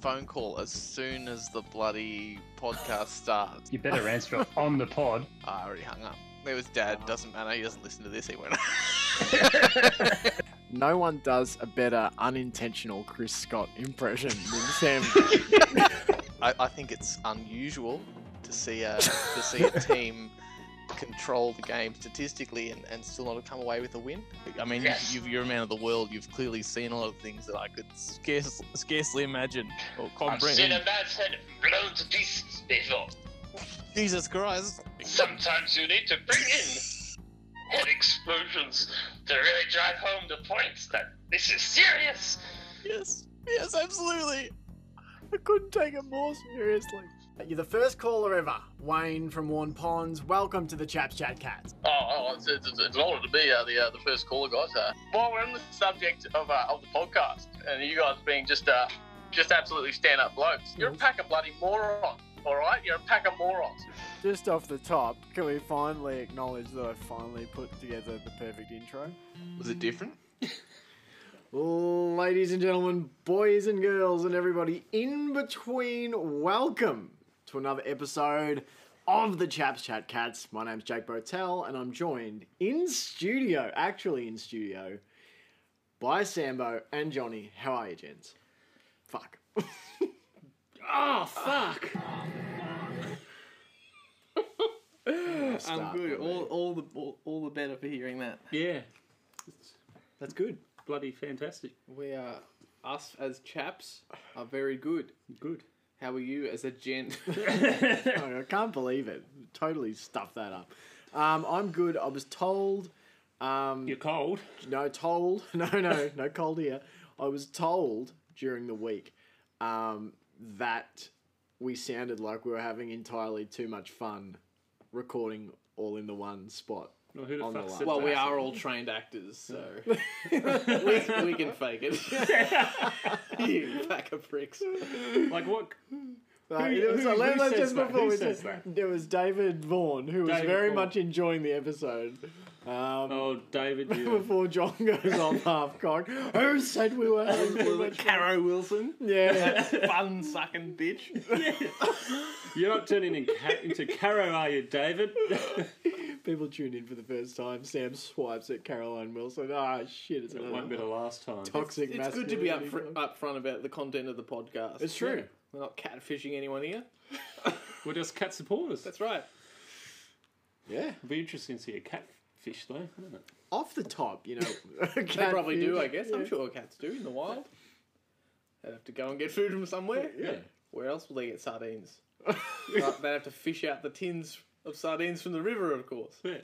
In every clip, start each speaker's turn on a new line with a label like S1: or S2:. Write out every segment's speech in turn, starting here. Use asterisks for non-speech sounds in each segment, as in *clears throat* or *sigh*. S1: phone call as soon as the bloody podcast starts.
S2: You better answer it on the pod.
S1: I already hung up. It was dad. Doesn't matter. He doesn't listen to this. He
S3: *laughs*
S1: won't.
S4: No one does a better unintentional Chris Scott impression than *laughs* Sam.
S1: I, I think it's unusual to see a to see a team control the game statistically and, and still not come away with a win. I mean,
S2: Yes.
S1: you've, you're a man of the world. You've clearly seen a lot of things that I could scarce, scarcely imagine or
S3: I've seen
S1: comprehend.
S3: a man's head blown to pieces before.
S1: Jesus Christ!
S3: Sometimes you need to bring in head explosions to really drive home the point that this is serious.
S1: Yes, yes, absolutely.
S4: I couldn't take it more seriously. You're the first caller ever, Wayne from Warren Ponds. Welcome to the Chaps Chat Cats.
S3: Oh, oh it's, it's, it's an honor to be uh, the uh, the first caller, guys. Uh, while we're on the subject of uh, of the podcast, and you guys being just uh, just absolutely stand up blokes,
S5: Mm-hmm.
S3: you're a pack of bloody morons. All right, you're a pack of morons.
S4: Just off the top, can we finally acknowledge that I finally put together the perfect intro?
S1: Was it different?
S4: Ladies and gentlemen, boys and girls, and everybody in between, welcome to another episode of the Chaps Chat Cats. My name's Jake Botel, and I'm joined in studio, actually in studio, by Sambo and Johnny. How are you, gents? Fuck. *laughs*
S5: Oh fuck!
S4: Start
S5: *laughs* I'm good.
S4: already.
S5: All, all the
S1: All, all the better for hearing that.
S5: yeah,
S4: That's good.
S2: Bloody fantastic.
S5: we are us as chaps are very good.
S2: Good.
S5: How are you as a
S4: *laughs*
S5: gent?
S4: Oh, *laughs* I can't believe it. Totally stuffed that up. Um, I'm good. I was told. Um,
S2: *laughs* You're cold.
S4: No, told. *laughs* No, no, no cold here. I was told during the week um, that we sounded like we were having entirely too much fun recording all in the one spot.
S2: Well, who the
S4: On the
S2: fuck
S4: line.
S2: said
S5: well, we
S2: that?
S5: are all trained actors,
S4: *laughs*
S5: so we, we can fake it. you pack of pricks.
S2: *laughs* Like what?
S4: Like,
S2: Who-
S4: it was,
S2: who-
S4: I learned
S2: who
S4: that
S2: says
S4: just
S2: that?
S4: before
S2: Who
S4: we
S2: says
S4: said
S2: that?
S4: It was David Vaughan who was
S2: David
S4: very
S2: Vaughan.
S4: much enjoying the episode. Um,
S2: Oh, David, you.
S4: Before John goes
S2: *laughs*
S4: off half cocked, who said we were having too much fun?
S5: Caro Wilson,
S4: Yeah,
S5: fun sucking bitch.
S2: *laughs* You're not turning in ca- into Caro, are you, David? *laughs*
S4: people tune in for the first time. Sam swipes at Caroline Wilson. Ah, shit, it's another
S2: One bit of last time.
S4: toxic.
S5: It's good to be up, fr-
S4: masculinity.
S5: up front about the content of the podcast.
S4: It's true.
S5: Yeah. We're not catfishing anyone here.
S2: We're just cat supporters. That's
S5: That's right.
S4: Yeah.
S2: It'd be interesting to see a catfish, though. Wouldn't it?
S4: Off the
S5: *laughs*
S4: top, you know. *laughs*
S5: They probably do, I guess. I'm sure cats do in the wild. They'd have to go and get food from somewhere.
S4: Yeah.
S5: Where else will they get sardines? *laughs* Right, They'd have to fish out the tins of sardines from the river, of course.
S2: Yeah.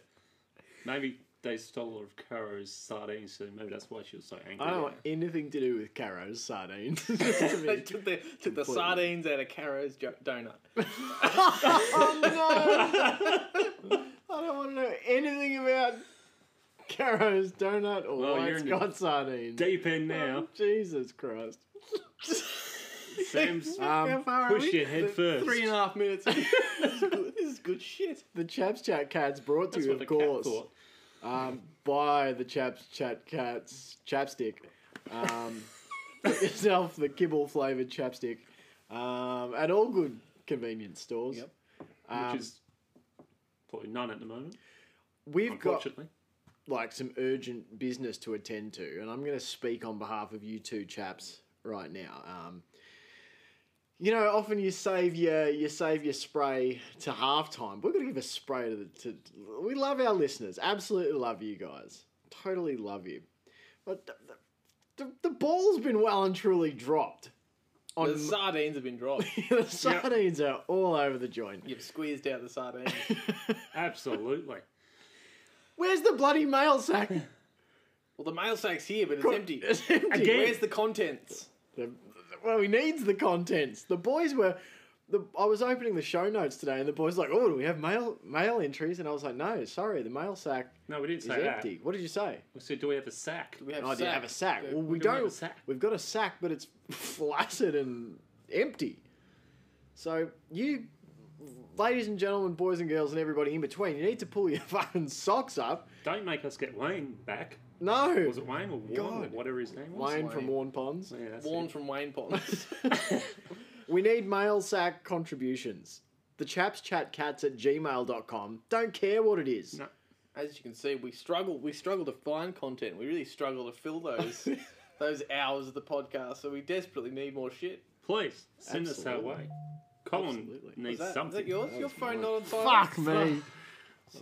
S2: Maybe they stole all of Caro's sardines, so maybe that's why she was so angry.
S4: *laughs* I don't want anything to do with Caro's sardines. *laughs* Just to
S5: *laughs* they
S4: be-
S5: took the, took the
S4: Completely.
S5: sardines out of Caro's jo- donut.
S4: oh no! *laughs* I don't want to know anything about Caro's donut or
S2: Well,
S4: White
S2: you're in the-
S4: Scott sardines.
S2: Deep in now.
S4: *laughs* Jesus Christ.
S5: *laughs*
S2: Sam's
S4: Um,
S5: far
S2: push your head first.
S5: Three and a half minutes. *laughs* this, is good, this is good shit.
S4: the Chaps Chat Cats brought to
S2: That's
S4: you,
S2: what
S4: of
S2: the cat
S4: course,
S2: thought.
S4: um, by the Chaps Chat Cats chapstick. Um, get yourself the kibble flavored chapstick um, at all good convenience stores.
S5: Yep.
S4: Um,
S2: Which is probably none at the moment,
S4: We've got
S2: unfortunately.
S4: like some urgent business to attend to, and I'm going to speak on behalf of you two chaps right now. Um, you know, often you save your you save your spray to halftime. We're going to give a spray to the. To, we love our listeners. Absolutely love you guys. Totally love you. But the, the, the, the ball's been well and truly dropped. On
S5: The sardines have been dropped.
S4: *laughs*
S5: *laughs*
S4: the sardines are all over the joint.
S5: You've squeezed out the sardines.
S2: Absolutely.
S4: Where's the bloody mail sack?
S5: Well, the mail sack's here, but it's
S4: *laughs*
S5: empty.
S4: It's empty.
S2: Again.
S5: Where's the contents?
S4: The- well, he needs the contents. The boys were. The, I was opening the show notes today, and the boys were like, "Oh, do we have mail mail entries?" And I was like, "No, sorry, the mail sack
S2: No, we didn't
S4: is
S2: say that.
S4: empty." What did you say?
S2: We said, do we have a sack?
S5: Do we have
S4: Oh, do you have a sack?
S5: Yeah,
S4: Well, we
S2: do we have
S4: don't.
S2: a sack?
S4: We've got a sack, but it's *laughs* flaccid and empty. So you, ladies and gentlemen, boys and girls, and everybody in between, you need to pull your *laughs* fucking socks up.
S2: Don't make us get Wayne back.
S4: No,
S2: Was it Wayne or Warren or
S4: God.
S2: whatever his name was?
S4: Wayne from
S5: Wayne?
S4: Warren Ponds.
S2: Yeah, that's
S5: Warn
S4: *laughs*
S2: it.
S5: from Wayne Ponds.
S4: We need mail sack contributions. The chaps chat cats at gmail.com. Don't care what it is.
S2: No.
S5: As you can see, we struggle. We struggle to find content. We really struggle to fill
S2: *laughs*
S5: those those hours of the podcast. So we desperately need more shit.
S2: Please send us our
S4: Absolutely.
S2: way. Colin
S4: Absolutely.
S5: Is
S2: needs
S5: that, is
S2: something.
S5: that yours? Your phone not on silent?
S4: Fuck me. *laughs*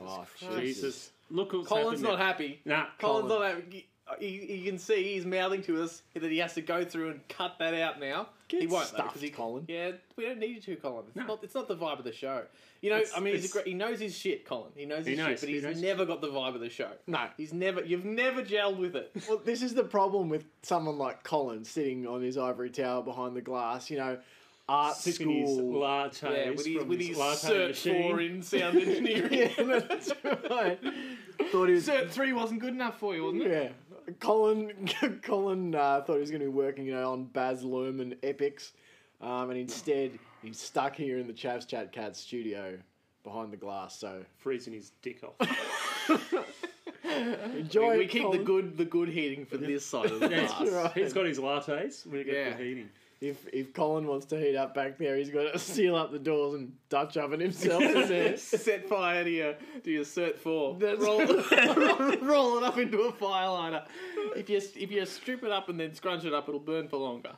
S4: Oh,
S2: Jesus, look what's
S5: Colin's not
S2: happened
S5: happy.
S2: there. Nah,
S5: Colin's
S2: Colin.
S5: not happy. He, he can see he's mouthing to us that he has to go through and cut that out now.
S4: Get
S5: he won't though,
S4: stuffed,
S5: 'cause he,
S4: Colin.
S5: Yeah, we don't need you to, Colin. It's,
S2: No.
S5: not, it's not the vibe of the show. You know,
S2: It's-
S5: I mean, he's a
S2: it's-
S5: great, he knows his shit, Colin. He knows his
S2: He knows,
S5: shit, but
S2: he
S5: he's
S2: knows.
S5: never got the vibe of the show.
S4: No.
S5: He's never. You've never gelled with it.
S4: Well, this is the problem with someone like Colin sitting on his ivory tower behind the glass, you know, art
S2: in his
S4: school.
S2: lattes
S5: Yeah, with his,
S2: from
S5: with
S2: his
S5: his
S2: latte
S5: cert
S2: machine.
S5: four in *laughs* sound engineering.
S4: *laughs* yeah, that's right. Thought he was
S5: *laughs* Cert three wasn't good enough for you, wasn't it?
S4: Yeah, Colin. *laughs* Colin uh, thought he was going to be working, you know, on Baz Luhrmann epics, um, and instead he's stuck here in the Chaps Chat Cat studio behind the glass. So
S2: freezing his dick off.
S4: enjoy.
S5: We
S4: it,
S5: keep the
S4: Colin.
S5: good the good heating for this side *laughs* of the
S2: That's
S5: glass.
S4: right.
S2: He's got his lattes. We get
S5: Yeah.
S2: the heating.
S4: If if Colin wants to heat up back there, he's got to *laughs* seal up the doors and Dutch
S5: *laughs*
S4: oven himself. *laughs* to there.
S5: Set fire to your to your cert four.
S4: That's-
S5: roll, roll it up into a fire lighter. If you if you strip it up and then scrunch it up, it'll burn for longer.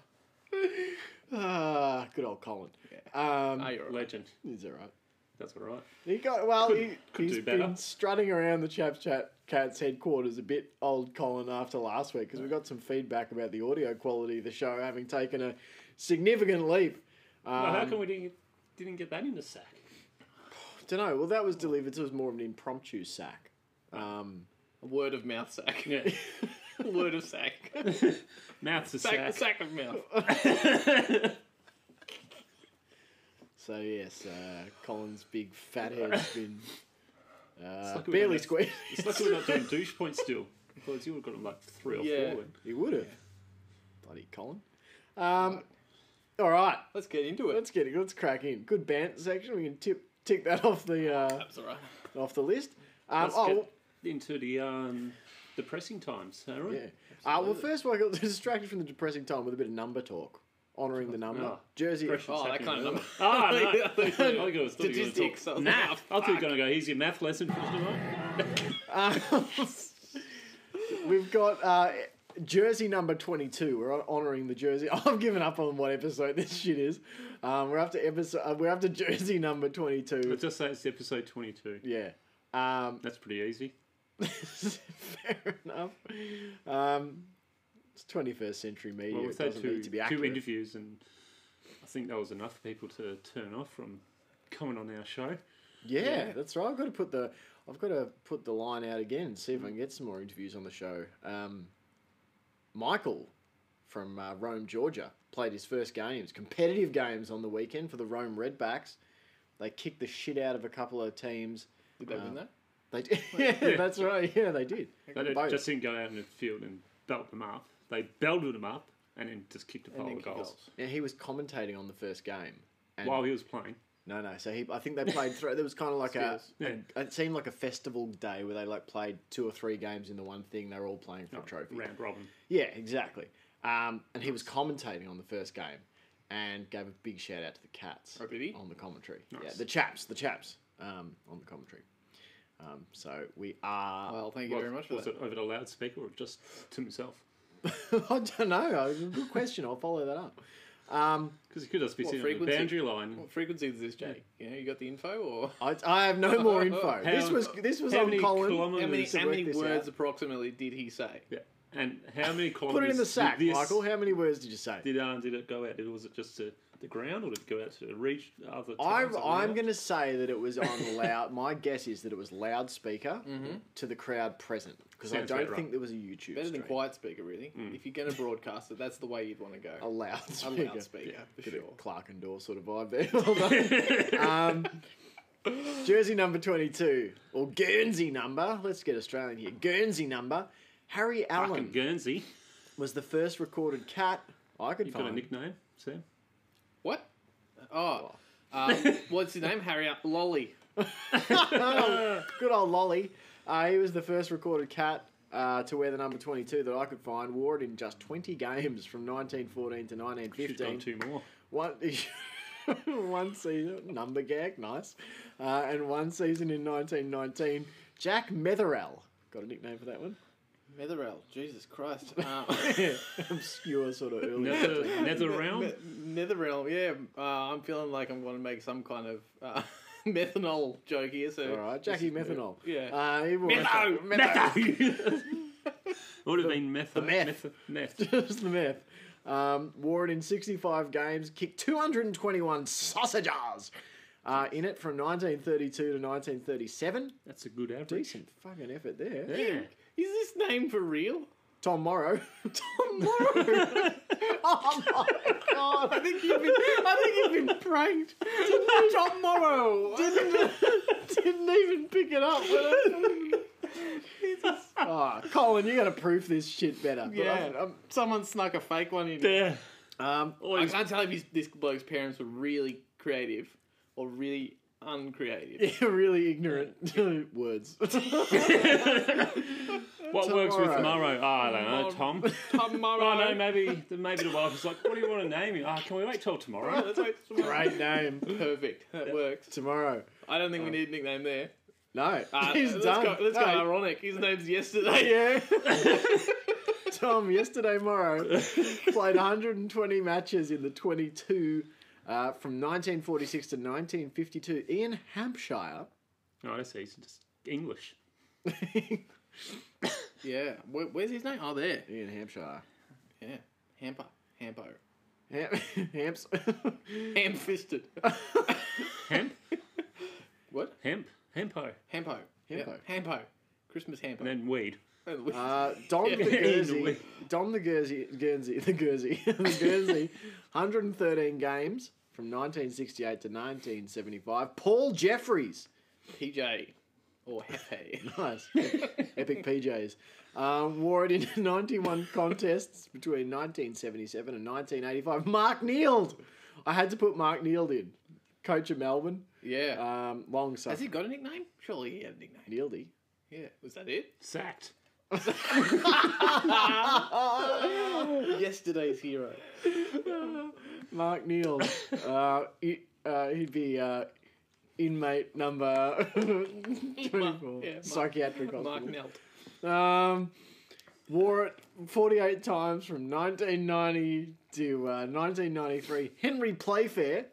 S4: Ah, good old Colin. Um,
S5: Oh, you're right.
S2: Legend.
S4: he's all right.
S2: That's all right.
S4: He got well. he,
S2: could
S4: has
S2: do better.
S4: been strutting around the Chaps Chat Cats headquarters a bit, old Colin, after last week because we got some feedback about the audio quality of the show having taken a significant leap.
S2: Well, how
S4: Um,
S2: come we didn't get, didn't get that in the sack?
S4: don't know. Well, that was delivered. So it was more of an impromptu sack. Um,
S5: Word of mouth sack.
S2: Yeah,
S5: *laughs* Word of *laughs* sack.
S2: *laughs* mouth's a
S5: Sack,
S2: sack.
S5: the sack of mouth.
S4: so yes, uh, Colin's big fat head's
S2: *laughs*
S4: been uh,
S2: like we
S4: barely
S2: were-
S4: squeezed.
S2: It's lucky we're not doing douche points still. Otherwise, you would have got like three or
S5: Yeah.
S2: four.
S4: he would have. Bloody Colin. Um, all right.
S5: Let's get into it.
S4: Let's get it. Let's crack in. Good band section. We can tip tick that off the uh,
S5: That's all right.
S4: off the list. Um,
S2: Let's
S4: oh
S2: get into the um, depressing times. All
S4: *laughs*
S2: right.
S4: yeah. Uh, well, first of all, I got *laughs* distracted from the depressing time with a bit of number talk, honouring the number.
S2: Oh.
S4: Jersey.
S5: Oh, that kind of number.
S2: Ah, no.
S5: Yeah, I thought you were-
S2: *laughs* I was thought you were gonna
S5: Statistics, I
S2: talk-
S5: was
S2: Nah,
S5: like,
S2: I
S5: oh,
S2: thought you were going to go. Here's your math lesson for tonight.
S4: *laughs* We've got uh, Jersey number twenty-two. We're hon- honouring the Jersey. *laughs* I've given up on what episode this shit is. Um, we're up to episode. Uh, we're up to Jersey *laughs* number
S2: I'll
S4: twenty-two.
S2: just say it's episode 22.
S4: Yeah. Um, *laughs*
S2: That's pretty easy.
S4: fair enough. Um, it's twenty-first century media.
S2: Well, we've
S4: it
S2: had
S4: doesn't
S2: two,
S4: need to be
S2: two
S4: accurate.
S2: interviews, and I think that was enough for people to turn off from coming on our show.
S4: Yeah, that's right. I've got to put the I've got to put the line out again and see if I can get some more interviews on the show. Um, Michael from uh, Rome, Georgia, played his first games, competitive games on the weekend for the Rome Redbacks. They kicked the shit out of a couple of teams.
S5: Did they
S4: Uh,
S5: win that?
S4: They did. yeah, *laughs* that's right. Yeah, they did.
S2: They did-
S4: Both.
S2: just didn't go out in the field and belt them up. They belted them up and then just kicked a pile of
S5: kick
S2: goals
S4: Yeah, he was commentating on the first game. And
S2: while he was playing.
S4: no, no. So he, I think they played three. There was kind of like a,
S5: Spears.
S2: Yeah.
S4: It seemed like a festival day where they like played two or three games in the one thing. They were all playing
S2: Oh,
S4: for a trophy.
S2: Round robin.
S4: Yeah, exactly. Um, and he was commentating on the first game and gave a big shout out to the Cats
S5: Oh, did he?
S4: on the commentary. Yeah,
S2: Nice.
S4: the chaps, the chaps um, on the commentary. Um, so we are.
S5: Well, thank you
S2: Was-
S5: very much for
S2: was
S5: that.
S2: it over the loudspeaker or just to himself?
S4: *laughs* I don't know. Uh, Good question. I'll follow that up. Um,
S2: Because he could just be
S5: What
S2: sitting on
S5: frequency?
S2: the boundary line.
S5: What frequency is this, Jake? You know, you got the info or
S4: I, I have no
S2: *laughs*
S4: more info. this was this was
S2: how
S4: on
S2: many
S4: Colin.
S2: kilometres?
S5: how many,
S4: to
S5: how
S4: work
S5: many
S4: this
S5: words
S4: out.
S5: approximately did he say?
S2: Yeah. And how many
S4: *laughs*
S2: kilometres?
S4: Put it in the
S2: did
S4: sack,
S2: this-
S4: Michael. How many words did you say?
S2: Did, um, did it go out? Was it just to the ground or did it go out to the reach other
S4: I,
S2: towns
S4: I'm
S2: around?
S4: going to say that it was on loud. my guess is that it was loudspeaker to the crowd present because I
S2: Sounds
S4: don't
S2: about
S4: think
S2: right.
S4: there was a YouTube.
S5: Mm-hmm. Better than
S4: stream.
S5: quiet speaker, really. If you're going to broadcast it, that's the way you'd want to go. Hmm.
S4: a
S5: A
S4: loudspeaker.
S5: loudspeaker, for
S4: Bit
S5: sure.
S4: of Clarkendor sort of vibe there. *laughs*
S2: *laughs*
S4: Well done. um, jersey number 22, or Guernsey number. Let's get Australian here. Guernsey number. Harry
S2: Fucking
S4: Allen
S2: Guernsey.
S4: was the first recorded cat I could
S2: You've got a
S4: find.
S2: nickname, Sam?
S5: What? Oh, *laughs* um, what's his name? Harry Up Lolly.
S4: *laughs* Good old Lolly. Uh, he was the first recorded cat uh, to where the number 22 that I could find wore it in just 20 games from 1914 to
S2: Should have done
S4: 1915.
S2: two more.
S4: One, one *laughs* season, number gag, nice. Uh, and one season in 1919, Jack Metherell. Got a nickname for that one?
S5: Metherell, Jesus Christ. *laughs* Uh,
S4: *laughs* Obscure sort of early.
S2: Nether, nether realm.
S5: Netherrealm, yeah. Uh, I'm feeling like I'm going to make some kind of uh, *laughs* methanol joke here. So,
S4: All right, Jackie Methanol.
S5: yeah.
S4: Uh, he wore *laughs*
S2: Metho, metho. *laughs* It would have been meth.
S4: meth.
S2: Meth.
S4: Just the myth. Um, wore it in 65 games, kicked 221 sausages uh, in it from 1932 to 1937.
S2: That's a good average.
S4: Decent fucking effort there.
S2: Yeah.
S5: is this name for real?
S4: Tom Morrow. *laughs*
S5: *laughs*
S4: Tom Morrow. oh my god! I think you've been, I think you've been pranked. Tom Morrow *laughs* didn't didn't even pick it up. when I- Oh, Colin, you got to proof this shit better. But
S5: Yeah.
S4: I'm-
S5: um, Someone snuck a fake one in.
S2: Yeah.
S4: I'm- um, *laughs*
S5: I
S2: Always.
S5: can't tell if his, this bloke's parents were really creative or really uncreative. *laughs*
S4: yeah, really ignorant *laughs* words. *laughs*
S2: What works with
S4: Tomorrow.
S2: Morrow? Oh, I don't know, Tom.
S5: Tomorrow.
S2: Oh no, maybe maybe the wife is like, "What do you want to name him? Ah, can we wait till tomorrow?"
S5: That's right, tomorrow.
S4: Great name.
S5: Perfect. That works.
S4: Tomorrow.
S5: I don't think we need a nickname there.
S4: No,
S5: *laughs* Uh,
S4: he's
S5: let's
S4: done.
S5: Go, let's go
S4: No.
S5: ironic. His name's yesterday.
S4: Yeah. *laughs* Tom, yesterday morrow, played 120 matches in the 22 uh, from 1946 to 1952 in Hampshire.
S2: No, I see. He's Oh, just English.
S5: *laughs* Yeah. Where, where's his name? Oh, there.
S4: in Hampshire.
S5: Yeah. Hamper. Hampo.
S4: Ham- *laughs* Hamps.
S5: Ham fisted.
S2: Hemp,
S5: what?
S2: hemp, hempo,
S5: *laughs* Hampo.
S4: Hampo.
S5: Yeah. Hampo. Christmas hampo.
S2: and then weed.
S4: Uh, Dom the
S2: Yeah.
S4: Guernsey. Dom the Guernsey. Guernsey. The Guernsey. *laughs* the Guernsey. 113 games from 1968 to 1975. Paul Jeffries.
S5: PJ. Or Hefe.
S4: Nice. Epic PJs. Um, wore it in *laughs* 91 contests between 1977 and 1985. Mark Neild. I had to put Mark Neild in. Coach of Melbourne.
S5: *laughs* yeah.
S4: Um, long
S5: Has he
S4: suffering.
S5: got a nickname? Surely he had a nickname.
S4: Neildy.
S5: Yeah. Was that it?
S2: Sacked.
S5: *laughs* Yesterday's hero.
S4: Mark Neild.
S5: *laughs*
S4: Uh, he, uh, he'd be uh, inmate
S5: *laughs*
S4: number *laughs* 24.
S5: yeah, Mark-
S4: Psychiatric hospital.
S5: Mark Nelt.
S4: Um, wore it 48 times from 1990 to uh, 1993. Henry Playfair.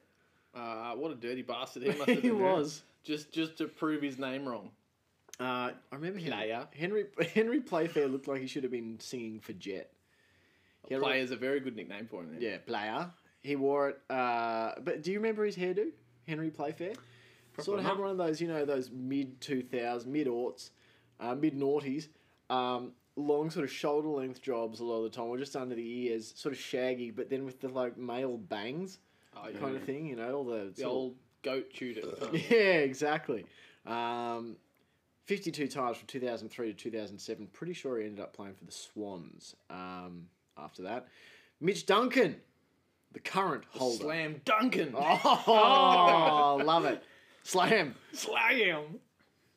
S5: Uh, what a dirty
S4: *laughs*
S5: bastard he must have
S4: he
S5: been.
S4: was.
S5: Just, just to prove his name wrong.
S4: Uh, I remember Henry,
S5: Player.
S4: Henry *laughs* Henry Playfair looked like he should have been singing for Jet. He had a-
S5: Play is a very good nickname for him. There.
S4: yeah, player. He wore it. Uh, but do you remember his hairdo, Henry Playfair? sort of had
S2: not.
S4: one of those, you know, those mid two thousands, mid aughts, uh, mid noughties, um, long sort of shoulder length jobs a lot of the time, or just under the ears, sort of shaggy, but then with the like male bangs
S5: Oh, yeah.
S4: kind of thing, you know, all the,
S5: The
S4: sort of-
S5: old goat chewed it. Oh,
S4: *laughs* Yeah, exactly. Um, 52 times from 2003 to 2007. Pretty sure he ended up playing for the Swans um, after that. Mitch Duncan, the current holder.
S5: Slam Duncan.
S4: *laughs* Oh, love it. Slam.
S5: *laughs* Slam.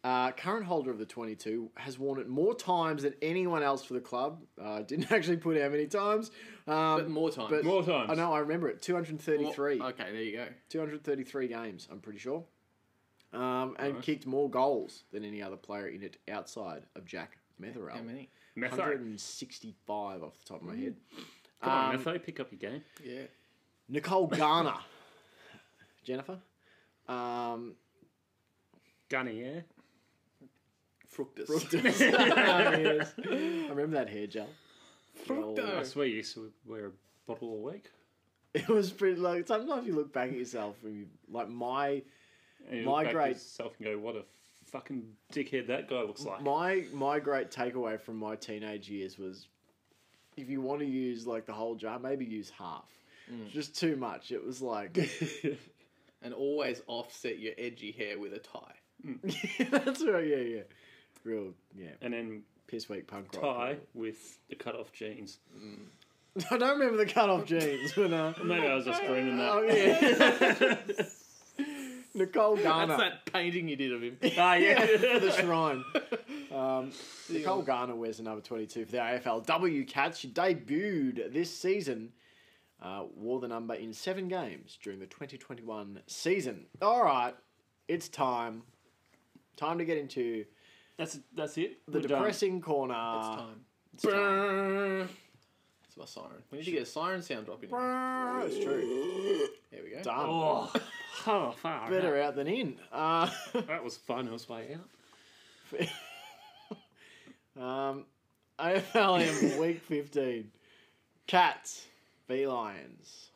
S4: Uh, current holder of the 22 has worn it more times than anyone else for the club. Uh, didn't *laughs* actually put how many times.
S5: But
S4: Um,
S5: more times.
S4: but-
S2: More times.
S4: I know, I remember it. 233.
S5: Okay, there you go.
S4: 233 games, I'm pretty sure. Um, and kicked more goals than any other player in it outside of Jack Metherell. Mm.
S5: How many?
S2: Metho.
S4: 165 off the top of my head.
S2: Come on,
S4: Um,
S2: Metho, pick up your game.
S5: Yeah.
S4: Nicole Garner. Jennifer. Um,
S2: Gunny, yeah.
S5: Fructus.
S4: *laughs* yes. I remember that hair gel. *laughs*
S2: I
S5: Fructo.
S2: swear you used to wear a bottle a week.
S4: It was pretty like sometimes you look back at yourself and you like my
S2: And you
S4: My
S2: look back
S4: great-
S2: at yourself and go, "What a fucking dickhead that guy looks like."
S4: my *laughs* my great takeaway from my teenage years was if you want to use like the whole jar, maybe use half. Just too much. It was like *laughs*
S5: And always offset your edgy hair with a tie.
S4: *laughs* That's right. Yeah, yeah. Real, yeah.
S2: and then
S4: Piss weak punk rock.
S2: tie with the cut off jeans.
S4: *laughs* I don't *laughs*
S2: *laughs*
S4: remember the cut off jeans, but uh,
S2: Maybe I was just dreaming that.
S4: oh yeah. *laughs* Nicole Garner.
S5: That's that painting you did of
S4: *laughs*
S5: him.
S2: Ah,
S4: yeah,
S2: *laughs*
S4: for the
S2: yeah.
S4: shrine. Um, Nicole Garner wears the number 22 for the AFLW Cats. She debuted this season, uh, wore the number in seven games during the 2021 season. All right, it's time. Time to get into
S2: that's that's it.
S4: the
S2: We're done.
S4: depressing corner.
S5: it's
S4: Ah.
S5: time.
S4: It's time.
S5: It's my siren. We need to get a siren sound drop in. There
S4: It's true.
S5: There we go.
S4: Done.
S2: Oh, oh far
S4: Better
S2: out.
S4: out than in. Uh, *laughs*
S2: That was fun. It was way out.
S4: um, AFLM week 15. Cats v Lions.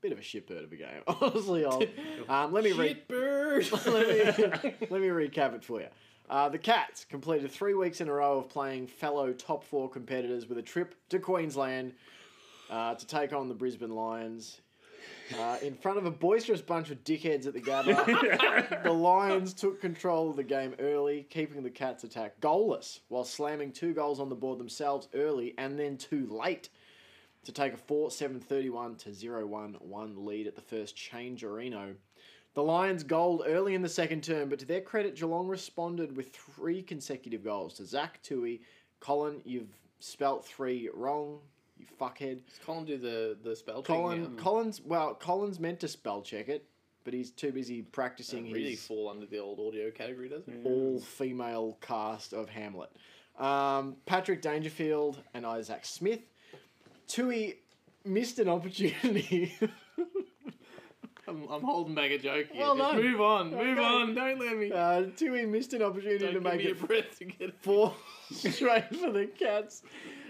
S4: Bit of a shitbird of a game, *laughs* honestly.
S5: *laughs*
S4: I'll, um, let me read.
S5: Shit bird.
S4: *laughs* let me
S5: *laughs*
S4: let me recap it for you. Uh, the Cats completed three weeks in a row of playing fellow top four competitors with a trip to Queensland uh, to take on the Brisbane Lions. Uh, in front of a boisterous bunch of dickheads at the Gabba, the Lions took control of the game early, keeping the Cats' attack goalless while slamming two goals on the board themselves early and then two late to take a 4 7 31 to 0 1 1 lead at the first change Areno. The Lions goaled early in the second term, but to their credit, Geelong responded with three consecutive goals to Zach Tui. Colin, you've spelt three wrong, you fuckhead.
S5: Does Colin do the, the spell check
S4: Colin,
S5: now?
S4: Colin's well, Colin's meant to spell check it, but he's too busy practicing
S5: Doesn't really
S4: his
S5: fall under the old audio category, does it?
S4: all female cast of Hamlet. Um, Patrick Dangerfield and Isaac Smith. Tui missed an opportunity. *laughs*
S5: I'm, I'm holding back a joke here.
S4: Well
S5: Just
S4: done.
S5: move on, move
S4: Okay.
S5: on. Don't let me.
S4: uh, Tui missed an opportunity
S5: don't
S4: to
S5: give
S4: make
S5: me
S4: it
S5: a breath to get
S4: four *laughs* straight for the Cats.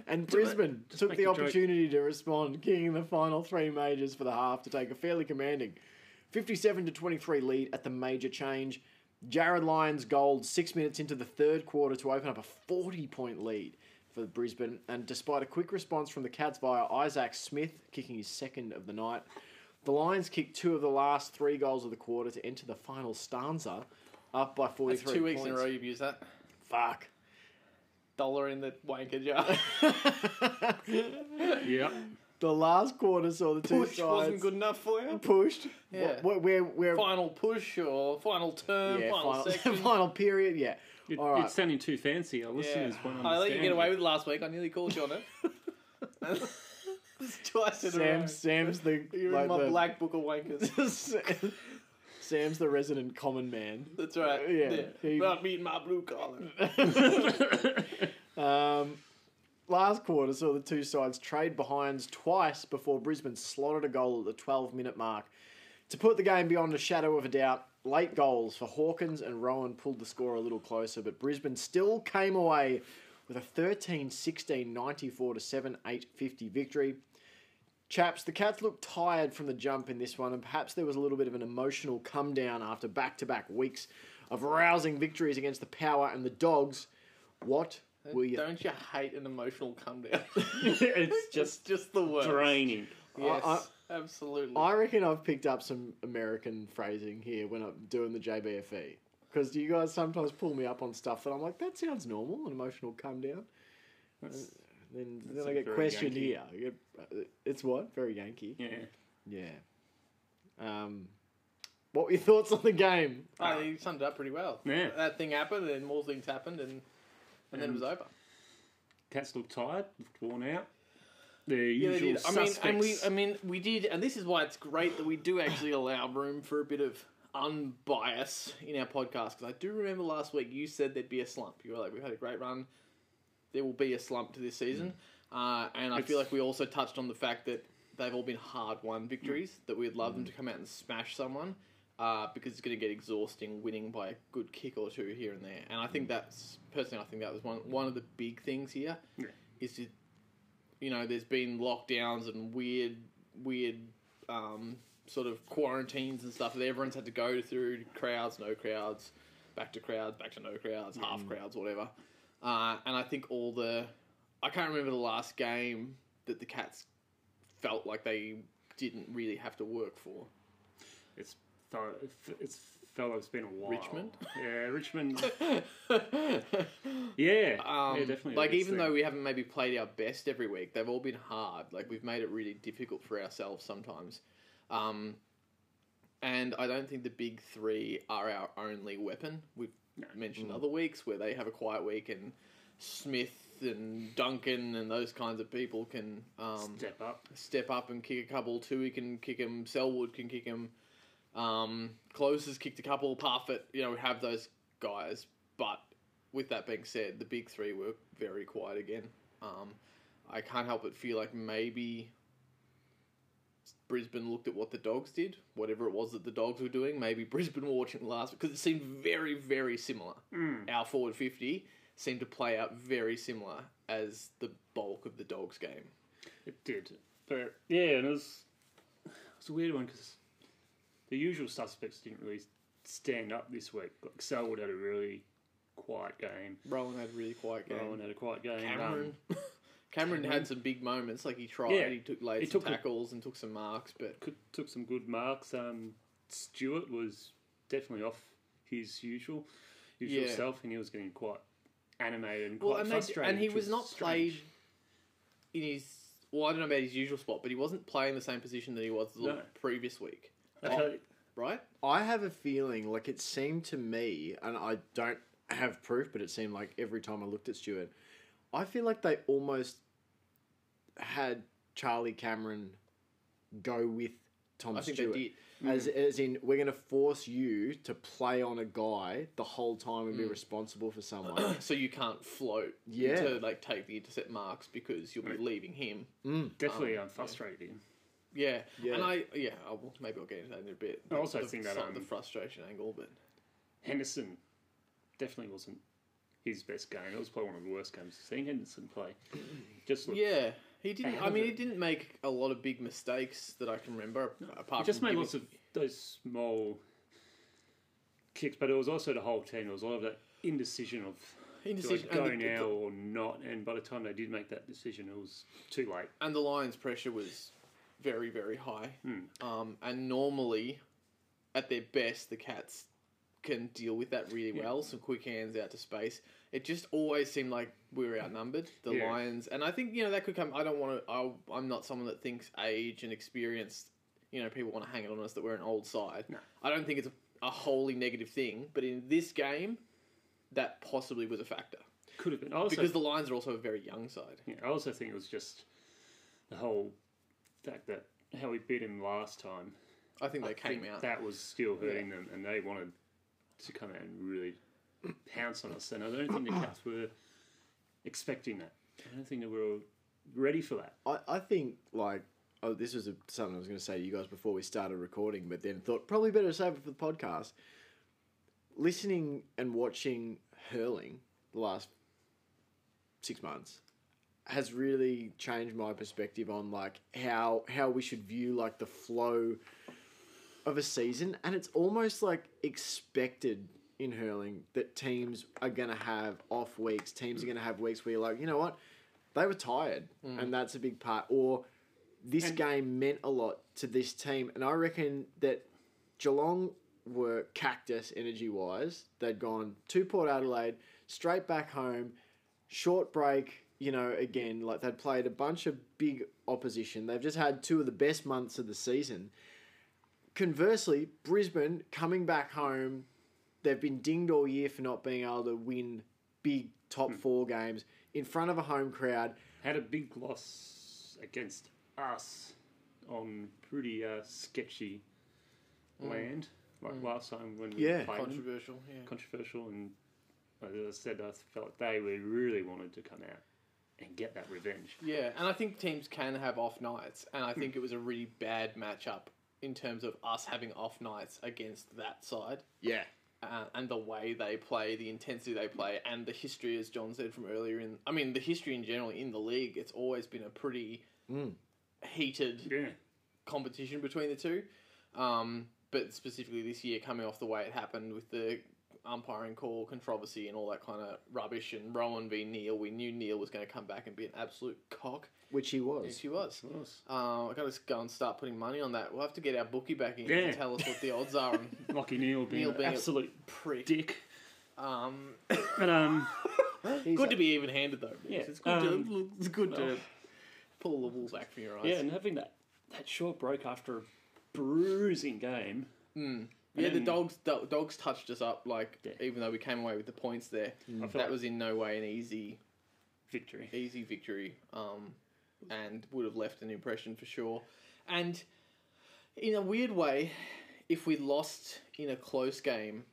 S4: And Brisbane took
S2: make
S4: the
S2: a joke.
S4: opportunity to respond, kicking the final three majors for the half to take a fairly commanding 57 to 23 lead at the major change. Jared Lyons gold six minutes into the third quarter to open up a 40 point lead for Brisbane. And despite a quick response from the Cats via Isaac Smith, kicking his second of the night, the Lions kicked two of the last three goals of the quarter to enter the final stanza, up by 43
S5: That's two weeks in a
S4: points.
S5: row you've used that.
S4: Fuck.
S5: Dollar in the wanker jar.
S2: Yeah.
S4: The last quarter saw the
S5: *laughs*
S4: two
S5: Push
S4: sides
S5: wasn't good enough for you.
S4: pushed.
S5: Yeah.
S4: Wh- wh- Where, where,
S5: Final push or final term,
S4: yeah,
S5: final,
S4: final, *laughs*
S5: section.
S4: final period, yeah.
S2: It,
S4: All right.
S2: It's sounding too fancy. Our listeners won't
S5: I let you
S2: understand
S5: get away
S2: it.
S5: with it last week. I nearly called you on it. *laughs* it's twice in a row.
S4: Sam, Sam's the,
S5: You're
S4: like
S5: in my
S4: the-
S5: black book of
S4: *laughs*
S5: wankers. *laughs*
S4: Sam- Sam's the resident common man.
S5: That's right.
S4: Uh, Yeah, he- Oh,
S5: Not me and my blue collar.
S2: *laughs*
S4: Um, last quarter saw the two sides trade behinds twice before Brisbane slotted a goal at the 12 minute mark to put the game beyond a shadow of a doubt. Late goals for Hawkins and Rowan pulled the score a little closer, but Brisbane still came away with a 13 16 94 to 7 8 50 victory. Chaps, the Cats looked tired from the jump in this one, and perhaps there was a little bit of an emotional come down after back to back weeks of rousing victories against the Power and the Dogs. What were you
S5: Don't you hate an emotional come down?
S2: it's
S5: it's *laughs*
S2: just
S5: just the worst.
S2: draining.
S5: Yes,
S4: I-
S5: absolutely.
S4: I reckon I've picked up some American phrasing here when I'm doing the JBFE. Because E. you guys sometimes pull me up on stuff that I'm like, that sounds normal, an emotional come down.
S2: That's,
S4: Then,
S2: That
S4: then I
S2: sounds
S4: get
S2: very
S4: questioned
S2: Yankee.
S4: here. I get, it's what? Very Yankee.
S2: yeah.
S4: Yeah. Um, what were your thoughts on the game?
S5: Oh, you summed it up pretty well.
S2: Yeah.
S5: That thing happened, and more things happened, and, and then it was over.
S2: Cats look tired, looked worn out. Their
S5: Yeah, they
S2: usual
S5: did. I mean, and we,
S2: suspects.
S5: I mean, we did, and this is why it's great that we do actually allow room for a bit of unbias in our podcast. Because I do remember last week you said there'd be a slump. You were like, "We've had a great run. There will be a slump to this
S2: Mm.
S5: season," uh, and I feel like we also touched on the fact that they've all been hard-won victories.
S2: Mm.
S5: That we'd love them to come out and smash someone. Uh, because it's going to get exhausting winning by a good kick or two here and there, and I
S2: Mm.
S5: think that's personally, I think that was one one of the big things here is to you know, there's been lockdowns and weird, weird um, sort of quarantines and stuff that everyone's had to go through. Crowds, no crowds, back to crowds, back to no crowds, half crowds, whatever. Uh, and I think all the, I can't remember the last game that the Cats felt like they didn't really have to work for. *laughs*
S2: it's thorough, it's felt like it's been a while.
S5: Richmond?
S2: Yeah,
S5: *laughs*
S2: Richmond. Yeah,
S5: Um,
S2: yeah, definitely.
S5: Like,
S2: It's
S5: even
S2: the-
S5: though we haven't maybe played our best every week, they've all been hard. Like, we've made it really difficult for ourselves sometimes. Um, and I don't think the big three are our only weapon. We've mentioned
S2: Mm.
S5: other weeks where they have a quiet week, and Smith and Duncan and those kinds of people can um,
S2: Step up.
S5: step up and kick a couple. Tui can kick him. Selwood can kick him. Um, Close has kicked a couple. Parfit, you know, we have those guys. But with that being said, the big three were very quiet again. Um, I can't help but feel like maybe Brisbane looked at what the dogs did, whatever it was that the dogs were doing. Maybe Brisbane were watching last because it seemed very, very similar. Our forward fifty seemed to play out very similar as the bulk of the dogs game.
S2: It did. But yeah, and it was it's a weird one because the usual suspects didn't really stand up this week. Like Selwood had a really quiet game.
S5: Rowan had a really quiet game.
S2: Rowan had a quiet game. Um,
S5: Cameron. um, *laughs* Cameron had some big moments. Like he tried,
S2: Yeah.
S5: he took laid
S2: He
S5: some
S2: took a-
S5: tackles and took some marks, but
S2: could, took some good marks. Um, Stewart was definitely off his usual usual
S5: Yeah.
S2: self, and he was getting quite animated and quite
S5: well, and, they,
S2: frustrated.
S5: and he
S2: which
S5: was not
S2: strange.
S5: played in his. Well, I don't know about his usual spot, but he wasn't playing the same position that he was the
S2: No.
S5: previous week,
S2: I felt-
S5: right?
S4: I have a feeling, like it seemed to me, and I don't have proof, but it seemed like every time I looked at Stuart, I feel like they almost had Charlie Cameron go with Tom
S5: I think
S4: Stewart.
S5: they did. Mm-hmm.
S4: As, as in, we're going to force you to play on a guy the whole time
S5: Mm.
S4: and be responsible for someone.
S5: *clears throat* So you can't float
S4: Yeah.
S5: to like take the intercept marks because you'll be leaving him.
S2: definitely um, frustrated him.
S5: Yeah.
S4: Yeah.
S5: and I yeah I'll, maybe I'll get into that in a bit.
S2: I also
S5: the,
S2: think that,
S5: the-
S2: um,
S5: the frustration angle, but
S2: Henderson definitely wasn't his best game. It was probably one of the worst games I've seen Henderson
S5: *clears throat*
S2: play. Just looked,
S5: Yeah, he didn't.
S2: out
S5: I
S2: of
S5: mean,
S2: it.
S5: he didn't make a lot of big mistakes that I can remember.
S2: he
S5: Apart
S2: just
S5: from
S2: made
S5: giving-
S2: lots of those small kicks, but it was also the whole team. It was a lot of that indecision of do I
S5: indecision,
S2: go
S5: and, the,
S2: now or not? And by the time they did make that decision, it was too late.
S5: and the Lions' pressure was very, very high.
S2: Hmm.
S5: Um, and normally, at their best, the Cats can deal with that really well. Some quick hands out to space. It just always seemed like we were outnumbered, the
S2: Yeah.
S5: Lions, and I think you know that could come. I don't want to. I'm not someone that thinks age and experience. You know, people want to hang it on us that we're an old side.
S2: No.
S5: I don't think it's a, a wholly negative thing, but in this game, that possibly was a factor
S2: Could have been. I also,
S5: because the Lions are also a very young side.
S2: yeah, I also think it was just the whole fact that how we beat him last time.
S5: I think they came out.
S2: That was still hurting them, and they wanted to come out and really pounce on us. And I don't think the Cats were expecting that. I don't think they were all ready for that.
S4: I, I think like oh this was a, something I was going to say to you guys before we started recording, but then thought probably better save it for the podcast. Listening and watching hurling the last six months has really changed my perspective on like how how we should view like the flow of a season and it's almost like expected in hurling that teams are going to have off weeks teams are going to have weeks where you're like you know what they were tired and that's a big part or this game meant a lot to this team and i reckon that geelong were cactus energy wise they'd gone to port adelaide straight back home short break you know again like they'd played a bunch of big opposition they've just had two of the best months of the season conversely brisbane coming back home they've been dinged all year for not being able to win big top four games in front of a home crowd
S2: Had a big loss against us on pretty uh, sketchy
S5: Mm.
S2: land, like last time when we
S4: Yeah.
S2: played them.
S5: Controversial, yeah.
S2: controversial and as I said, I felt they were really wanted to come out and get that revenge.
S5: Yeah, and I think teams can have off nights, and I think it was a really bad matchup in terms of us having off nights against that side
S4: yeah
S5: uh, and the way they play, the intensity they play, and the history, as John said from earlier in, I mean, the history in general in the league, it's always been a pretty heated
S2: Yeah,
S5: competition between the two. Um, but specifically this year, coming off the way it happened with the umpiring call controversy and all that kind of rubbish, and Rowan v Neil, we knew Neil was going to come back and be an absolute cock.
S4: which he was
S5: She was.
S2: it was.
S5: Um, I gotta go and start putting money on that. We'll have to get our bookie back in
S2: Yeah.
S5: and tell us what the odds
S2: *laughs*
S5: are on
S2: Lockie Neal being
S5: Neil
S2: an
S5: being a
S2: absolute
S5: prick.
S2: dick.
S5: Um,
S2: And um,
S5: *gasps*
S4: He's
S5: good
S4: a-
S5: to be even handed though. Yeah, it's good to
S2: um,
S5: it's good to
S2: well.
S5: pull the wool back from your eyes.
S2: yeah, and having that that short break after a bruising game
S5: Yeah, the
S2: then-
S5: dogs do- dogs touched us up. Like
S2: Yeah. Mm.
S5: even though we came away with the points there,
S2: I feel
S5: that
S2: like
S5: was in no way an easy
S2: victory.
S5: easy victory. Um, and would have left an impression for sure. And in a weird way, if we lost in a close game,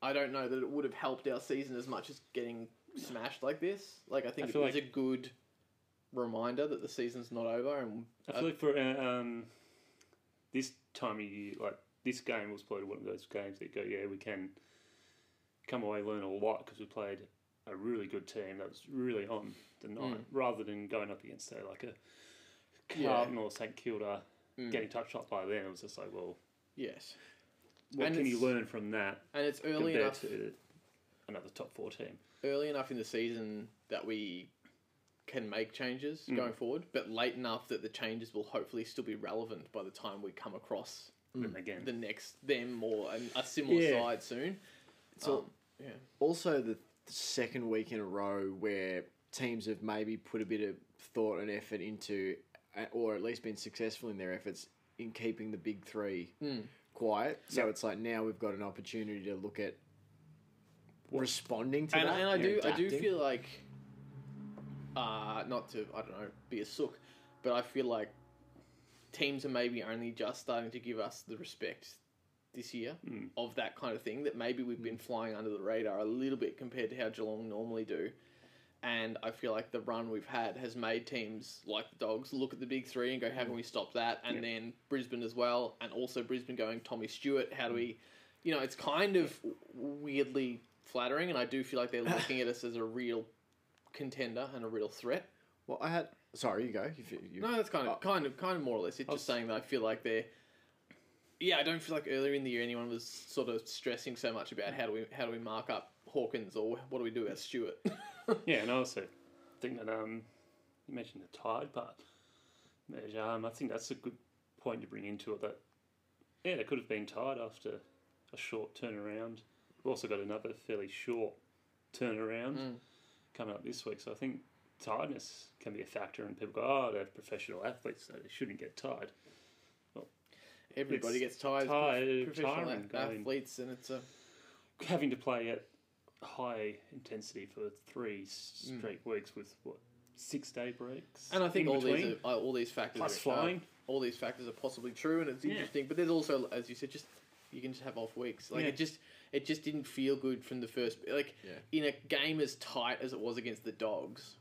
S5: I don't know that it would have helped our season as much as getting smashed like this. Like I think
S2: I
S5: it
S2: feel
S5: was
S2: like-
S5: a good reminder that the season's not over and
S2: I feel like for uh, um, this time of year, like this game was probably one of those games that go, yeah, we can come away learn a lot because we played a really good team that was really on the
S5: Mm.
S2: night, rather than going up against say like a
S5: Yeah. Mm.
S2: Carlton or St Kilda getting touched up by them. It was just like, well,
S5: yes,
S2: what
S5: And
S2: can you
S5: it's-
S2: learn from that
S5: and it's early
S2: compared
S5: enough.
S2: to another top four team?
S5: early enough in the season that we can make changes
S2: Mm.
S5: going forward, but late enough that the changes will hopefully still be relevant by the time we come across
S2: And again,
S5: the next them or an, a similar
S2: Yeah.
S5: side soon.
S4: So
S5: Um, yeah,
S4: also the second week in a row where teams have maybe put a bit of thought and effort into, uh, or at least been successful in their efforts in keeping the big three
S5: Hmm.
S4: quiet. So
S2: Yep.
S4: it's like now we've got an opportunity to look at responding to
S5: and,
S4: that.
S5: and I
S4: and
S5: do, I do
S4: adapting.
S5: feel like, uh, not to I don't know, be a sook, but I feel like teams are maybe only just starting to give us the respect this year of that kind of thing that maybe we've been flying under the radar a little bit compared to how Geelong normally do. And I feel like the run we've had has made teams like the Dogs look at the big three and go, how can we stop that? And then Brisbane as well, and also Brisbane going, Tommy Stewart, how do we, you know, it's kind of weirdly flattering. And I do feel like they're looking at us as a real contender and a real threat.
S4: Well, I had. Sorry, you go. You, fi- you,
S5: No, that's kind of kind of kind of more or less. It's just saying that I feel like they're. Yeah, I don't feel like earlier in the year anyone was sort of stressing so much about how do we how do we mark up Hawkins or what do we do about Stewart. *laughs*
S2: Yeah, and I also think that um, you mentioned the tide part. Mej, Um, I think that's a good point to bring into it. That yeah, they could have been tied after a short turnaround. We've also got another fairly short turnaround
S5: Mm.
S2: coming up this week, so I think tiredness can be a factor, and people go, "Oh, they're professional athletes, so they shouldn't get tired."
S5: Everybody gets
S2: It's
S5: tired, as
S2: tired,
S5: prof- professional
S2: tiring,
S5: ath-
S2: going-
S5: athletes, and it's a
S2: Having to play at high intensity for three straight weeks with what six day breaks,
S5: Mm. and I think
S2: in
S5: all
S2: between.
S5: these are, uh, all these factors
S2: Plus
S5: are, uh,
S2: flying.
S5: all these factors are possibly true, and it's
S2: Yeah.
S5: interesting. But there's also, as you said, just you can just have off weeks. Like
S2: Yeah.
S5: it just it just didn't feel good from the first. Like
S4: Yeah.
S5: in a game as tight as it was against the Dogs,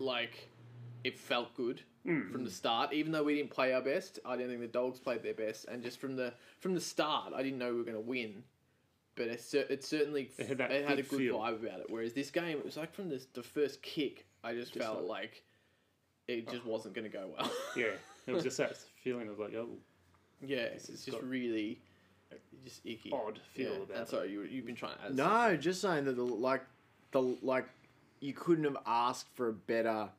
S5: like it felt good from the
S2: Mm.
S5: start. Even though we didn't play our best, I didn't think the Dogs played their best, and just from the from the start, I didn't know we were going to win. But it, cer- it certainly
S2: It had that
S5: it had a
S2: good
S5: good
S2: feel.
S5: vibe about it. Whereas this game, it was like from the, the first kick, I just, felt
S2: like-
S5: like it
S2: Ah.
S5: just wasn't going to go well. *laughs*
S2: yeah, it was just that feeling of like, oh,
S5: yeah, it's,
S2: it's
S5: just
S2: got-
S5: really just icky.
S2: odd feel
S5: yeah.
S2: about
S5: and
S2: it.
S5: sorry, you, you've been trying to add something.
S4: No, just saying that the like the like you couldn't have asked for a better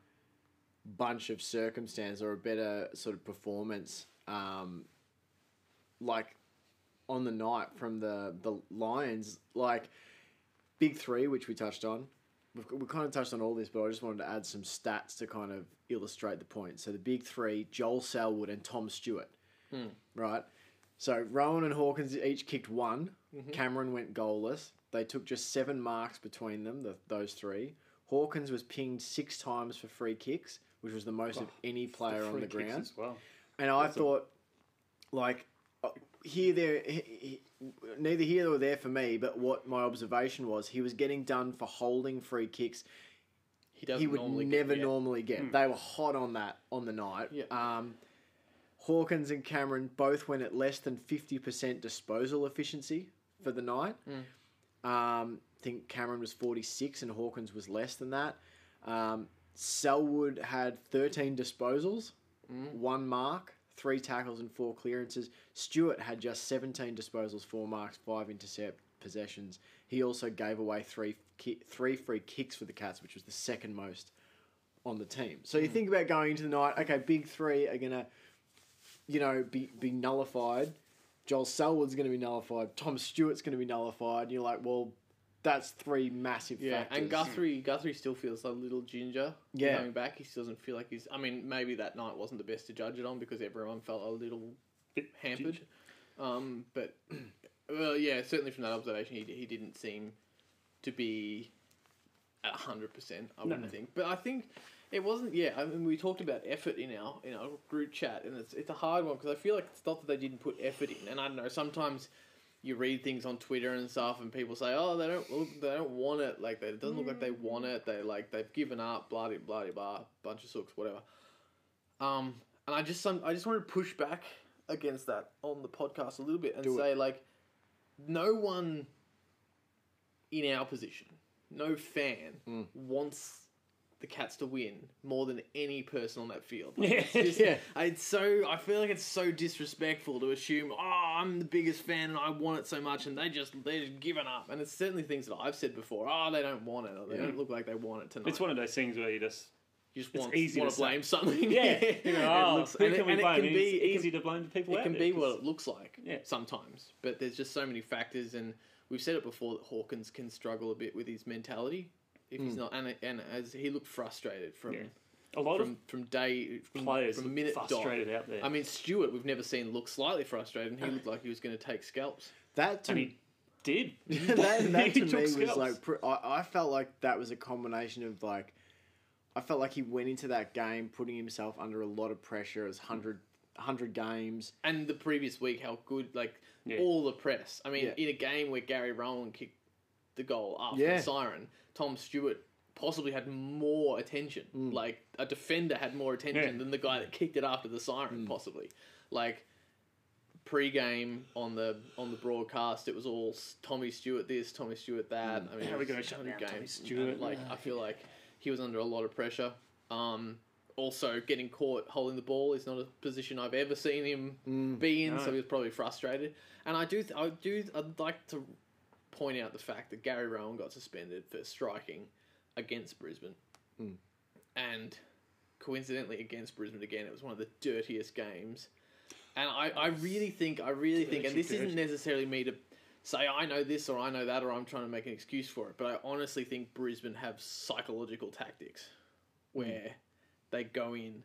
S4: bunch of circumstance or a better sort of performance um like on the night from the the Lions like big 3 which we touched on We've, we kind of touched on all this, but I just wanted to add some stats to kind of illustrate the point. So the big three: Joel Selwood and Tom Stewart.
S2: Hmm.
S4: Right. So Rowan and Hawkins each kicked one.
S2: Mm-hmm.
S4: Cameron went goalless. They took just seven marks between them. The, those three. Hawkins was pinged six times for free kicks, which was the most of any player on
S2: Oh, free
S4: the
S2: kicks
S4: ground.
S2: as well.
S4: And I thought, like, uh, here, there, he, he- neither here nor there for me, but what my observation was, he was getting done for holding free kicks
S5: He doesn't
S4: he would
S5: normally
S4: never
S5: get, Hmm.
S4: normally get. They were hot on that on the night.
S5: Yeah.
S4: Um, Hawkins and Cameron both went at less than 50% disposal efficiency for the night.
S5: Hmm.
S4: Um, I think Cameron was 46 and Hawkins was less than that. Um, Selwood had 13 disposals,
S5: Mm.
S4: one mark, three tackles, and four clearances. Stewart had just 17 disposals, four marks, five intercept possessions. He also gave away three ki- three free kicks for the Cats, which was the second most on the team. So
S5: Mm.
S4: you think about going into the night, okay, big three are gonna, you know, be be nullified. Joel Selwood's gonna be nullified. Tom Stewart's gonna be nullified. And you're like, well, that's three massive
S5: Yeah,
S4: factors.
S5: and Guthrie Guthrie still feels a little ginger.
S4: Yeah.
S5: coming back, he still doesn't feel like he's. I mean, maybe that night wasn't the best to judge it on because everyone felt a little
S2: Bit
S5: hampered. Um, but *clears throat* well, yeah, certainly from that observation, he he didn't seem to be at hundred percent. I wouldn't
S2: no.
S5: think, but I think it wasn't. Yeah, I mean, we talked about effort in our in our group chat, and it's it's a hard one because I feel like it's not that they didn't put effort in, and I don't know sometimes. You read things on Twitter and stuff, and people say, "Oh, they don't, look, they don't want it. Like, they, it doesn't look like they want it. They like, they've given up. Blah, de- blah, de- blah. Bunch of sooks, whatever." Um, and I just some, I just want to push back against that on the podcast a little bit and
S4: Do it.
S5: say like, no one in our position, no fan
S2: Hmm.
S5: wants the Cats to win more than any person on that field.
S2: *laughs*
S5: Like,
S2: Yeah.
S5: it's just-
S4: Yeah.
S5: it's so I feel like it's so disrespectful to assume, oh, I'm the biggest fan and I want it so much, and they just they're just giving up. And it's certainly things that I've said before. Oh, they don't want it. Or they
S4: Yeah.
S5: don't look like they want it tonight.
S2: It's one of those things where you
S5: *laughs*
S2: just
S5: you just
S2: it's
S5: want,
S2: easy
S5: want
S2: to
S5: to
S2: say.
S5: blame something.
S2: yeah,
S5: *laughs*
S2: you know, oh,
S5: It looks-
S2: who
S5: and it-
S2: can we
S5: and it
S2: blame?
S5: can
S2: It's
S5: be- it can-
S2: easy to blame the people.
S5: it
S2: out
S5: can
S2: there
S5: be
S2: 'cause-
S5: what it looks like
S2: Yeah.
S5: sometimes but there's just so many factors and we've said it before that hawkins can struggle a bit with his mentality if he's not and, and as he looked frustrated from
S2: Hmm. Yeah. a lot
S5: from, from day
S2: of
S5: from,
S2: players
S5: from
S2: look
S5: minute dot.
S2: frustrated out there.
S5: i mean stewart we've never seen look slightly frustrated and
S2: *laughs*
S5: he looked like he was going to take scalps
S4: That to
S2: and
S4: me,
S2: he
S5: *laughs*
S4: *laughs*
S2: did. *laughs*
S4: that, that
S2: He
S4: to me
S2: took
S4: was
S2: scalps.
S4: like pr- I, I felt like that was a combination of like I felt like he went into that game putting himself under a lot of pressure as 100, 100 games.
S5: and the previous week how good like
S2: Yeah.
S5: all the press. I mean,
S4: Yeah.
S5: in a game where Gary Rowland kicked the goal after
S4: Yeah.
S5: the siren, Tom Stewart possibly had more attention. Like a defender had more attention
S2: Yeah.
S5: than the guy that kicked it after the siren, possibly. Like pre-game on the on the broadcast, it was all s- Tommy Stewart this, Tommy Stewart that. I mean, it
S2: How are we
S5: was
S2: gonna shut
S5: hundred
S2: down Tommy
S5: games.
S2: Stewart?
S5: Like I feel like he was under a lot of pressure. Um, also, getting caught holding the ball is not a position I've ever seen him be in, so
S2: No.
S5: he was probably frustrated. And I do, th- I do, I'd like to point out the fact that Gary Rowan got suspended for striking against Brisbane, and coincidentally against Brisbane again, it was one of the dirtiest games. And I, I really think, I really think, and this isn't necessarily me to say I know this or I know that or I'm trying to make an excuse for it, but I honestly think Brisbane have psychological tactics where
S2: Hmm.
S5: they go in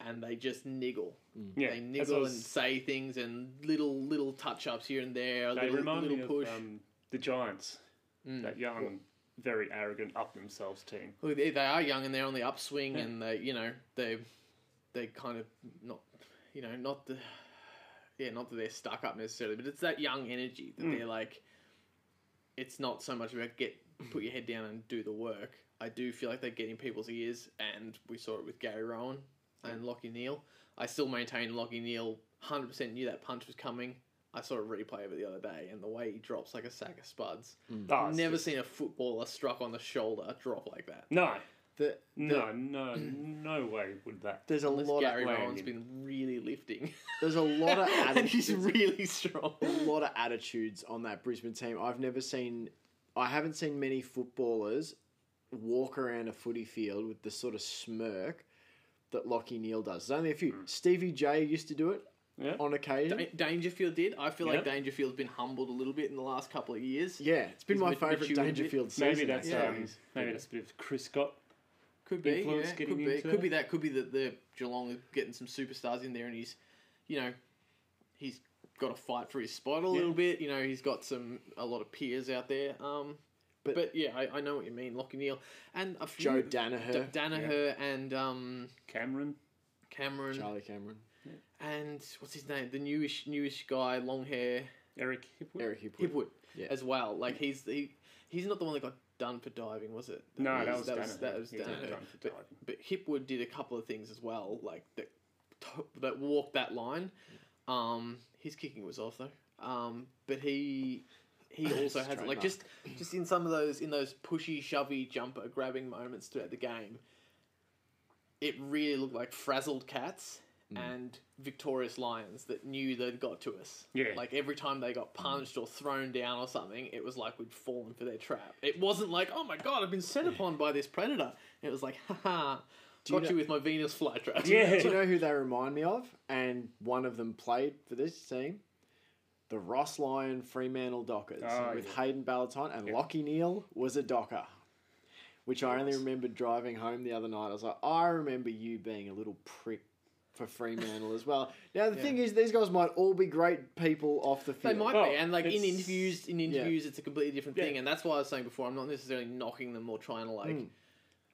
S5: and they just niggle.
S2: Yeah,
S5: They
S2: as I
S5: niggle
S2: was-
S5: and say things and little little touch ups here and there, a
S2: They
S5: little,
S2: remind me
S5: little
S2: of
S5: push. Mm.
S2: um, the Giants, that young, very arrogant, up themselves team.
S5: Well, they, they are young and they're on the upswing, and they, you know, they, they kind of not, you know, not the, yeah, not that they're stuck up necessarily, but it's that young energy
S2: Hmm.
S5: that they're like, it's not so much about get put your head down and do the work. I do feel like they get in people's ears, and we saw it with Gary Rowan and Lockie Neal. I still maintain Lockie Neal hundred percent knew that punch was coming. I saw a replay of it the other day, and the way he drops like a sack of spuds.
S2: Oh, it's
S5: Mm. Never
S2: just-
S5: seen a footballer struck on the shoulder drop like that.
S2: No,
S4: The,
S2: no, no, no way would that.
S4: there's a
S5: Unless
S4: lot
S5: Gary *laughs*
S4: of
S2: Wayne
S5: Rowan's
S2: in.
S5: been really *laughs* lifting.
S4: there's a lot *laughs* of
S5: and
S4: attitudes.
S5: he's really strong.
S4: a lot of attitudes on that Brisbane team. I've never seen, I haven't seen many footballers walk around a footy field with the sort of smirk that Lockie Neal does. There's only a few.
S5: Mm.
S4: Stevie J used to do it
S2: Yeah.
S4: on occasion.
S5: Dan- Dangerfield did. I feel like
S2: Yeah.
S5: Dangerfield's been humbled a little bit in the last couple of years.
S4: yeah, it's been
S5: He's
S4: my
S5: mat-
S4: favourite
S5: matured a bit.
S4: Dangerfield season.
S2: Maybe that's
S5: yeah.
S2: um, maybe that's a bit of Chris Scott.
S5: Could be.
S2: Influence
S5: yeah,
S2: getting
S5: could be.
S2: into
S5: could
S2: it.
S5: be that. Could be that the Geelong are getting some superstars in there, and he's, you know, he's got to fight for his spot a little bit. You know, he's got some a lot of peers out there. Um,
S4: But-
S5: but, yeah, I, I know what you mean, Lockie Neal and a few
S4: Joe Danaher,
S5: D- Danaher and um,
S2: Cameron.
S5: Cameron
S4: Charlie Cameron,
S5: and what's his name, the newish newish guy, long hair.
S2: Eric Hipwood.
S4: Eric Hipwood.
S5: Hipwood
S4: Yeah.
S5: as well. Like he's he, he's not the one that got done for diving, was it?
S2: No, that was
S5: that was,
S2: Danaher.
S5: that was
S2: He was
S5: Danaher.
S2: done for
S5: but, *laughs*
S2: diving.
S5: but Hipwood did a couple of things as well, like that to- that walked that line. Um, his kicking was off though. Um, but he *laughs* he also had
S4: Straight
S5: like
S4: up.
S5: just just in some of those in those pushy, shovey, jumper grabbing moments throughout the game. It really looked like frazzled cats and victorious lions that knew they'd got to us.
S2: Yeah.
S5: Like every time they got punched or thrown down or something, it was like we'd fallen for their trap. It wasn't like, oh my god, I've been set upon by this predator. It was like, haha,
S4: you
S5: got you,
S4: know-
S5: with my Venus flytrap.
S2: Yeah.
S4: Do you know who they remind me of? And one of them played for this team. The Ross Lyon Fremantle Dockers
S2: Oh,
S4: with
S2: yeah.
S4: Hayden Ballantyne and Lockie Neal was a Docker, which I only remembered driving home the other night. I was like, I remember you being a little prick for Fremantle as well. Now the thing is, these guys might all be great people off the
S5: They
S4: field.
S5: might
S2: Well,
S5: be, and like in
S2: it's-
S5: interviews, in interviews, it's a completely different
S2: Yeah. Hmm.
S5: thing, and that's why I was saying before, I'm not necessarily knocking them or trying to like,
S4: Mm.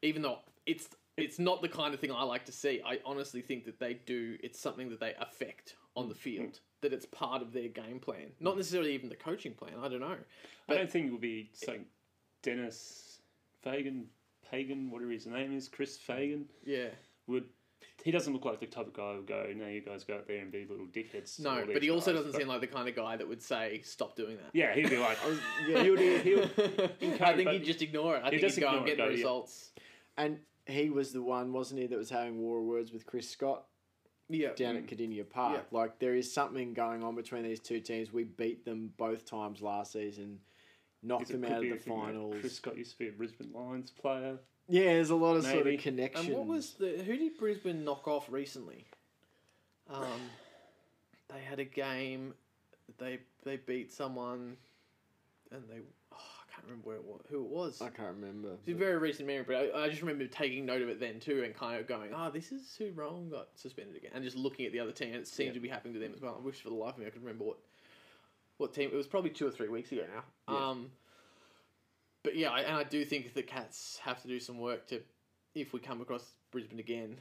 S5: even though it's it's not the kind of thing I like to see. I honestly think that they do. It's something that they affect on the
S2: Hmm.
S5: field, that it's part of their game plan, not necessarily even the coaching plan. I don't know.
S2: I don't think it will be saying Dennis Fagan, Pagan, whatever his name is, Chris Fagan.
S5: Yeah,
S2: Would he doesn't look like the type of guy who would go, "No, you guys go out there and be little dickheads." to all
S5: no, but
S2: these
S5: he also
S2: guys."
S5: doesn't
S2: But-
S5: seem like the kind of guy that would say stop doing that.
S2: *laughs* Yeah, he'd be like,
S4: *laughs*
S5: *laughs*
S4: yeah.
S2: he would, he would,
S5: I think
S2: but-
S5: he'd just ignore it. I think
S2: does
S5: he'd go
S2: ignore
S5: and get
S2: it,
S5: the
S2: though, yeah.
S5: results.
S4: And he was the one, wasn't he, that was having war words with Chris Scott
S5: Yeah,
S4: down
S2: Mm.
S4: at Cadinia Park? Like there is something going on between these two teams. We beat them both times last season, knocked
S2: It
S4: them
S2: could
S4: out of
S2: be
S4: the
S2: a thing that Chris
S4: finals.
S2: Scott used to be a Brisbane Lions player.
S4: Yeah, there's a lot of sort
S2: Maybe.
S4: of connections.
S5: And what was the who did Brisbane knock off recently? Um, they had a game. They they beat someone, and they oh, I can't remember where it was, who it was.
S4: I can't remember.
S5: It's a very recent memory, but I, I just remember taking note of it then too, and kind of going, "Ah, this is who Rowan got suspended again," and just looking at the other team, and it seemed
S4: Yeah.
S5: to be happening to them as well. I wish for the life of me I could remember what what team it was. Probably two or three weeks ago now.
S4: Yeah.
S5: Um, but yeah, I, and I do think the Cats have to do some work to, if we come across Brisbane again,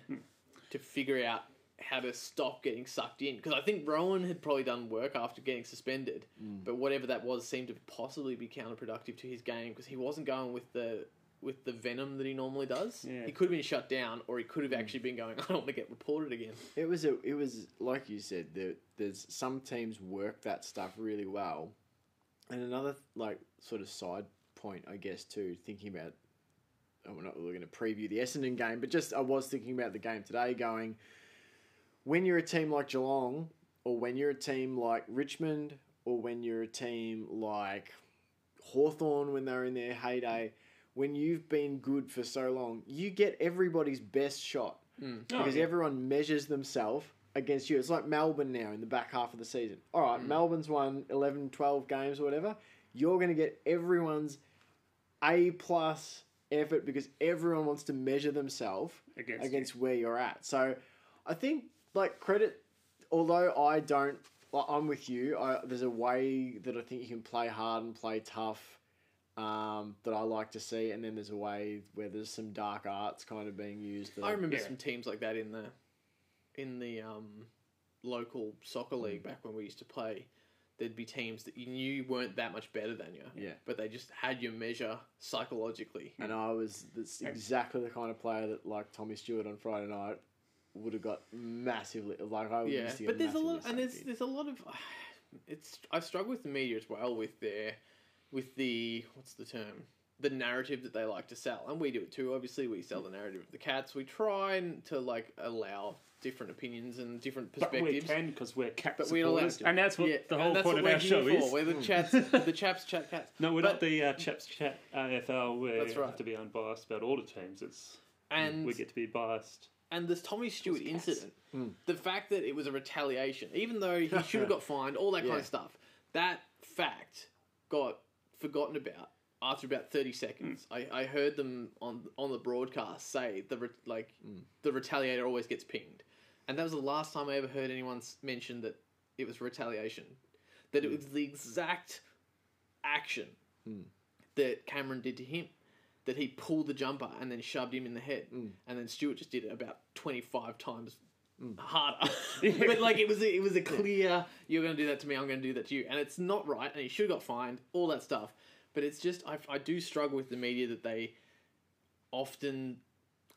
S5: to figure out how to stop getting sucked in. Because I think Rowan had probably done work after getting suspended, but whatever that was seemed to possibly be counterproductive to his game because he wasn't going with the with the venom that he normally does.
S2: Yeah.
S5: He could have been shut down, or he could have actually been going. *laughs* I don't want to get reported again.
S4: It was a, it was like you said. There, there's some teams work that stuff really well, and another like sort of side point, I guess, too. Thinking about, and we're not really going to preview the Essendon game, but just I was thinking about the game today. Going, when you're a team like Geelong, or when you're a team like Richmond, or when you're a team like Hawthorn when they're in their heyday, when you've been good for so long, you get everybody's best shot because
S2: yeah.
S4: everyone measures themselves against you. It's like Melbourne now in the back half of the season. All right,
S5: Mm.
S4: Melbourne's won 11, 12 games or whatever. You're going to get everyone's A plus effort because everyone wants to measure themselves
S2: Against you.
S4: against where you're at. So I think like credit, although I don't, I- I'm with you. I, there's a way that I think you can play hard and play tough um, that I like to see, and then there's a way where there's some dark arts kind of being used. that
S5: I remember
S2: Yeah.
S5: some teams like that in the in the um, local soccer league
S2: Mm.
S5: back when we used to play. There'd be teams that you knew weren't that much better than you,
S4: Yeah.
S5: but they just had you measure psychologically.
S4: And I was that's exactly the kind of player that like Tommy Stewart on Friday night would have got massively like I would
S5: yeah,
S4: used to get
S5: but there's a lot,
S4: massively
S5: and there's
S4: sucked in.
S5: there's a lot of. It's I struggle with the media as well with their, with the what's the term, the narrative that they like to sell, and we do it too. Obviously, we sell the narrative of the cats. We try and to like allow different opinions and different
S2: But we
S5: perspectives.
S2: can because we're cat
S5: But we're allowed
S2: supporters,
S5: to.
S2: and that's what
S5: Yeah,
S2: the
S5: and
S2: whole
S5: that's
S2: point
S5: what
S2: of
S5: we're
S2: our
S5: here
S2: show
S5: for.
S2: is.
S5: We're
S2: *laughs*
S5: the chats, the chaps chat cats.
S2: No, we're
S5: But-
S2: not the uh, chaps chat AFL where
S5: That's
S2: you
S5: right.
S2: have to be unbiased about all the teams. It's
S5: and
S2: we get to be biased.
S5: and this Tommy Stewart
S2: cats.
S5: incident, the fact that it was a retaliation, even though he should have got fined, all that kind
S4: Yeah.
S5: of stuff, that fact got forgotten about after about thirty seconds. I, I heard them on on the broadcast say the re, like the retaliator always gets pinged, and that was the last time I ever heard anyone s- mention that it was retaliation, that it was the exact action that Cameron did to him. That he pulled the jumper and then shoved him in the head, and then Stewart just did it about twenty five times
S4: *laughs*
S5: harder. but like it was, a, it was a clear you're going to do that to me, I'm going to do that to you, and it's not right, and he should have got fined, all that stuff. But it's just I, I do struggle with the media that they often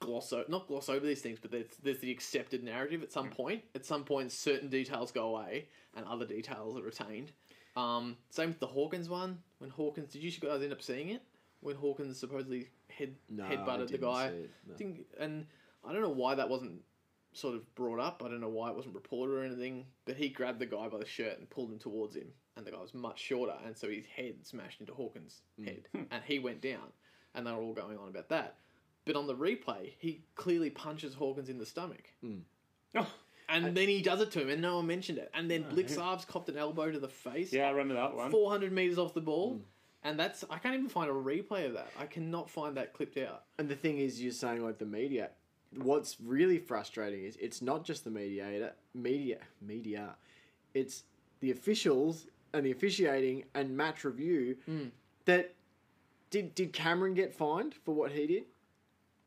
S5: gloss over, not gloss over these things, but there's, there's the accepted narrative at
S4: Mm.
S5: some point. At some point, certain details go away and other details are retained. Um, same with the Hawkins one. When Hawkins, did you guys end up seeing it? When Hawkins supposedly head
S4: No, I
S5: headbutted the
S4: didn't
S5: guy,
S4: see it, no.
S5: Didn't- and I don't know why that wasn't sort of brought up. I don't know why it wasn't reported or anything, but he grabbed the guy by the shirt and pulled him towards him, and the guy was much shorter, and so his head smashed into Hawkins'
S2: Hmm.
S5: head, and he went down, and they were all going on about that. But on the replay, he clearly punches Hawkins in the stomach.
S2: Oh,
S5: And then he does it to him, and no one mentioned it. And then Blixarves copped an elbow to the face,
S2: Ah, yeah, I remember that one. Hmm.
S5: 400 metres off the ball. And that's, I can't even find a replay of that. I cannot find that clipped out.
S4: And the thing is, you're saying like the media, what's really frustrating is it's not just the mediator, media, media, it's the officials and the officiating and match review
S5: Hmm.
S4: that did did Cameron get fined for what he did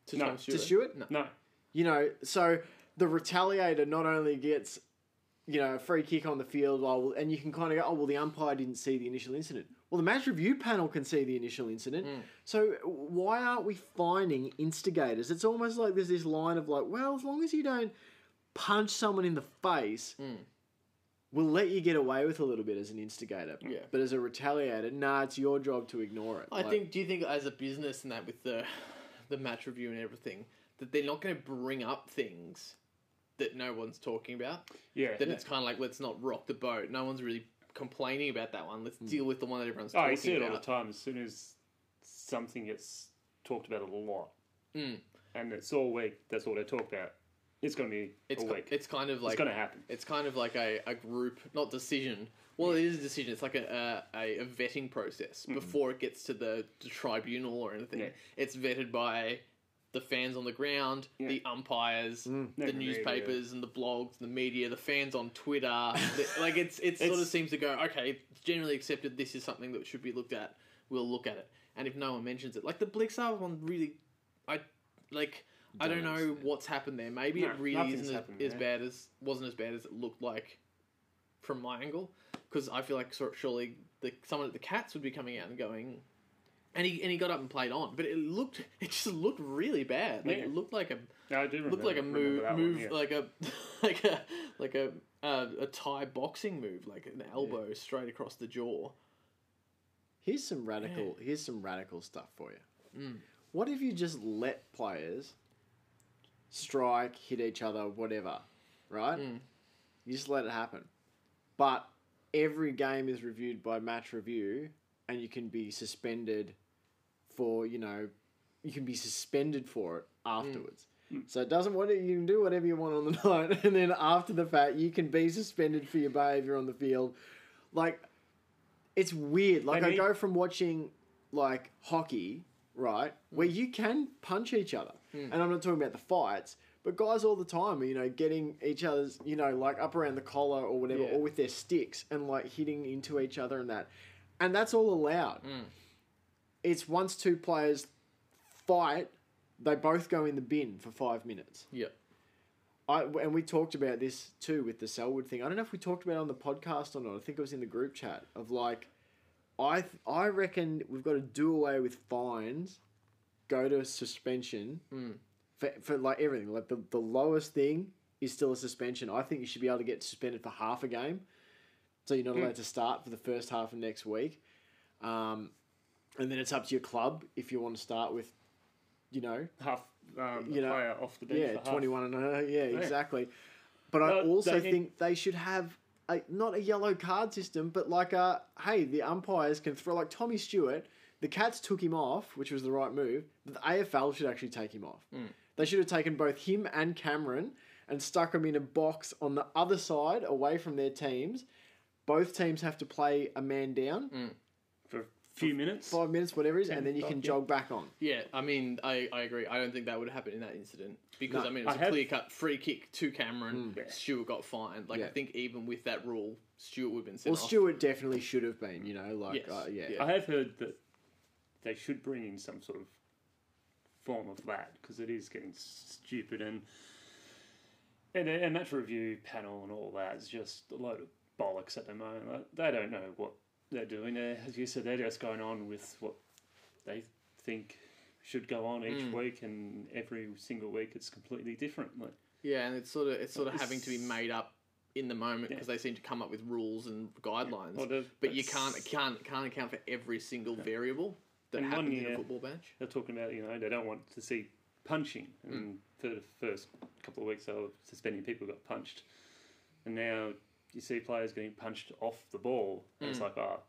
S5: To
S2: No.
S5: Tom
S4: to Stewart? No.
S2: No.
S4: You know, so the retaliator not only gets you know a free kick on the field, while, and you can kind of go, oh well, the umpire didn't see the initial incident. Well, the match review panel can see the initial incident.
S5: Mm.
S4: So why aren't we finding instigators? It's almost like there's this line of like, well, as long as you don't punch someone in the face,
S5: Mm.
S4: we'll let you get away with a little bit as an instigator.
S5: Yeah.
S4: But as a retaliator, nah, it's your job to ignore it.
S5: I
S4: Like,
S5: think. Do you think as a business and that with the the match review and everything that they're not going to bring up things that no one's talking about?
S2: Yeah.
S5: That it's kind of like let's not rock the boat. No one's really complaining about that one. Let's deal with the one that everyone's
S2: Oh,
S5: talking
S2: you see it
S5: about.
S2: all the time. As soon as something gets talked about a lot,
S5: Mm.
S2: and it's all week, that's all they talk about. It's going to be
S5: It's
S2: a
S5: ki-
S2: week.
S5: it's kind of like
S2: it's going to happen.
S5: It's kind of like a, a group, not decision. Well, it is a decision. It's like a a, a vetting process before it gets to the, the tribunal or anything.
S2: Mm-hmm. Yeah.
S5: It's vetted by the fans on the ground,
S2: Yeah.
S5: the umpires, the
S2: Never really,
S5: newspapers and the blogs, the media, the fans on
S2: *laughs*
S5: Twitter. the, like it's, it sort of
S2: It's-
S5: seems to go okay. It's generally accepted. This is something that should be looked at. We'll look at it. And if no one mentions it, like the Blixar one, really, I like. I don't
S4: Don't
S5: know what's happened there. Maybe
S2: No,
S5: it really
S2: nothing's
S5: isn't as,
S2: happened
S5: as
S2: there.
S5: bad as wasn't as bad as it looked like from my angle, because I feel like sor- surely the someone at the Cats would be coming out and going, and he and he got up and played on, but it looked it just looked really bad. Like
S2: Yeah.
S5: it looked like a
S2: Yeah, I do remember.
S5: looked like a
S2: remember
S5: move
S2: that one,
S5: move
S2: yeah.
S5: like a *laughs* like a like a uh, a Thai boxing move, like an elbow straight across the jaw.
S4: Here's some radical. Here's some radical stuff for you. What if you just let players strike, hit each other, whatever, right? You just let it happen. But every game is reviewed by match review, and you can be suspended for you know, you can be suspended for it afterwards. So it doesn't what you can do whatever you want on the *laughs* night, and then after the fact, you can be suspended for your behaviour on the field. Like, it's weird. Like
S2: They
S4: I
S2: need-
S4: go from watching like hockey, right, where you can punch each other, and I'm not talking about the fights, but guys all the time, are, you know, getting each other's, you know, like up around the collar or whatever,
S5: Yeah.
S4: or with their sticks and like hitting into each other and that, and that's all allowed. It's once two players fight, they both go in the bin for five minutes.
S5: Yeah,
S4: I and we talked about this too with the Selwood thing. I don't know if we talked about it on the podcast or not. I think it was in the group chat of like, I th- I reckon we've got to do away with fines, go to suspension for for like everything. Like the, the lowest thing is still a suspension. I think you should be able to get suspended for half a game, so you're not allowed to start for the first half of next week. Um, and then it's up to your club if you want to start with, you know,
S2: half um,
S4: you
S2: a
S4: know,
S2: player off the bench.
S4: yeah,
S2: for half.
S4: twenty-one and a, yeah, exactly. But I
S2: Well,
S4: also
S2: they need-
S4: think they should have a, not a yellow card system, but like a hey, the umpires can throw like Tommy Stewart. The Cats took him off, which was the right move. But the AFL should actually take him off.
S2: Mm.
S4: They should have taken both him and Cameron and stuck him in a box on the other side, away from their teams. Both teams have to play a man down,
S2: for a few minutes.
S4: five minutes, whatever it is, and then you
S2: five,
S4: can
S2: Mm. yeah.
S4: jog back on.
S5: yeah. I mean, I, I agree. I don't think that would happen in that incident because I
S4: No.
S5: mean it was
S2: I
S5: a
S2: had-
S5: clear cut free kick to Cameron. Stewart got fined. Like I
S4: Yeah.
S5: think even with that rule, Stewart would have been sent
S4: Well,
S5: off.
S4: Stewart definitely should have been, you know, like
S5: Yes.
S4: uh,
S5: Yeah.
S2: I have heard that they should bring in some sort of form of that because it is getting stupid and and a, a match review panel and all that is just a load of bollocks at the moment. Like, they don't know what they're doing. They're, as you said, they're just going on with what they think should go on each
S5: Mm.
S2: week, and every single week it's completely different. Like,
S5: Yeah, and it's sort of it's sort of
S2: It's-
S5: having to be made up in the moment because they seem to come up with rules and guidelines,
S2: Well, the-
S5: but you
S2: that's-
S5: can't can't can't account for every single variable that
S2: And one
S5: happens in a
S2: year-
S5: football match.
S2: they're talking about you know they don't want to see punching
S5: Mm.
S2: and for the first couple of weeks they were suspending people who got punched and now you see players getting punched off the ball and
S5: Mm.
S2: it's like oh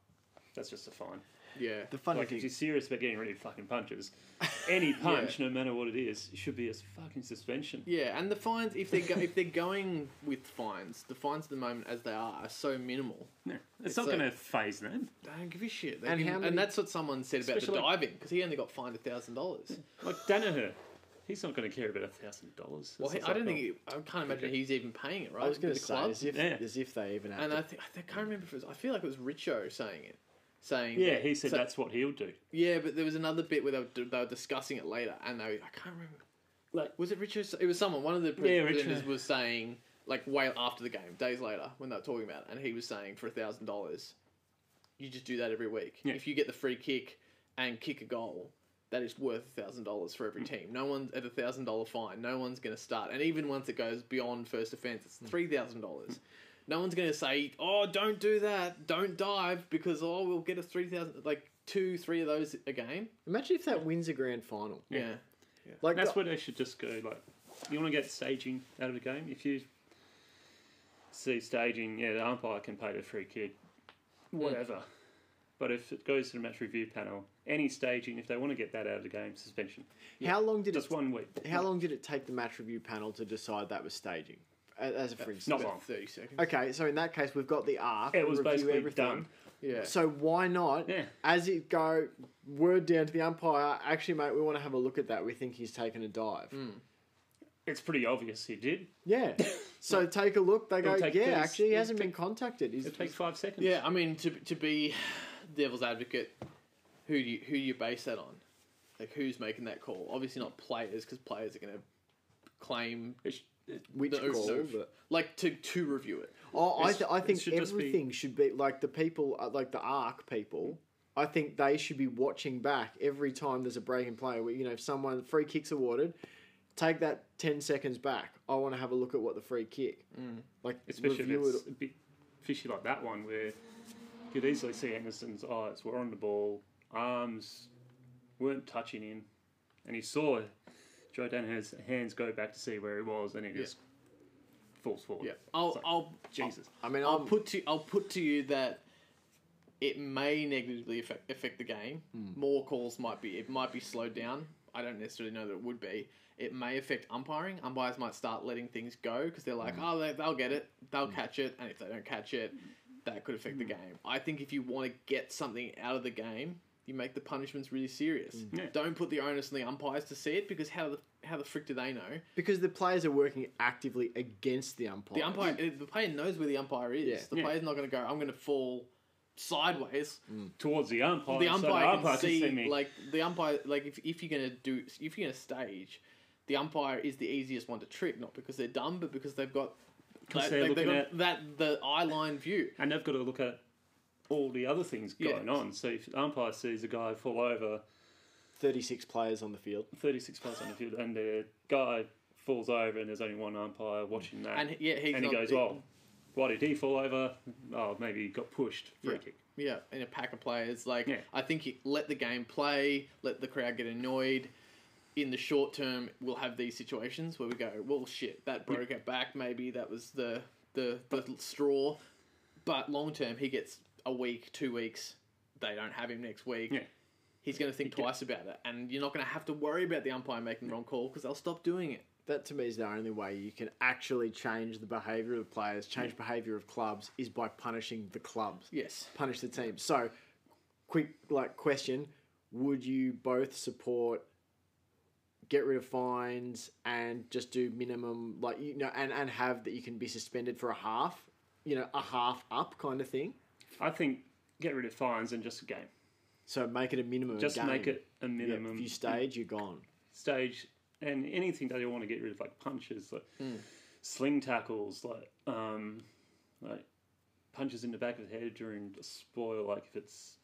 S2: that's just a fine
S5: Yeah,
S4: The funny
S2: like
S4: thing
S2: if you're serious about getting rid of fucking punches
S5: *laughs*
S2: any punch no matter what it is should be a fucking suspension
S5: Yeah, and the fines if they go, if they're going with fines, the fines at the moment as they are are so minimal.
S2: No, it's,
S5: It's
S2: not
S5: like-
S2: going to phase them
S5: They don't give a shit. They
S4: And
S5: can-
S4: how many-
S5: and that's what someone said about the
S2: Especially-
S5: diving because he only got fined a thousand dollars.
S2: like Danaher He's not going to care about a thousand dollars.
S5: Well,
S2: That's
S5: I don't
S2: not-
S5: think he, I can't imagine he's even paying it, right?
S4: I was going
S5: The
S4: to say,
S5: club?
S4: as if,
S2: Yeah.
S4: as if they even have
S5: and
S4: to
S5: I, think, I think- I can't remember if it was. I feel like it was Richo saying it, saying
S2: Yeah, he said
S5: so-
S2: that's what he'll do.
S5: Yeah, but there was another bit where they were, they were discussing it later, and they, I can't remember. Like, was it Richard? It was someone. One of the pre-
S2: Yeah,
S5: presenters
S2: Richard.
S5: was saying, like, way after the game, days later, when they were talking about it, and he was saying for a thousand dollars, you just do that every week.
S2: Yeah.
S5: If you get the free kick and kick a goal, that is worth a thousand dollars for
S2: Mm.
S5: every team. No one's at a thousand dollar fine. No one's going to start, and even once it goes beyond first offence,
S2: Mm.
S5: it's three thousand dollars. No one's going to say, "Oh, don't do that, don't dive," because oh, we'll get a three thousand, like two, three of those a game.
S4: Imagine if that wins a grand final.
S5: Yeah,
S4: Like
S2: And that's
S4: the-
S2: where they should just go. Like, you want to get staging out of the game? If you see staging, yeah, the umpire can pay the free kick, whatever. But if it goes to the match review panel, any staging, if they want to get that out of the game, suspension.
S4: how long did
S2: Just
S4: it?
S2: one week.
S4: How long did it take the match review panel to decide that was staging? A- As a for instance.
S2: Uh, Not long.
S5: thirty seconds.
S4: Okay, so in that case, we've got the arc.
S2: It was
S4: review
S2: basically
S4: everything.
S2: done.
S5: Yeah,
S4: So why not?
S2: Yeah.
S4: As it go, word down to the umpire. Actually, mate, we want to have a look at that. We think he's taken a dive.
S2: It's pretty obvious he did. *laughs*
S4: Yeah. So take a look. They go,
S2: It'll
S4: yeah.
S2: take thirty-
S4: Actually, he
S2: it'll
S4: hasn't been contacted. He's,
S2: It takes five seconds.
S5: yeah. I mean, to to be devil's advocate, who do you, who do you base that on? Like, who's making that call? Obviously, not players, because players are going to claim
S2: It's- it-
S4: which
S5: the
S4: call?
S5: oof
S4: but-
S5: like to to review it.
S4: Oh, I,
S2: It's-
S4: th- I
S2: it
S4: think
S2: should just be-
S4: everything should be like the people, uh, like the ARC people. I think they should be watching back every time there's a break in play. Where, you know, if someone free kicks awarded, take that ten seconds back. I want to have a look at what the free kick. Like
S2: Mm. especially
S4: review
S2: if it's
S4: it.
S2: a bit fishy like that one where you could easily see Anderson's eyes were on the ball, arms weren't touching him, and he saw Joe Danaher's hands go back to see where he was, and he just falls forward.
S5: Yeah, I'll
S2: It's like,
S5: I'll
S2: Jesus.
S4: I mean,
S5: I'll
S4: I'm-
S5: put to I'll put to you that it may negatively affect, affect the game. More calls might be it might be slowed down. I don't necessarily know that it would be. It may affect umpiring. Umpires might start letting things go because they're like, oh, they, they'll get it, they'll catch it, and if they don't catch it, that could affect the game. I think if you want to get something out of the game, you make the punishments really serious.
S2: Yeah.
S5: Don't put the onus on the umpires to see it because how the how the frick do they know?
S4: because the players are working actively against the umpire.
S5: The umpire, if the player knows where the umpire is.
S4: Yeah.
S5: The
S2: Yeah.
S5: player's not going to go. I'm going to fall sideways.
S2: towards the umpire.
S5: The
S2: Oh, so the
S5: umpire
S2: umpire
S5: can see,
S2: me.
S5: like the umpire, like if, if you're going to do, if you're going to stage, the umpire is the easiest one to trick, not because they're dumb, but because they've got. they-
S2: 'Cause they're
S5: they've
S2: looking
S5: got that the eye line view.
S2: and they've got to look at all the other things
S5: Yeah.
S2: going on. So if the umpire sees a guy fall over,
S4: Thirty-six players on the field.
S2: 36 players on the field, and the guy falls over, and there's only one umpire watching that.
S5: And yeah, he's
S2: and
S5: not-
S2: he goes, "Oh, why did he fall over? Oh, maybe he got pushed. Free
S5: Yeah.
S2: kick."
S5: Yeah, in a pack of players. Like,
S2: Yeah.
S5: I think you let the game play, let the crowd get annoyed. In the short term, we'll have these situations where we go, well, shit, that broke it back. Maybe that was the the, the straw. But long term, he gets a week, two weeks. They don't have him next week.
S2: Yeah.
S5: He's going to think
S2: get-
S5: twice about it, and you're not going to have to worry about the umpire making the wrong call because they'll stop doing it.
S4: That to me is the only way you can actually change the behaviour of players, change behaviour of clubs, is by punishing the clubs.
S5: Yes.
S4: punish the team. So, quick like question: Would you both support get rid of fines and just do minimum like you know and and have that you can be suspended for a half, you know, a half up kind of thing?
S2: I think get rid of fines and just a game.
S4: So make it a minimum.
S2: Just
S4: game.
S2: make it a
S4: Yeah,
S2: minimum
S4: if you stage, you're gone.
S2: stage, and anything that they want to get rid of, like punches, like
S5: Hmm.
S2: sling tackles, like um, like punches in the back of the head during a spoil, like if it's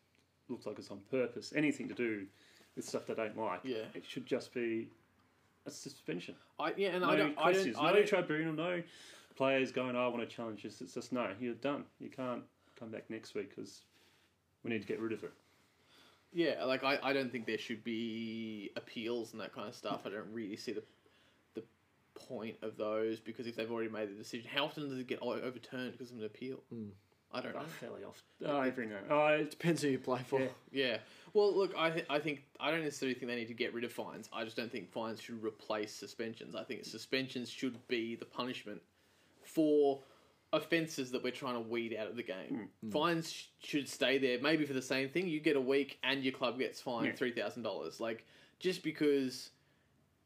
S2: looks like it's on purpose. Anything to do with stuff they don't like.
S5: Yeah.
S2: it should just be a suspension.
S5: I, yeah, and
S2: No
S5: I don't. I
S2: questions,
S5: don't. I
S2: no
S5: don't
S2: tribunal, no players going, "Oh, I want to challenge this. It's just no, you're done. You can't come back next week because we need to get rid of it.
S5: Yeah, like I, I don't think there should be appeals and that kind of stuff. I don't really see the the point of those because if they've already made the decision, how often does it get o- overturned because of an appeal? I don't know.
S2: I fairly off. Oh, every now. Oh,
S4: Depends who you play for.
S2: Yeah.
S5: Yeah. Well, look, I th- I think I don't necessarily think they need to get rid of fines. I just don't think fines should replace suspensions. I think suspensions should be the punishment for offences that we're trying to weed out of the game.
S2: Hmm.
S5: Fines sh- should stay there, maybe for the same thing. You get a week, and your club gets fined
S2: Yeah.
S5: three thousand dollars. Like just because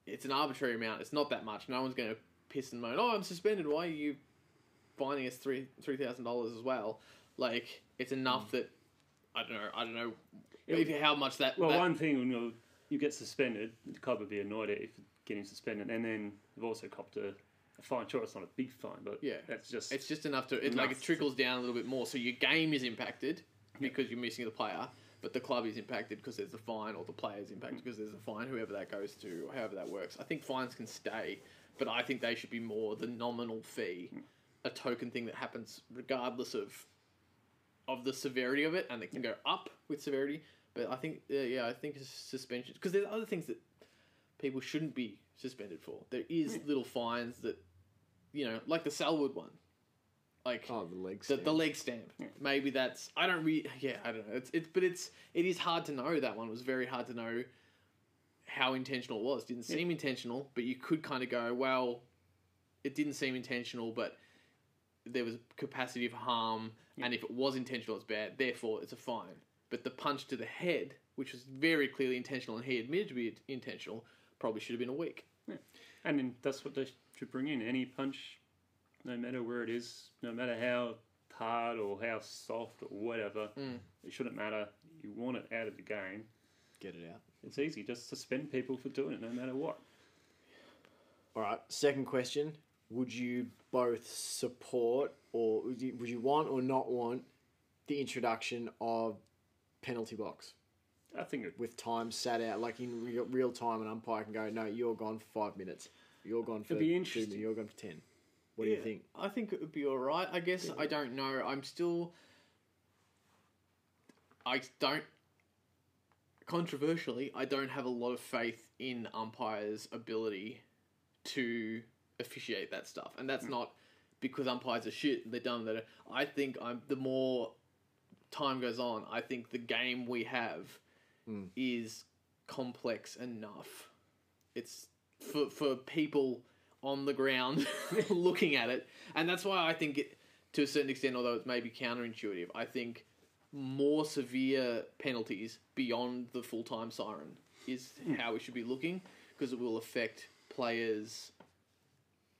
S5: it's an arbitrary amount. It's not that much. No one's going to piss and moan. Oh, I'm suspended. Why are you fining us three three thousand dollars as well? Like it's enough that I don't know. I don't know
S2: Hmm. It-
S5: if- how much that.
S2: Well,
S5: that-
S2: one thing when you you get suspended, the club would be annoyed at you for getting suspended, and then you've also copped a, a fine. Sure, it's not a big fine, but
S5: Yeah.
S2: that's just
S5: It's just enough to it, like it
S2: Enough.
S5: trickles down a little bit more. So your game is impacted because you're missing the player, but the club is impacted because there's the fine, or the player is impacted because there's a fine. Whoever that goes to, or however that works. I think fines can stay, but I think they should be more the nominal fee, a token thing that happens regardless of of the severity of it, and it can go up with severity. But I think yeah, yeah I think suspension because there's other things that people shouldn't be suspended for. There is little fines that you know, like the Salwood one. Like
S4: Oh, the legs.
S5: the, the leg stamp. Maybe that's I don't re yeah, I don't know. It's it's but it's it is hard to know that one. It was very hard to know how intentional it was. Didn't seem intentional, but you could kind of go, well, it didn't seem intentional, but there was capacity of harm, and if it was intentional, it's bad. Therefore, it's a fine. But the punch to the head, which was very clearly intentional, and he admitted to be intentional, probably should have been a week.
S2: And then that's what they should bring in. Any punch, no matter where it is, no matter how hard or how soft or whatever,
S5: Hmm.
S2: it shouldn't matter. You want it out of the game.
S4: Get it out.
S2: It's easy. Just suspend people for doing it, no matter what.
S4: All right. Second question: Would you both support, or would you, would you want, or not want, the introduction of penalty box
S2: I think it,
S4: with time sat out, like in real, real time, an umpire can go, "No, you're gone for five minutes. You're gone for
S2: be
S4: two minutes.
S2: interesting.
S4: You're gone for ten. What do you think?
S5: I think it would be all right. I guess I don't know. I'm still. I don't. Controversially, I don't have a lot of faith in umpires' ability to officiate that stuff, and
S4: Hmm.
S5: that's not because umpires are shit. They're dumb. That I think I'm the more time goes on, I think the game we have
S4: Hmm.
S5: is complex enough. It's for for people on the ground *laughs* looking at it, and that's why I think it, to a certain extent, although it's maybe counterintuitive, I think more severe penalties beyond the full time siren is how we should be looking because it will affect players'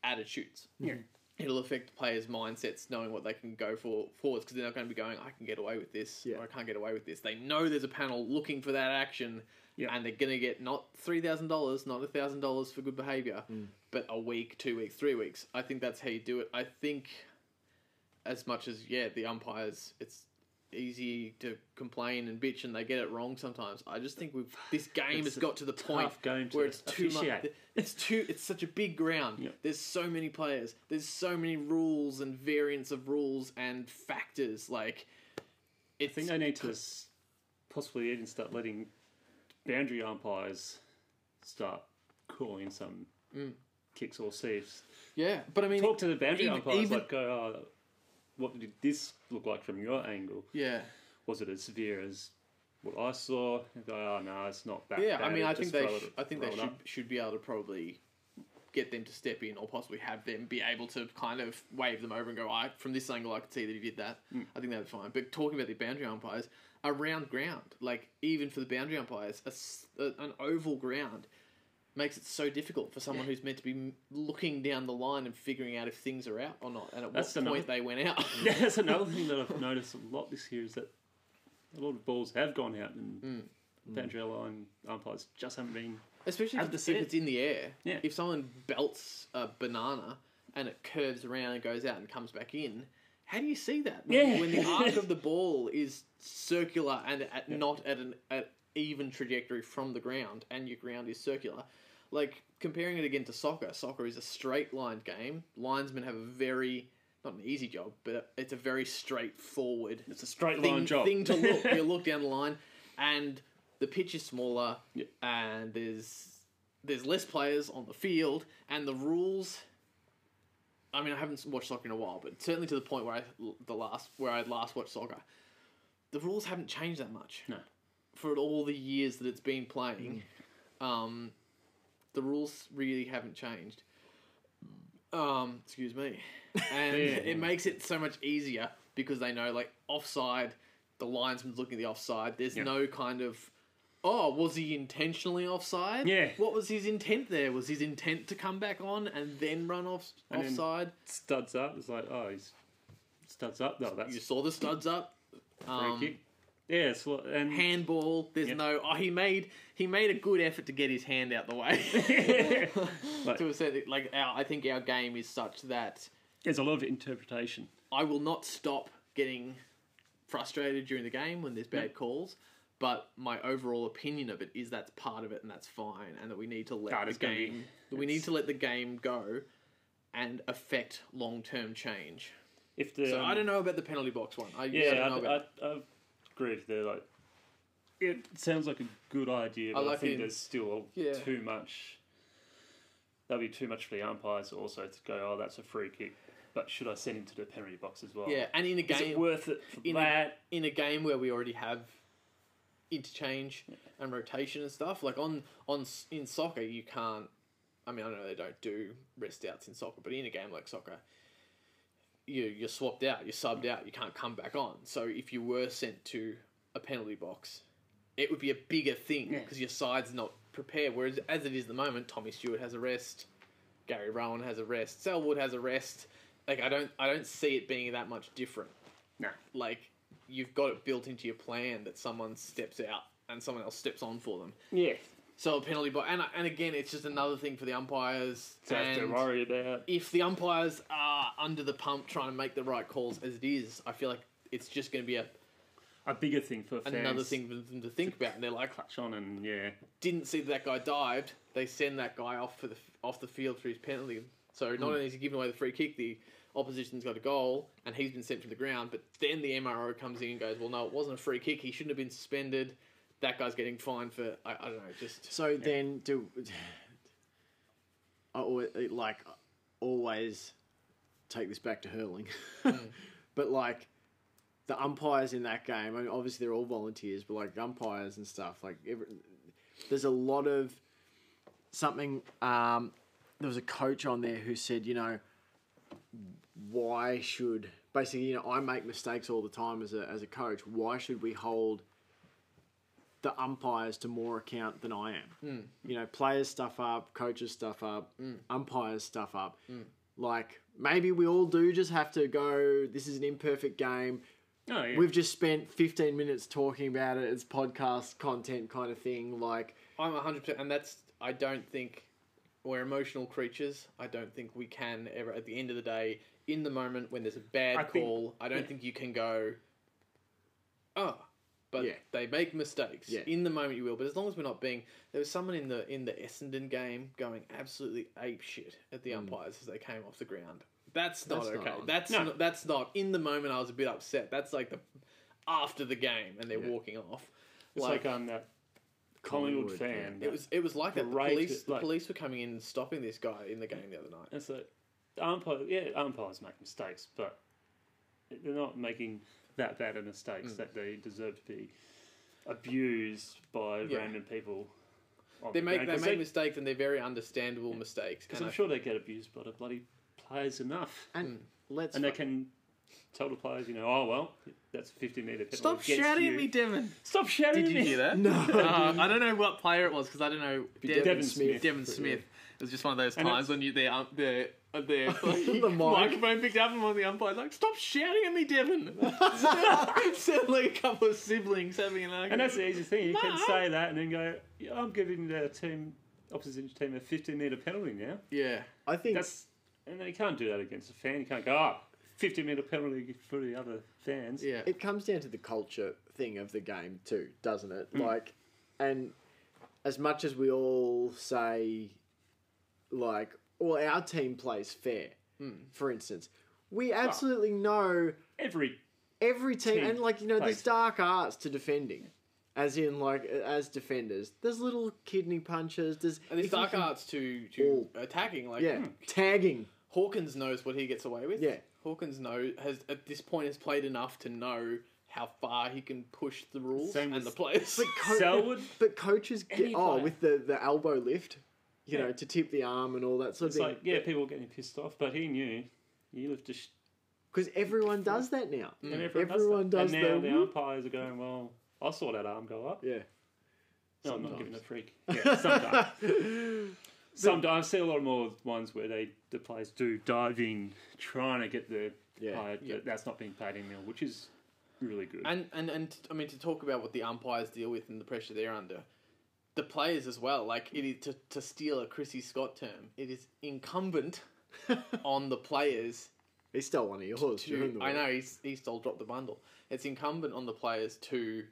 S5: attitudes. Yeah. It'll affect players' mindsets, knowing what they can go for forwards, because they're not going to be going, "I can get away with this,"
S4: Yeah.
S5: or "I can't get away with this." They know there's a panel looking for that action,
S2: Yeah.
S5: and they're going to get not three thousand dollars, not thousand dollars for good behaviour, but a week, two weeks, three weeks. I think that's how you do it. I think, as much as yeah, the umpires, it's easy to complain and bitch, and they get it wrong sometimes. I just think we've
S2: *sighs*
S5: this game
S2: It's
S5: has
S2: a
S5: got to the point
S2: tough game to
S5: where it's too much.
S2: officiate.
S5: It's too. It's such a big ground.
S2: Yeah.
S5: There's so many players. There's so many rules and variants of rules and factors. Like,
S2: I
S5: it's
S2: think they need to s- possibly even start letting boundary umpires start calling some kicks or saves.
S5: yeah. But Mm. I mean,
S2: Talk to the boundary
S5: even-
S2: umpires,
S5: even-
S2: like, go, oh, what did this look like from your angle?
S5: yeah.
S2: was it as severe as what I saw? And go, oh no, it's not that.
S5: Yeah,
S2: bad.
S5: I mean,
S2: It
S5: I
S2: just
S5: think they,
S2: rolled
S5: sh-
S2: it-
S5: I think they
S2: rolled
S5: should
S2: up." *laughs*
S5: should be able to probably get them to step in, or possibly have them be able to kind of wave them over and go, "I from this angle, I could see that he did that."
S2: Hmm.
S5: I think that'd be fine. But talking about the boundary umpires, around ground, like even for the boundary umpires, a s a an oval ground makes it so difficult for someone who's meant to be m- looking down the line and figuring out if things are out or not, and at
S2: That's
S5: what
S2: another-
S5: point they went out. *laughs*
S2: Yeah, that's another thing that I've noticed a lot this year is that a lot of balls have gone out and
S5: Mm.
S2: boundary line umpires just haven't been.
S5: Especially
S2: At
S5: if,
S2: the
S5: it's- if
S2: set.
S5: it's in the air.
S2: Yeah.
S5: If someone belts a banana and it curves around and goes out and comes back in, how do you see that? When,
S2: Yeah.
S5: when the arc of the ball is circular and at, not at an at even trajectory from the ground, and your ground is circular. Like comparing it again to soccer, soccer is a straight line game. Linesmen have a very not an easy job, but it's a very straightforward
S2: It's a straight
S5: thing,
S2: line job. *laughs*
S5: thing to look. you look down the line, and the pitch is smaller,
S2: Yeah.
S5: and there's there's less players on the field, and the rules. I mean, I haven't watched soccer in a while, but certainly to the point where I the last where I last watched soccer, the rules haven't changed that much
S2: No.
S5: for all the years that it's been playing.
S2: Mm.
S5: Um, the rules really haven't changed. Um, excuse
S2: *laughs*
S5: me. And it makes it so much easier because they know, like, offside, the linesman's looking at the offside. There's no kind of Oh, was he intentionally offside?
S2: Yeah.
S5: What was his intent there? Was his intent to come back on and then run off
S2: And then-
S5: offside?
S2: Studs up. It's like, oh, he's studs up. No, that's
S5: you saw the studs up.
S2: free
S5: Um,
S2: kick. Yeah, it's, lo- and *laughs*
S5: handball. There's
S2: Yeah.
S5: no. Oh, he made he made a good effort to get his hand out the way.
S2: *laughs*
S5: *laughs*
S2: Like-
S5: to a certain, like our, I think our game is such that
S2: there's a lot of interpretation.
S5: I will not stop getting frustrated during the game when there's bad calls. But my overall opinion of it is that's part of it and that's fine, and that we need to let
S2: God,
S5: the
S2: it's gonna be-
S5: game that we need to let the game go and affect long term change.
S2: If the
S5: So I
S2: um,
S5: don't know about the penalty box one. I, yeah, I
S2: Yeah,
S5: don't know
S2: I,
S5: about
S2: I, I agree with that. Like, it sounds like a good idea,
S5: I
S2: but I,
S5: like
S2: think
S5: it.
S2: there's still
S5: Yeah.
S2: too much. That'd be too much for the umpires also to go. Oh, that's a free kick, but should I send him to the penalty box as well?
S5: yeah, and in a
S2: is
S5: game
S2: it worth it for
S5: in a-
S2: that?
S5: in a game where we already have interchange and rotation and stuff like on on s- in soccer you can't i mean i know they don't do rest outs in soccer but in a game like soccer you you're swapped out you're subbed out you can't come back on so if you were sent to a penalty box it would be a bigger thing because your side's not prepared whereas as it is at the moment tommy stewart has a rest gary rowan has a rest selwood has a rest like i don't i don't see it being that much different
S2: No.
S5: like you've got it built into your plan that someone steps out and someone else steps on for them.
S2: Yeah,
S5: So a penalty box, and and again, it's just another thing for the umpires.
S2: to have to
S5: and
S2: worry about.
S5: if the umpires are under the pump trying to make the right calls as it is, I feel like it's just going to be a,
S2: A bigger thing for fans.
S5: another thing for them to think about. And they're like,
S2: Clutch on and yeah,
S5: didn't see that guy dived. They send that guy off for the off the field for his penalty. So not only is he giving away the free kick, the opposition's got a goal and he's been sent from the ground. But then the MRO comes in and goes, "Well, no, it wasn't a free kick. He shouldn't have been suspended. That guy's getting fined for I, I don't know, just
S4: So then, do I always, like always take this back to hurling? *laughs* but like the umpires in that game, I mean, obviously they're all volunteers, but like umpires and stuff, like every, there's a lot of something. Um, there was a coach on there who said, you know, why should basically, you know, I make mistakes all the time as a as a coach. Why should we hold the umpires to more account than I am?
S2: Hmm.
S4: You know, players stuff up, coaches stuff up, umpires stuff up.
S2: Hmm.
S4: Like maybe we all do just have to go. This is an imperfect game.
S2: oh yeah.
S4: We've just spent 15 minutes talking about it. It's podcast content kind of thing. Like
S5: I'm 100 percent, and that's I don't think we're emotional creatures. I don't think we can ever at the end of the day, in the moment when there's a bad
S2: I think-
S5: call, I don't
S2: yeah.
S5: think you can go, oh, but
S4: Yeah.
S5: they make mistakes.
S4: Yeah.
S5: In the moment you will, but as long as we're not being there was someone in the in the Essendon game going absolutely ape shit at the umpires as they came off the ground. That's not
S4: Mm. That's not
S5: okay.
S4: on.
S5: that's
S2: No.
S5: not, that's not in the moment. I was a bit upset. That's like the after the game and they're
S4: Yeah.
S5: walking off.
S2: it's like, um that Collingwood,
S4: Collingwood
S2: fan.
S4: fan.
S2: that-
S5: It was it was like that. The
S2: Right,
S5: police the
S2: like-
S5: police were coming in and stopping this guy in the game the other night.
S2: It's like umpire, yeah, umpires make mistakes, but they're not making that bad of mistakes
S5: Mm.
S2: that they deserve to be abused by
S5: Yeah.
S2: random people. on
S5: They
S2: the
S5: make
S2: ground,
S5: they
S2: 'cause
S5: make mistakes and they're very understandable mistakes.
S2: Because
S5: And
S2: I'm
S5: I-
S2: sure they get abused by the bloody players enough,
S4: and let's
S2: and they can tell the players, you know, oh well, that's a 50 meter penalty.
S5: Stop
S2: against
S5: shouting
S2: you.
S5: at me, Devon.
S2: Stop shouting at me.
S5: that?
S4: no.
S5: Uh, I don't know what player it was because I don't know Devon,
S2: Devon
S5: Devon
S2: Smith.
S5: Smith. It was just one of those
S2: And
S5: times when you their um, their uh, their *laughs*
S4: The mic.
S5: microphone picked up and one of the umpires like, "Stop shouting at me, Devon." Sound- *laughs* Sound like a couple of siblings having an
S2: And
S5: argument.
S2: that's the easy thing. You can
S5: Mate.
S2: say that and then go, yeah, I'm giving the team opposition team a 15 meter penalty now.
S5: yeah.
S4: *laughs* I think
S2: That's and they can't do that against a fan. You can't go ah, 50 meter penalty for the other fans.
S5: Yeah.
S4: it comes down to the culture thing of the game too, doesn't it? Like, and as much as we all say, like, well, our team plays fair, for instance, we absolutely know
S2: Every
S4: every team,
S2: Team
S4: and like you know,
S2: plays
S4: there's dark arts to defending. As in, like, as defenders, there's little kidney punches. There's
S5: And there's
S4: if you
S5: dark
S4: can-
S5: arts Hmm. to to attacking like
S4: Yeah, tagging.
S5: Hawkins knows what he gets away with.
S4: Yeah.
S5: Hawkins knows has at this point has played enough to know how far he can push the rules
S2: Same
S5: and
S2: with-
S5: the players.
S4: But, co-
S2: Selwood?
S4: but coaches
S2: Any
S4: get oh
S2: player.
S4: with the, the elbow lift, you
S2: Yeah.
S4: know, to tip the arm and all that sort
S2: it's
S4: of thing.
S2: like yeah, people getting pissed off, but he knew you lift a sh-
S4: Because everyone does that now.
S2: Mm. and everyone,
S4: Everyone
S2: does,
S4: does
S2: that. And now
S4: the
S2: the
S4: whoop.
S2: umpires are going well. I saw that arm go up.
S4: Yeah. *laughs*
S2: No, I'm not giving a freak. Yeah,
S5: *laughs*
S2: some dive. some dive. I see a lot more ones where they the players do dive in, trying to get the
S4: Yeah,
S2: high,
S5: yeah.
S2: but that's not being paid in mil, which is really good.
S5: And and and t- I mean to talk about what the umpires deal with and the pressure they're under, the players as well. Like it is to to steal a Chrissy Scott term, it is incumbent on the players
S4: He stole one of yours during
S5: to.
S4: the
S5: I
S4: week.
S5: know he's he still dropped the bundle. It's incumbent on the players to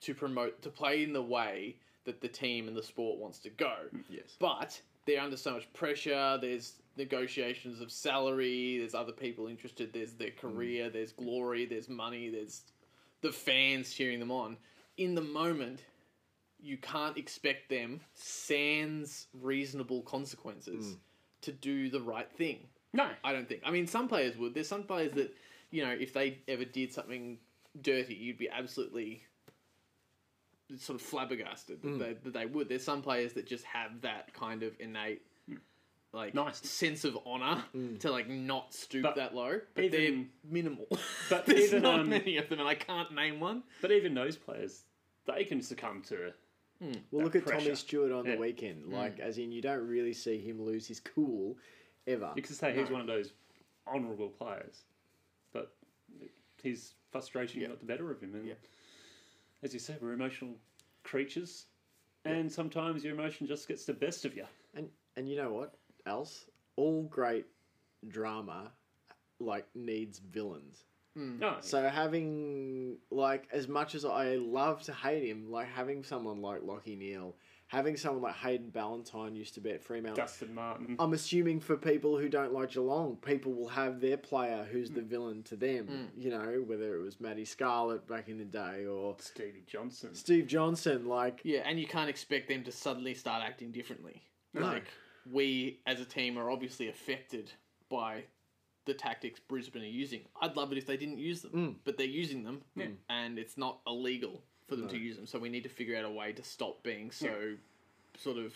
S5: to promote to play in the way that the team and the sport wants to go.
S4: Yes.
S5: But they're under so much pressure. There's negotiations of salary. There's other people interested. There's their career. There's glory. There's money. There's the fans cheering them on. In the moment, you can't expect them, sans reasonable consequences, to do the right thing.
S2: no,
S5: I don't think. I mean, some players would. There's some players that, you know, if they ever did something dirty, you'd be absolutely sort of flabbergasted
S2: Hmm.
S5: that, they, that they would. There's some players that just have that kind of innate, like,
S2: Hmm. Nice. Hmm.
S5: sense of honour to, like, not stoop
S2: But
S5: that low. But
S2: even-
S5: they're minimal.
S2: but
S5: *laughs* There's
S2: even,
S5: not
S2: um,
S5: many of them, and I can't name one.
S2: but even those players, they can succumb to.
S4: Well, look
S2: that
S4: at Tommy
S2: pressure.
S4: Stewart on
S2: Yeah. Mm.
S4: the weekend. Like, as in, you don't really see him lose his cool ever.
S2: You could say he's one of those honourable players, but his frustration got the better of him. And
S5: Yeah.
S2: as you said, we're emotional creatures, and sometimes your emotion just gets the best of you.
S4: And and you know what else? All great drama, like, needs villains.
S5: Mm.
S2: No,
S4: So having like as much as I love to hate him, like having someone like Lockie Neal, having someone like Hayden Ballantyne used to be at Fremantle.
S2: Dustin Martin.
S4: I'm assuming for people who don't like Geelong, people will have their player who's
S2: Mm.
S4: the villain to them. You know, whether it was Matty Scarlett back in the day or
S2: Stevie Johnson.
S4: Steve Johnson. Like,
S5: Yeah, and you can't expect them to suddenly start acting differently.
S4: No.
S5: Like we as a team are obviously affected by the tactics Brisbane are using. I'd love it if they didn't use them, but they're using them, and it's not illegal for them to use them. So we need to figure out a way to stop being so sort of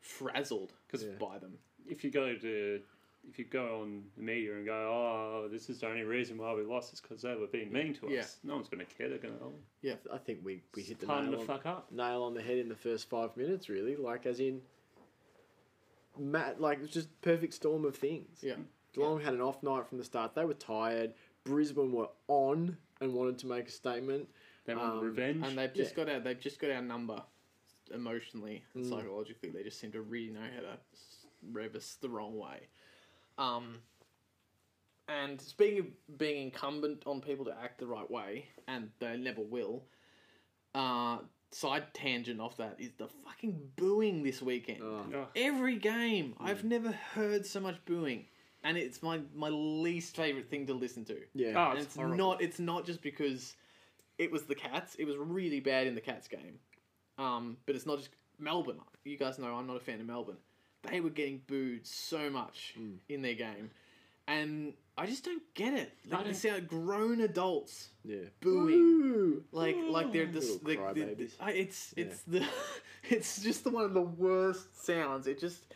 S5: frazzled by them.
S2: If you go to if you go on the media and go, oh, this is the only reason why we lost is because they were being mean to us.
S5: Yeah.
S2: No one's going to care. They're going to oh,
S4: I think we, we hit the
S2: pardon the
S4: nail on,
S2: fuck up.
S4: nail on the head in the first five minutes, really. Like, as in, Matt, like, it was just perfect storm of things.
S5: Yeah,
S4: Geelong had an off night from the start. They were tired. Brisbane were on and wanted to make a statement.
S2: They want
S4: Um,
S2: revenge.
S5: and they've just
S4: Yeah.
S5: got our they've just got our number emotionally and psychologically. They just seem to really know how to s- rev us the wrong way. Um, and speaking of being incumbent on people to act the right way, and they never will. Uh, side tangent off that is the fucking booing this weekend.
S2: Oh.
S5: Every game, I've never heard so much booing, and it's my my least favorite thing to listen to.
S4: Yeah.
S2: Oh,
S5: And
S2: it's
S5: it's
S2: horrible.
S5: not it's not just because it was the cats. It was really bad in the cats game. Um, but it's not just Melbourne. You guys know I'm not a fan of Melbourne. They were getting booed so much in their game. And I just don't get it. Like, they sound grown adults
S4: Yeah.
S5: booing
S4: Ooh.
S5: like like they're just
S4: Mm. Little
S5: like the, the,
S4: crybabies.
S5: I, it's it's the *laughs* it's just the one of the worst sounds it just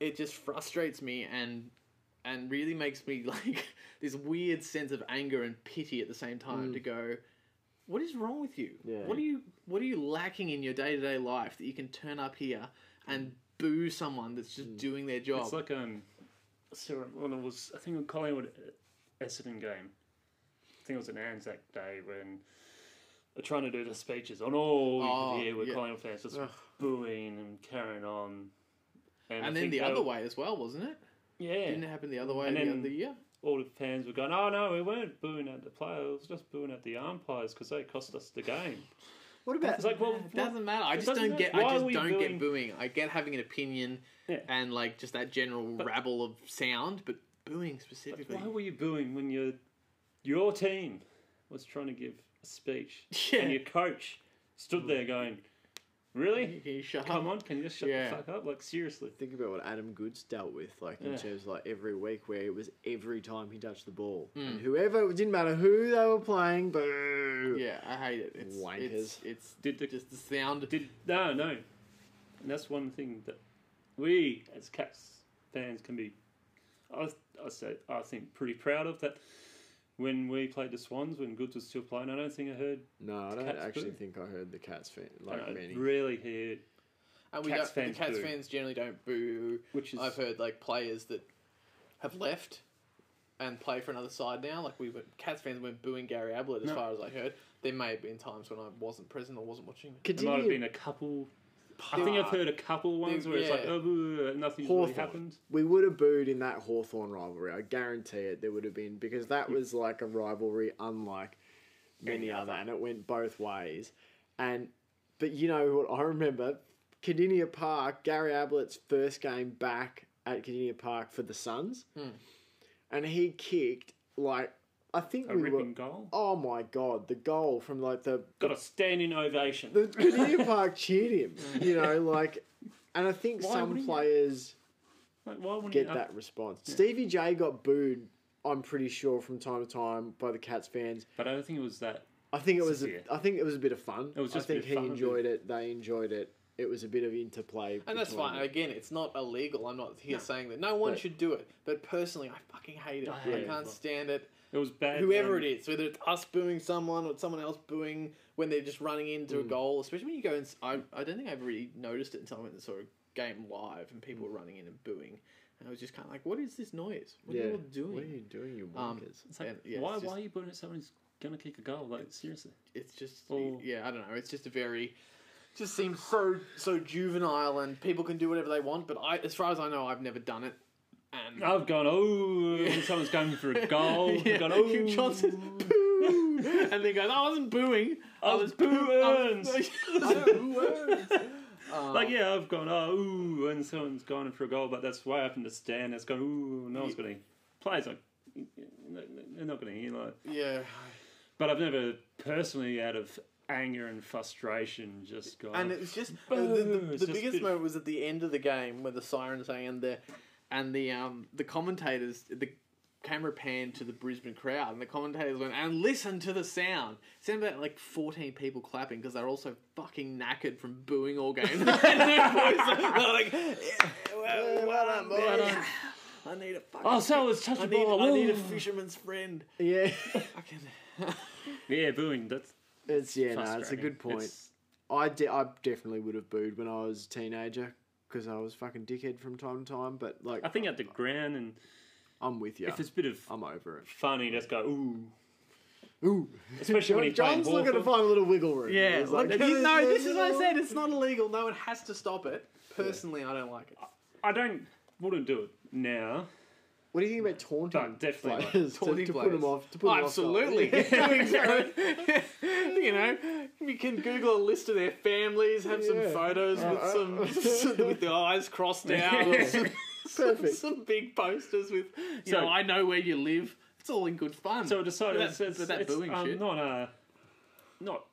S5: it just frustrates me and and really makes me *laughs* like this weird sense of anger and pity at the same time to go what is wrong with you
S4: Mm. Yeah.
S5: what are you what are you lacking in your day-to-day life that you can turn up here and boo someone that's
S4: Mm.
S5: just doing their job
S2: It's like um, so when it was I think a Collingwood uh, Essendon game. I think it was an Anzac Day when they're trying to do the speeches on all
S5: Oh,
S2: you could hear were
S5: yeah.
S2: Collingwood fans just booing and carrying on. I
S5: and then
S2: think
S5: the
S2: they
S5: other
S2: were-
S5: way as well wasn't it
S2: yeah,
S5: didn't it happen the
S4: Mm.
S5: other way
S2: And
S5: the
S2: then-
S5: other year
S2: all the fans were going, "Oh no, we weren't booing at the player. It was just booing at the umpires because they cost us the game."
S4: What
S5: Uh,
S4: about
S2: It's like, well,
S5: It doesn't matter. I
S2: It
S5: just
S2: doesn't
S5: don't
S2: matter.
S5: get.
S2: Why
S5: I
S2: are
S5: just
S2: we
S5: don't
S2: booing-
S5: get booing. I get having an opinion
S2: Yeah.
S5: and like just that general rabble of sound, but booing specifically.
S2: Why were you booing when your your team was trying to give a speech
S5: *laughs* Yeah.
S2: and your coach stood there going, "Really?
S5: Can you *laughs* shut
S2: Come
S5: up?
S2: on, can you just shut
S5: Yeah.
S2: the fuck up? Like seriously."
S4: think about what Adam Goods dealt with, like in
S2: Yeah.
S4: terms of like every week where it was every time he touched the ball,
S2: Hmm.
S4: and whoever it didn't matter who they were playing, boo.
S5: Yeah, I hate it. It's it's,
S4: Wankers.
S5: it's
S2: Did the
S5: just the sound.
S2: did no no, and that's one thing that we as Cats fans can be, I I say I think pretty proud of that. when we played the Swans, when Goods was still playing, I don't think I heard.
S4: No, I don't
S2: Cats
S4: actually
S2: boo.
S4: think I heard the cats fan
S2: I
S4: like
S2: don't
S4: many.
S2: really hear,
S5: And we
S2: Cats
S5: don't,
S2: fans
S5: the Cats
S2: boo.
S5: fans generally don't boo.
S2: which is
S5: I've heard like players that have left and play for another side now. Like we were, Cats fans weren't booing Gary Ablett as
S2: No.
S5: far as I heard. There may have been times when I wasn't present or wasn't watching.
S2: there might have
S4: Continue.
S2: been a couple. I think I've heard a couple ones where it's like,
S5: yeah.
S2: oh, boo, nothing's really
S4: Hawthorn.
S2: happened.
S4: We would have booed in that Hawthorn rivalry. I guarantee it. There would have been because that
S2: Mm.
S4: was like a rivalry unlike many other, and it went both ways. And but you know what I remember? Cadinia Park, Gary Ablett's first game back at Cadinia Park for the Suns,
S2: Hmm.
S4: and he kicked like I think
S2: A
S4: we
S2: ripping
S4: were.
S2: goal.
S4: Oh my god! The goal from like the
S2: Got a standing ovation.
S4: the Cadinia Park cheered him. You know, like, and I think
S2: Mm. Why
S4: some
S2: wouldn't you?
S4: players
S2: *laughs* Like, why wouldn't
S4: get
S2: you,
S4: that response. Stevie J got booed, I'm pretty sure, from time to time by the Cats fans.
S2: But I don't think it was that.
S4: I think it was,
S2: Severe.
S4: a, I think it was a bit of fun.
S2: It was just a
S4: I think
S2: bit of
S4: he
S2: fun, a bit
S4: enjoyed it. They enjoyed it. It was a bit of interplay.
S5: And that's
S4: between
S5: fine.
S4: them.
S5: Again, it's not illegal. I'm not here saying that no one
S4: But-
S5: should do it. But personally, I fucking hate it. I,
S2: hate it as
S5: can't
S2: well.
S5: stand it.
S2: It was bad.
S5: Whoever
S2: um,
S5: it is, whether it's us booing someone or someone else booing when they're just running into a goal, especially when you go and s- I, I don't think I really noticed it until I went and saw a game live and people were running in and booing, and I was just kind of like, "What is this noise? What
S4: yeah.
S5: are you all doing?"
S4: What are you doing, you
S5: Um,
S4: wankers?
S2: It's like,
S5: And, yeah,
S2: why,
S5: it's just-
S2: why are you booing at someone who's going to kick a goal? Like, seriously.
S5: it's just
S2: Or-
S5: yeah i don't know it's just a very just seems
S2: *sighs*
S5: so so juvenile and people can do whatever they want but i as far as i know i've never done it and *laughs*
S2: I've gone, oh, when someone's going for
S4: *laughs*
S2: a goal. I've gone, oh.
S5: Hugh Johnson, boo! and then goes, I wasn't booing. I,
S2: I
S5: was
S2: was
S5: boo- *laughs* I was
S2: booing." *laughs*
S5: booing.
S2: Like, yeah, I've gone, oh, ooh, when someone's gone for a goal, but that's why I happened to stand. It's gone, ooh, no one's going to. Players are. They're not going to hear like.
S5: yeah.
S2: But I've never personally, out of anger and frustration, just gone. *laughs*
S5: And
S4: *laughs*
S5: it was just uh, the,
S2: Boo.
S5: the- the
S2: It's just
S5: biggest
S2: bit-
S5: moment was at the end of the game when the siren sang and the and the um the commentators the camera panned to the Brisbane crowd and the commentators went and listen to the sound. It sounded about like fourteen people clapping because they're also fucking knackered from booing all *laughs* game. And their voices-
S4: *laughs*
S5: they're like, "Yeah, well, well done, boys. I need a fucking.
S2: uh, oh, so it's touch
S5: I
S2: the
S5: need,
S2: ball.
S5: I need a
S2: ooh.
S5: fisherman's friend. *laughs*
S4: yeah,
S5: Fucking.
S2: Yeah, booing. That's
S4: it's yeah. No, it's a
S2: frustrating.
S4: good point.
S2: It's-
S4: I de- I definitely would have booed when I was a teenager because I was fucking dickhead from time to time. But like,
S2: I think at the ground, and
S4: I'm with you.
S2: if it's a bit of
S4: I'm over it.
S2: funny, just
S4: *laughs*
S2: go, ooh.
S4: Ooh,
S2: Especially when you play
S4: John's looking to
S2: Hawthorn.
S4: find a little wiggle room.
S5: Yeah,
S4: He's
S5: look,
S4: like,
S5: you know, this is what I said. It's not illegal. No one has to stop it. Personally, I don't like it.
S2: I don't wouldn't do it now.
S4: What do you think about taunting?
S2: No, definitely not.
S4: players to-
S5: Taunting
S4: to, put
S5: players.
S4: them off. To put 'em off
S5: Absolutely. *laughs*
S4: guard?
S5: Doing so- you know, you can Google a list of their families, have some
S4: Yeah.
S5: photos
S4: Uh,
S5: with *laughs* some with the eyes crossed
S2: *laughs*
S5: out, or some,
S4: *laughs* Perfect.
S5: some big posters with, you
S2: So-
S5: know, I know where you live. It's all in good fun.
S2: So I decided
S5: But
S2: it's, it's,
S5: but that
S2: it's,
S5: booing
S2: um,
S5: shit.
S2: not uh, not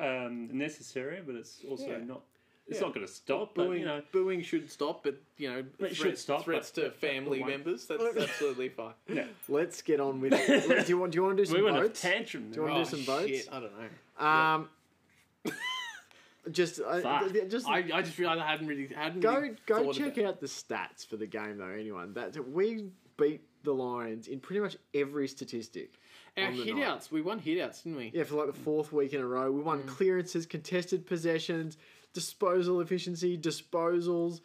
S2: um, necessary, but it's also
S5: Yeah.
S2: not. It's
S5: Yeah.
S2: not going to stop. But
S5: Booing,
S2: you know,
S5: booing should stop, but you know,
S2: It should
S5: threats-
S2: stop,
S5: threats
S2: but-
S5: to
S2: but- but
S5: family
S2: why-
S5: members. That's absolutely fine.
S4: Let's get on with
S2: *laughs*
S4: it. Look, do you want? Do you want to do some
S2: we went a
S4: votes?
S2: tantrum.
S4: you wanna
S2: there.
S4: do some votes?
S5: Oh, shit, I don't know.
S4: Um, just, I,
S2: Fuck.
S4: th- just
S5: I, I just realised I hadn't really hadn't
S4: go
S5: really
S4: go
S5: thought
S4: check
S5: about
S4: out the stats for the game though. Anyone that we beat the Lions in pretty much every statistic.
S5: Our
S4: on the
S5: hit
S4: night.
S5: outs, we won hit outs, didn't we?
S4: Yeah, for like the fourth week in a row, we
S2: Mm.
S4: won clearances, contested possessions, disposal efficiency, disposals.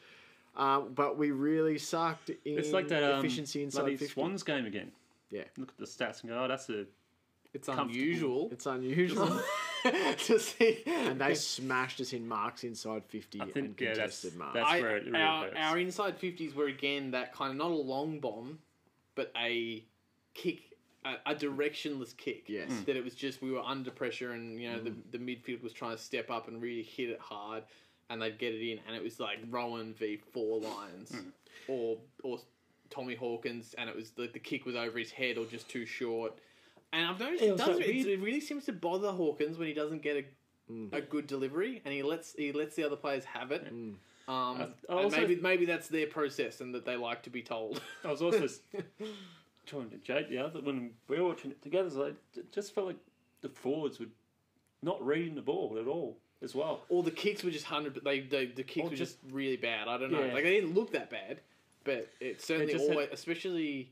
S4: Um, but we really sucked in
S2: It's like that um,
S4: efficiency inside
S2: bloody
S4: 50.
S2: Swans game again.
S4: Yeah,
S2: Look at the stats and go, oh, that's a
S5: *laughs* It's
S2: Comfortable.
S5: unusual
S4: it's *laughs* unusual.
S5: *laughs* to see.
S4: and they smashed us in marks inside 50
S2: think,
S4: and
S2: yeah, that's-
S4: contested marks.
S2: that's-
S5: I,
S2: where it really
S5: our,
S2: hurts.
S5: our inside 50s were again that kind of not a long bomb, but a kick, a, a directionless kick.
S4: Yes. Mm.
S5: That it was just we were under pressure and, you know, the, the midfield was trying to step up and really hit it hard and they'd get it in and it was like Rowan v four lines or, or Tommy Hawkins and it was like the kick was over his head or just too short. And I've noticed it,
S2: was
S5: does,
S2: that
S5: it's-
S2: weird-
S5: it really seems to bother Hawkins when he doesn't get a, a good delivery, and he lets he lets the other players have it. Um,
S2: I- I
S5: and
S2: also-
S5: maybe maybe that's their process, and that they like to be told.
S2: I *laughs* was also s- talking to Jake the other when we were watching it together. So it just felt like the forwards were not reading the ball at all as well.
S5: *laughs* or the kicks were just hundred, but they, they the kicks
S2: Or
S5: were just, really bad. I don't know,
S2: Yeah.
S5: like they didn't look that bad, but it certainly
S2: just had-
S5: always, especially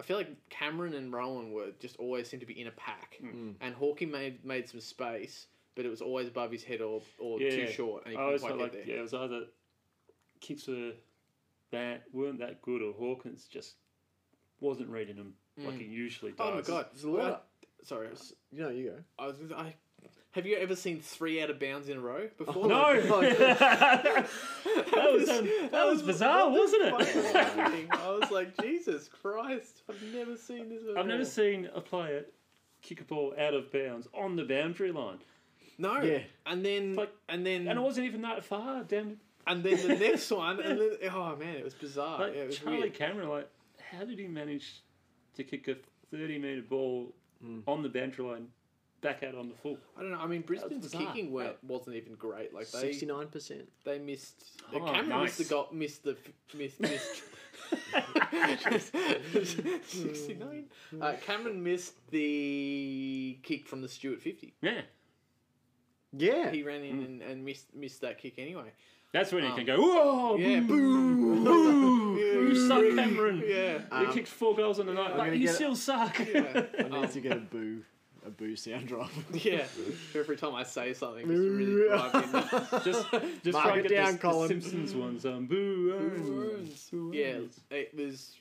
S5: I feel like Cameron and Rowan were just always seemed to be in a pack, and Hawking made made some space, but it was always above his head or or
S2: Yeah.
S5: too short, and he
S2: I
S5: couldn't
S2: always
S5: quite
S2: felt
S5: get
S2: like
S5: there.
S2: yeah, it was either kicks were that weren't that good, or Hawkins just wasn't reading them like he usually does.
S5: Oh my god!
S4: There's a lot
S5: I-
S4: of-
S5: sorry, I was,
S4: You know, you go.
S5: I was. I have you ever seen three out of bounds in a row before?
S2: Oh, No,
S5: *laughs*
S2: *laughs*
S5: Like,
S2: that was um, that, was bizarre, wasn't
S5: what the
S2: it?
S5: fuck was happening? I was like, Jesus Christ! I've never seen this. Before.
S2: *laughs* I've never seen a player kick a ball out of bounds on the boundary line,
S5: No.
S4: Yeah.
S5: And then
S2: Like-
S5: and then
S2: and it wasn't even that far down.
S5: and then
S2: *laughs*
S5: the next one. And then, oh man, it was bizarre.
S2: Like
S5: yeah, it was
S2: Charlie
S5: weird.
S2: Cameron, like how did he manage to kick a thirty-meter ball
S5: Mm.
S2: on the boundary line back out on the full?
S5: I don't know. I mean, Brisbane's
S2: bizarre.
S5: kicking were, wasn't even great. Like they
S4: Sixty nine percent.
S5: they missed.
S2: Oh,
S5: Cameron missed the
S2: nice.
S5: goal. Missed the f- missed
S2: *laughs*
S5: missed. Sixty nine.
S2: Hmm.
S5: Uh, Cameron missed the kick from the Stewart fifty.
S2: *laughs* Yeah,
S4: Yeah.
S2: *laughs*
S5: He ran
S2: Hmm.
S5: in and, and missed missed that kick anyway.
S2: that's when he can go. Whoa!
S5: Yeah,
S2: Oh, boo,
S5: boom.
S4: *laughs*
S2: boo, you suck, Cameron.
S5: Yeah.
S2: You kicked four goals on the night,
S4: gonna
S2: but you
S4: get-
S2: still suck.
S4: I need to get a boo, a boo sound *laughs* drop.
S5: Yeah. Every time I say something, it's really
S4: *laughs*
S5: drives me nuts.
S2: *laughs* just *laughs* just
S4: Mark
S2: try and
S4: it
S2: get down,
S4: down,
S2: the,
S4: Colin.
S2: Simpsons ones. Um, boo. um,
S4: *laughs*
S2: boo,
S5: Yeah,
S2: um.
S5: it was.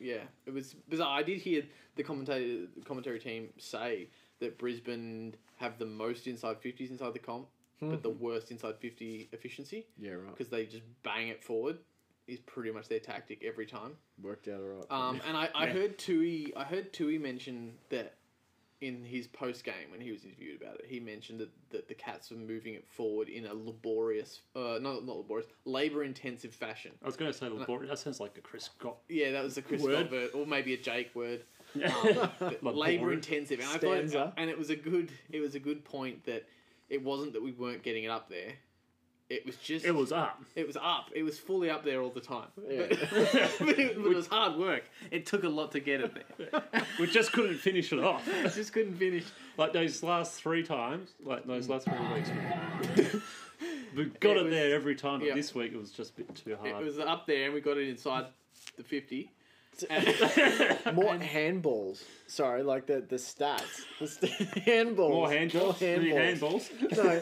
S5: Yeah, it was bizarre. I did hear the commentator, the commentary team say that Brisbane have the most inside fifties inside the comp, but the worst inside fifty efficiency
S4: yeah, right.
S5: because they just bang it forward. Is pretty much their tactic every time.
S4: Worked out alright.
S5: Um, and I, I
S2: Yeah.
S5: heard Tui, I heard Tui mention that in his post game when he was interviewed about it, he mentioned that, that the Cats were moving it forward in a laborious, uh, not not laborious, labor intensive fashion.
S2: I was going to say laborious. That sounds like a Chris *laughs* Scott.
S5: Yeah, that was the Chris
S2: Word.
S5: Scott word, or maybe a Jake
S2: *laughs*
S5: word. Oh. labor
S2: Laborious.
S5: intensive, and I thought,
S4: Stanza.
S5: and it was a good, it was a good point that it wasn't that we weren't getting it up there. It was just
S2: It was up.
S5: it was up. It was fully up there all the time. *laughs*
S4: Yeah.
S5: But, but it, but it was hard work. It took a lot to get it
S2: *laughs*
S5: there.
S2: We just couldn't finish it off.
S5: I just couldn't finish.
S2: Like those last three times, like those last three weeks, *laughs* we
S5: It
S2: got it,
S5: was-
S2: there every time. But
S5: yeah.
S2: this week it was just a bit too
S5: It
S2: hard.
S5: was up there, and we got it inside the fifty.
S4: *laughs* More handballs. Sorry, like the the stats. The st- *laughs* handballs.
S2: More hand jobs, three
S4: handballs.
S5: *laughs*
S2: handballs.
S4: no,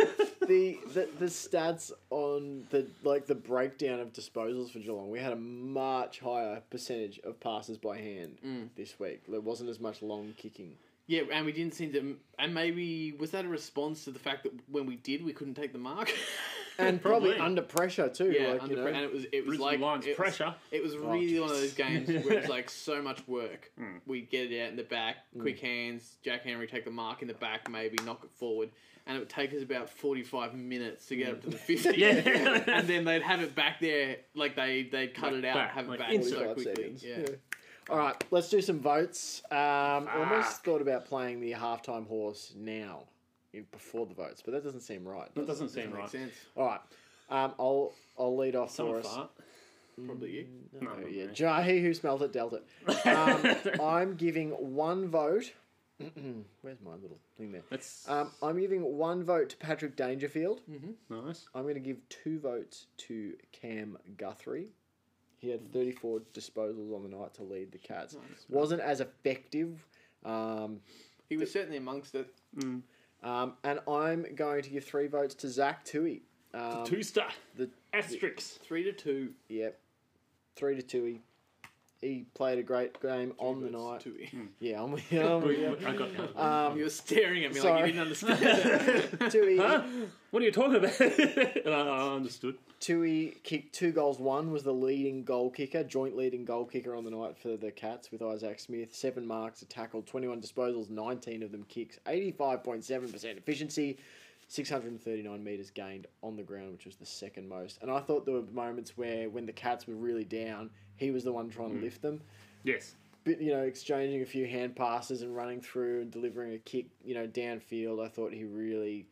S4: the, the the stats on the like the breakdown of disposals for Geelong, we had a much higher percentage of passes by hand
S5: Mm.
S4: this week. There wasn't as much long kicking.
S5: Yeah, and we didn't seem to. And maybe was that a response to the fact that when we did, we couldn't take the
S4: *laughs*
S5: mark.
S4: And probably,
S2: Probably.
S4: under pressure too.
S5: yeah,
S4: like,
S5: under
S4: you know, Oh,
S5: pre- and it was it was
S2: Brisbane
S5: like
S2: Lions
S5: it was-
S2: pressure.
S5: It was really one of those games where it's like so much
S2: *laughs*
S5: work.
S2: Hmm.
S5: We get it out in the back,
S4: Hmm.
S5: quick hands. Jack Henry take the mark in the back, maybe knock it forward, and it would take us about forty-five minutes to get up to
S4: Hmm.
S5: the
S4: *laughs*
S5: fifty.
S2: Yeah.
S5: *laughs* and then they'd have it back there, like they they'd cut it out,
S2: back,
S5: and have
S2: like
S5: it back so
S4: 45
S5: quickly.
S4: seconds.
S5: Yeah.
S4: Yeah. All right, let's do some votes. Um, I almost thought about playing the halftime horse now, in- before the votes, but that doesn't seem right.
S2: That
S4: does it?
S2: doesn't seem
S5: makes
S2: right.
S5: sense.
S4: All right, um, I'll I'll lead off
S2: Some
S4: for us.
S2: fart.
S5: Probably you.
S2: No,
S4: Oh,
S2: not
S4: yeah,
S2: me.
S4: Jahi who smelt it dealt
S2: *laughs*
S4: it. Um, I'm giving one vote. *clears throat* Where's my little thing there?
S2: That's
S4: Um, I'm giving one vote to Patrick Dangerfield.
S2: nice.
S4: I'm going to give two votes to Cam Guthrie. He had 34 disposals on the night to lead the Cats. Wasn't as effective. Um,
S5: He was certainly amongst it.
S4: um, and I'm going to give three votes to Zach Tui. Um,
S2: Two star.
S4: the-
S2: asterisks.
S5: Three to two.
S4: Yep. Three to two. He, he played a great game on the night.
S5: To him.
S4: Oh, Yeah, Uh, I'm with you. I'm with you.
S2: I got you. *laughs*
S5: Um, you were staring at me like
S4: sorry.
S5: you didn't *laughs* understand.
S4: Tui,
S2: What are you talking about? *laughs* And I, I understood.
S4: Tui kicked two goals. One was the leading goal kicker, joint leading goal kicker on the night for the Cats with Isaac Smith. Seven marks, a tackle, 21 disposals, 19 of them kicks, 85.7% efficiency, 639 metres gained on the ground, which was the second most. And I thought there were moments where when the Cats were really down, he was the one trying to lift them.
S2: Yes.
S4: But, you know, exchanging a few hand passes and running through and delivering a kick, you know, downfield. I thought he really,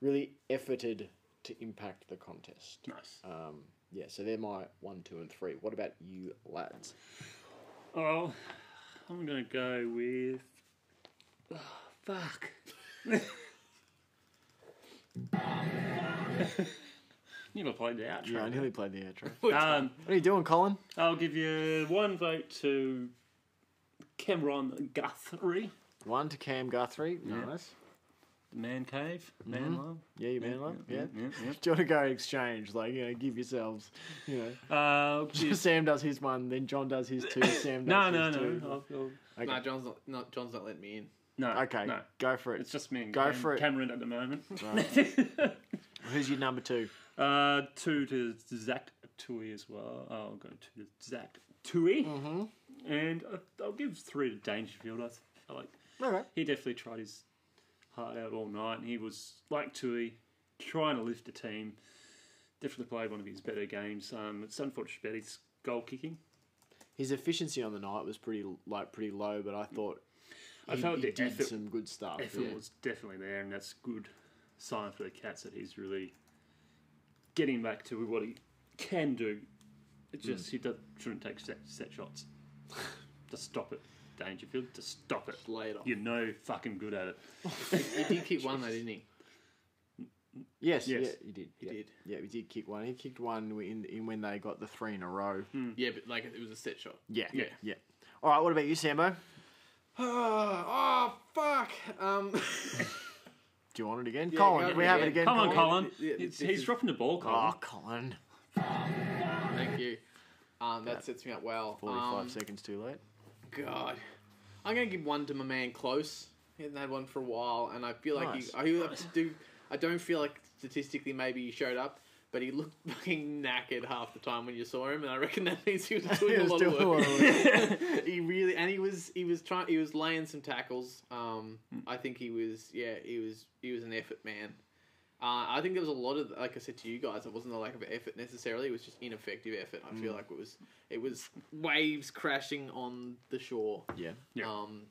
S4: really efforted to impact the contest.
S2: Nice.
S4: Um, yeah, so they're my one, two, and three. What about you lads?
S2: Oh, I'm gonna go with. Oh, fuck. *laughs* Never played the outro.
S4: nearly *laughs* played the outro.
S2: Um,
S4: What are you doing, Colin?
S2: I'll give you one vote to Cameron Guthrie.
S4: One to Cam Guthrie. Nice.
S2: The man cave. Man love.
S4: Mm-hmm. Yeah, you man love. Yeah.
S2: yeah, yeah.
S4: Do you want to go exchange? Like, you know, give yourselves. You
S2: *laughs*
S4: know,
S2: Uh,
S4: *laughs*
S2: geez.
S4: Sam does his one, then John does his
S2: *laughs*
S4: two. Sam
S2: no,
S4: does
S2: no,
S4: his 2
S2: no. I'll, I'll,
S5: *laughs*
S4: Okay.
S5: Nah, John's not, not. John's not letting me in.
S2: no.
S4: Okay,
S2: No.
S4: go for it.
S2: It's just me and
S4: Go
S2: Cam-
S4: for it.
S2: Cameron at the moment.
S4: Who's your number two?
S2: *laughs* uh, two to Zach Tui as well. Oh, I'll go two to Zach Tui. Mm-hmm. And I- I'll give three to Dangerfield. I feel like
S4: All right.
S2: he definitely tried his heart out all night. He was like Tui, trying to lift the team. Definitely played one of his better games. Um, it's unfortunate about his goal kicking.
S4: His efficiency on the night was pretty like pretty low, but I thought
S2: I
S4: he,
S2: felt
S4: he
S2: the
S4: did
S2: effort-
S4: some good stuff.
S2: effort
S4: yeah.
S2: was definitely there, and that's a good sign for the Cats that he's really getting back to what he can do. It just he does, shouldn't take set, set shots. just stop it, Dangerfield. Just stop it.
S5: Lay it off.
S2: You're no fucking good at it.
S5: He did kick one though, *laughs* didn't he?
S4: Yes,
S2: Yes.
S4: yeah, he did.
S5: He
S4: yeah.
S5: did.
S4: Yeah, he did kick one. He kicked one in, in when they got the three in a row.
S5: Yeah, but like it was a set shot. *sighs*
S4: Yeah, yeah,
S2: Yeah.
S4: yeah. All right, what about you, Sambo?
S5: oh fuck. Um. *laughs*
S4: Do you want it again?
S5: Yeah,
S4: Colin,
S5: go
S4: can
S5: for
S4: we
S5: it
S4: have it
S5: again.
S4: again.
S2: Come on,
S4: Colin.
S2: Colin.
S5: Yeah,
S2: It's-
S5: this
S2: he's
S5: is-
S2: dropping the ball, Colin.
S4: Oh, Colin.
S5: Thank you. Um, that sets me up well.
S4: 45
S5: Um,
S4: seconds too late.
S5: God, I'm gonna give one to my man close. He hasn't had one for a while, and I feel like
S4: Nice.
S5: he, I, he do. I don't feel like statistically maybe he showed up, but he looked *laughs* fucking knackered half the time when you saw him, and I reckon that means he was
S4: *laughs*
S5: doing
S4: He
S5: a
S4: was
S5: lot of
S4: doing a
S5: work.
S4: lot of
S5: *laughs*
S4: *laughs*
S5: he *laughs* really and he was he was trying he was laying some tackles. Um,
S4: Hmm.
S5: I think he was yeah he was he was an effort man. Uh, I think there was a lot of like I said to you guys, it wasn't a lack of effort necessarily. It was just ineffective effort. I
S4: Hmm.
S5: feel like it was it was waves crashing on the shore.
S4: yeah.
S2: Yeah.
S5: Um,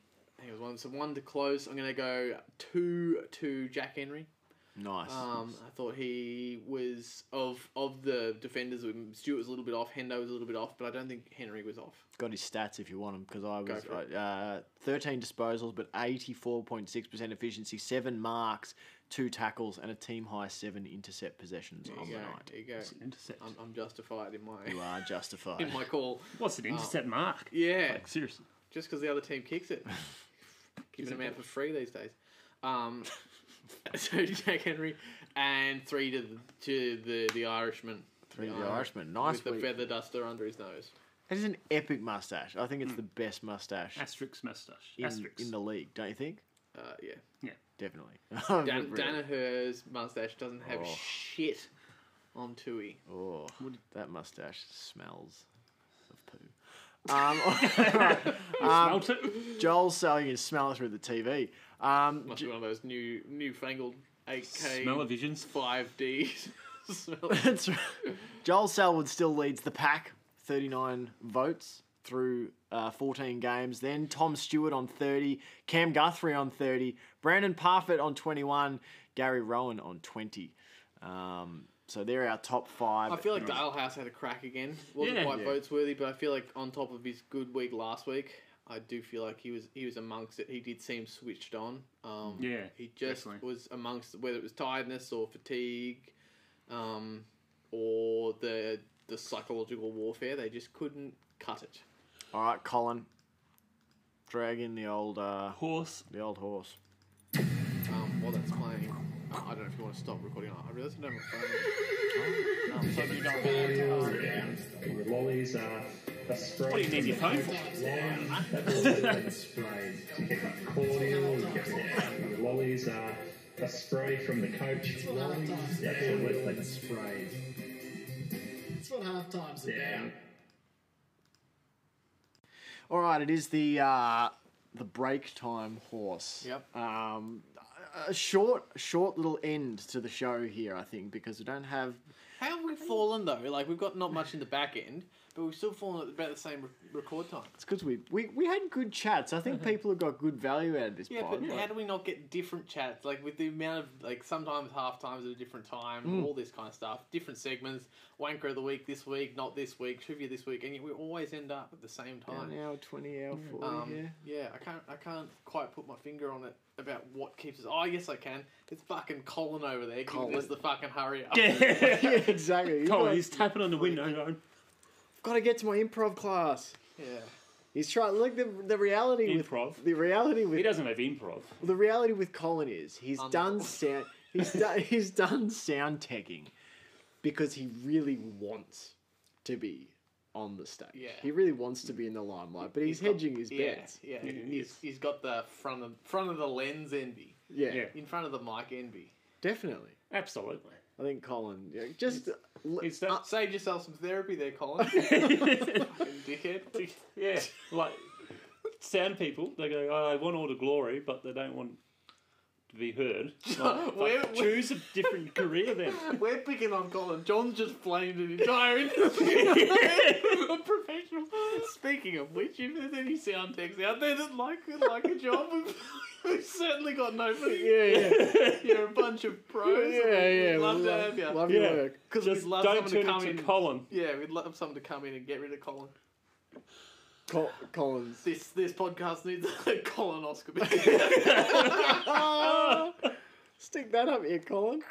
S5: he was one so one to close. I'm gonna go two to Jack Henry.
S4: Nice.
S5: Um, I thought he was of of the defenders. um, Stewart was a little bit off. Hendo was a little bit off, but I don't think Henry was off.
S4: Got his stats if you want them because I was
S5: for
S4: uh, 13 disposals, but 84.6% efficiency, seven marks, two tackles, and a team high seven intercept possessions
S5: There
S4: on
S5: you
S4: the
S5: go.
S4: night.
S5: There you go.
S2: Intercept.
S5: I'm, I'm justified in my
S4: You
S5: *laughs*
S4: are justified.
S5: in my call.
S2: What's an intercept mark?
S5: Yeah,
S2: Like, seriously.
S5: just because the other team kicks
S4: *laughs*
S5: it, giving them out for free these days. Um, *laughs* so Jack Henry and three to the, to the the Irishman.
S4: Three of the
S5: Um,
S4: Irishman. Nice.
S5: with the
S4: week.
S5: feather duster under his nose.
S4: That is an epic mustache. I think it's
S5: Mm.
S4: the best mustache
S2: Asterisk mustache.
S4: in,
S2: Asterisk.
S4: in the league, don't you think?
S5: Uh, yeah,
S4: Definitely. *laughs*
S5: Dan-
S4: Really.
S5: Danaher's mustache doesn't have
S4: Oh.
S5: shit on Tui.
S4: Oh, that mustache smells of poo.
S5: *laughs*
S4: Um, *laughs* alright. Um,
S2: Smelt it.
S4: Joel's selling his smell through the TV. Um,
S5: Must be one of those new newfangled AK
S2: Smell of visions.
S5: five Ds. *laughs* Smell-
S2: *laughs*
S4: *laughs* That's right. Joel Selwood still leads the pack, 39 votes through uh, 14 games. Then Tom Stewart on 30, Cam Guthrie on 30, Brandon Parfitt on 21, Gary Rowan on 20. Um, so they're our top five.
S5: I feel like Dale House had a crack again. Wasn't
S2: Yeah.
S5: quite
S2: Yeah.
S5: votes worthy, but I feel like on top of his good week last week, I do feel like he was he was amongst it. He did seem switched on. Um,
S2: Yeah,
S5: he just
S2: definitely.
S5: was amongst whether it was tiredness or fatigue, um, or the the psychological warfare. They just couldn't cut it.
S4: All right, Colin, drag in the old uh,
S2: Horse.
S4: the old horse.
S5: Um, while that's playing, uh, I don't know if you want to stop recording. or not. I realize I don't have my phone.
S6: Lollies are a spray.
S2: What do you need your phone for?
S6: Lime,
S2: *laughs*
S6: that's all that's been sprayed to get your cordial, you get your lollies are a spray from the coach. Lollies, that's all that's been sprayed.
S7: That's what half time's about.
S6: Yeah.
S4: All right, it is the uh, the break time horse.
S5: Yep.
S4: Um, a short, short little end to the show here, I think, because we don't have.
S5: How have we fallen though? Like we've got not much in the back end, but we've still fallen at about the same re- record time.
S4: It's because we, we we had good chats. I think people have got good value out of this
S5: Mm-hmm. Yeah,
S4: pod.
S5: but how do we not get different chats? Like with the amount of like sometimes half times at a different time, all this kind of stuff, different segments, wanker of the week this week, not this week, trivia this week, and yet we always end up at the same time.
S4: An hour, twenty hour, *laughs* forty.
S5: Um,
S4: Oh, yeah.
S5: yeah, I can't, I can't quite put my finger on it about what keeps us. Oh, yes, I can. It's fucking Colin over there.
S4: Colin.
S5: Colin. us the fucking hurry up.
S4: yeah,
S2: *laughs* Yeah.
S5: *laughs*
S4: exactly. You've
S2: Colin,
S4: got,
S2: he's tapping on the window. going,
S4: got to get to my improv class.
S5: Yeah.
S4: He's trying. Like the the reality
S2: Improv.
S4: with the reality
S2: He
S4: with
S2: doesn't have improv.
S4: the reality with Colin is he's done sound
S5: *laughs*
S4: he's done he's done sound tagging because he really wants to be on the stage.
S5: Yeah.
S4: He really wants to be in the limelight, but he's hedging his
S5: Yeah,
S4: bets.
S5: yeah.
S2: Yeah, he
S5: He's,
S2: is.
S5: he's got the front of front of the lens envy,
S4: Yeah,
S2: Yeah.
S5: in front of the mic envy.
S4: definitely.
S2: Absolutely.
S4: I think Colin yeah, just l-
S2: It's that.
S5: Save yourself some therapy there,
S4: *laughs*
S5: Colin. Fucking dickhead.
S2: *laughs*
S5: *laughs*
S2: yeah, like sound people. They go, oh, "I want all the glory, but they don't want to be
S5: *laughs*
S2: heard." Like,
S5: Where-
S2: fuck,
S5: where-
S2: choose a different career then.
S5: *laughs* We're picking on Colin. John's just flamed an
S4: *laughs*
S5: entire *laughs* industry. Unprofessional. Speaking of which, if there's any sound techs out there that like like a job, *laughs* we've, we've certainly got no
S4: yeah, yeah,
S5: You're a bunch of pros.
S4: yeah, yeah.
S5: We'd love
S4: we
S5: to have you.
S4: Love
S2: Yeah.
S4: your work.
S5: Because we'd
S2: Just
S5: love
S2: don't
S5: someone to
S2: turn
S5: come
S2: into
S5: in.
S2: Colin.
S5: yeah, we'd love someone to come in and get rid of Colin.
S4: Col-
S5: *laughs*
S4: Colin's
S5: This this podcast needs a *laughs* colonoscopy.
S4: Ah. Stick that up your *laughs* Colin.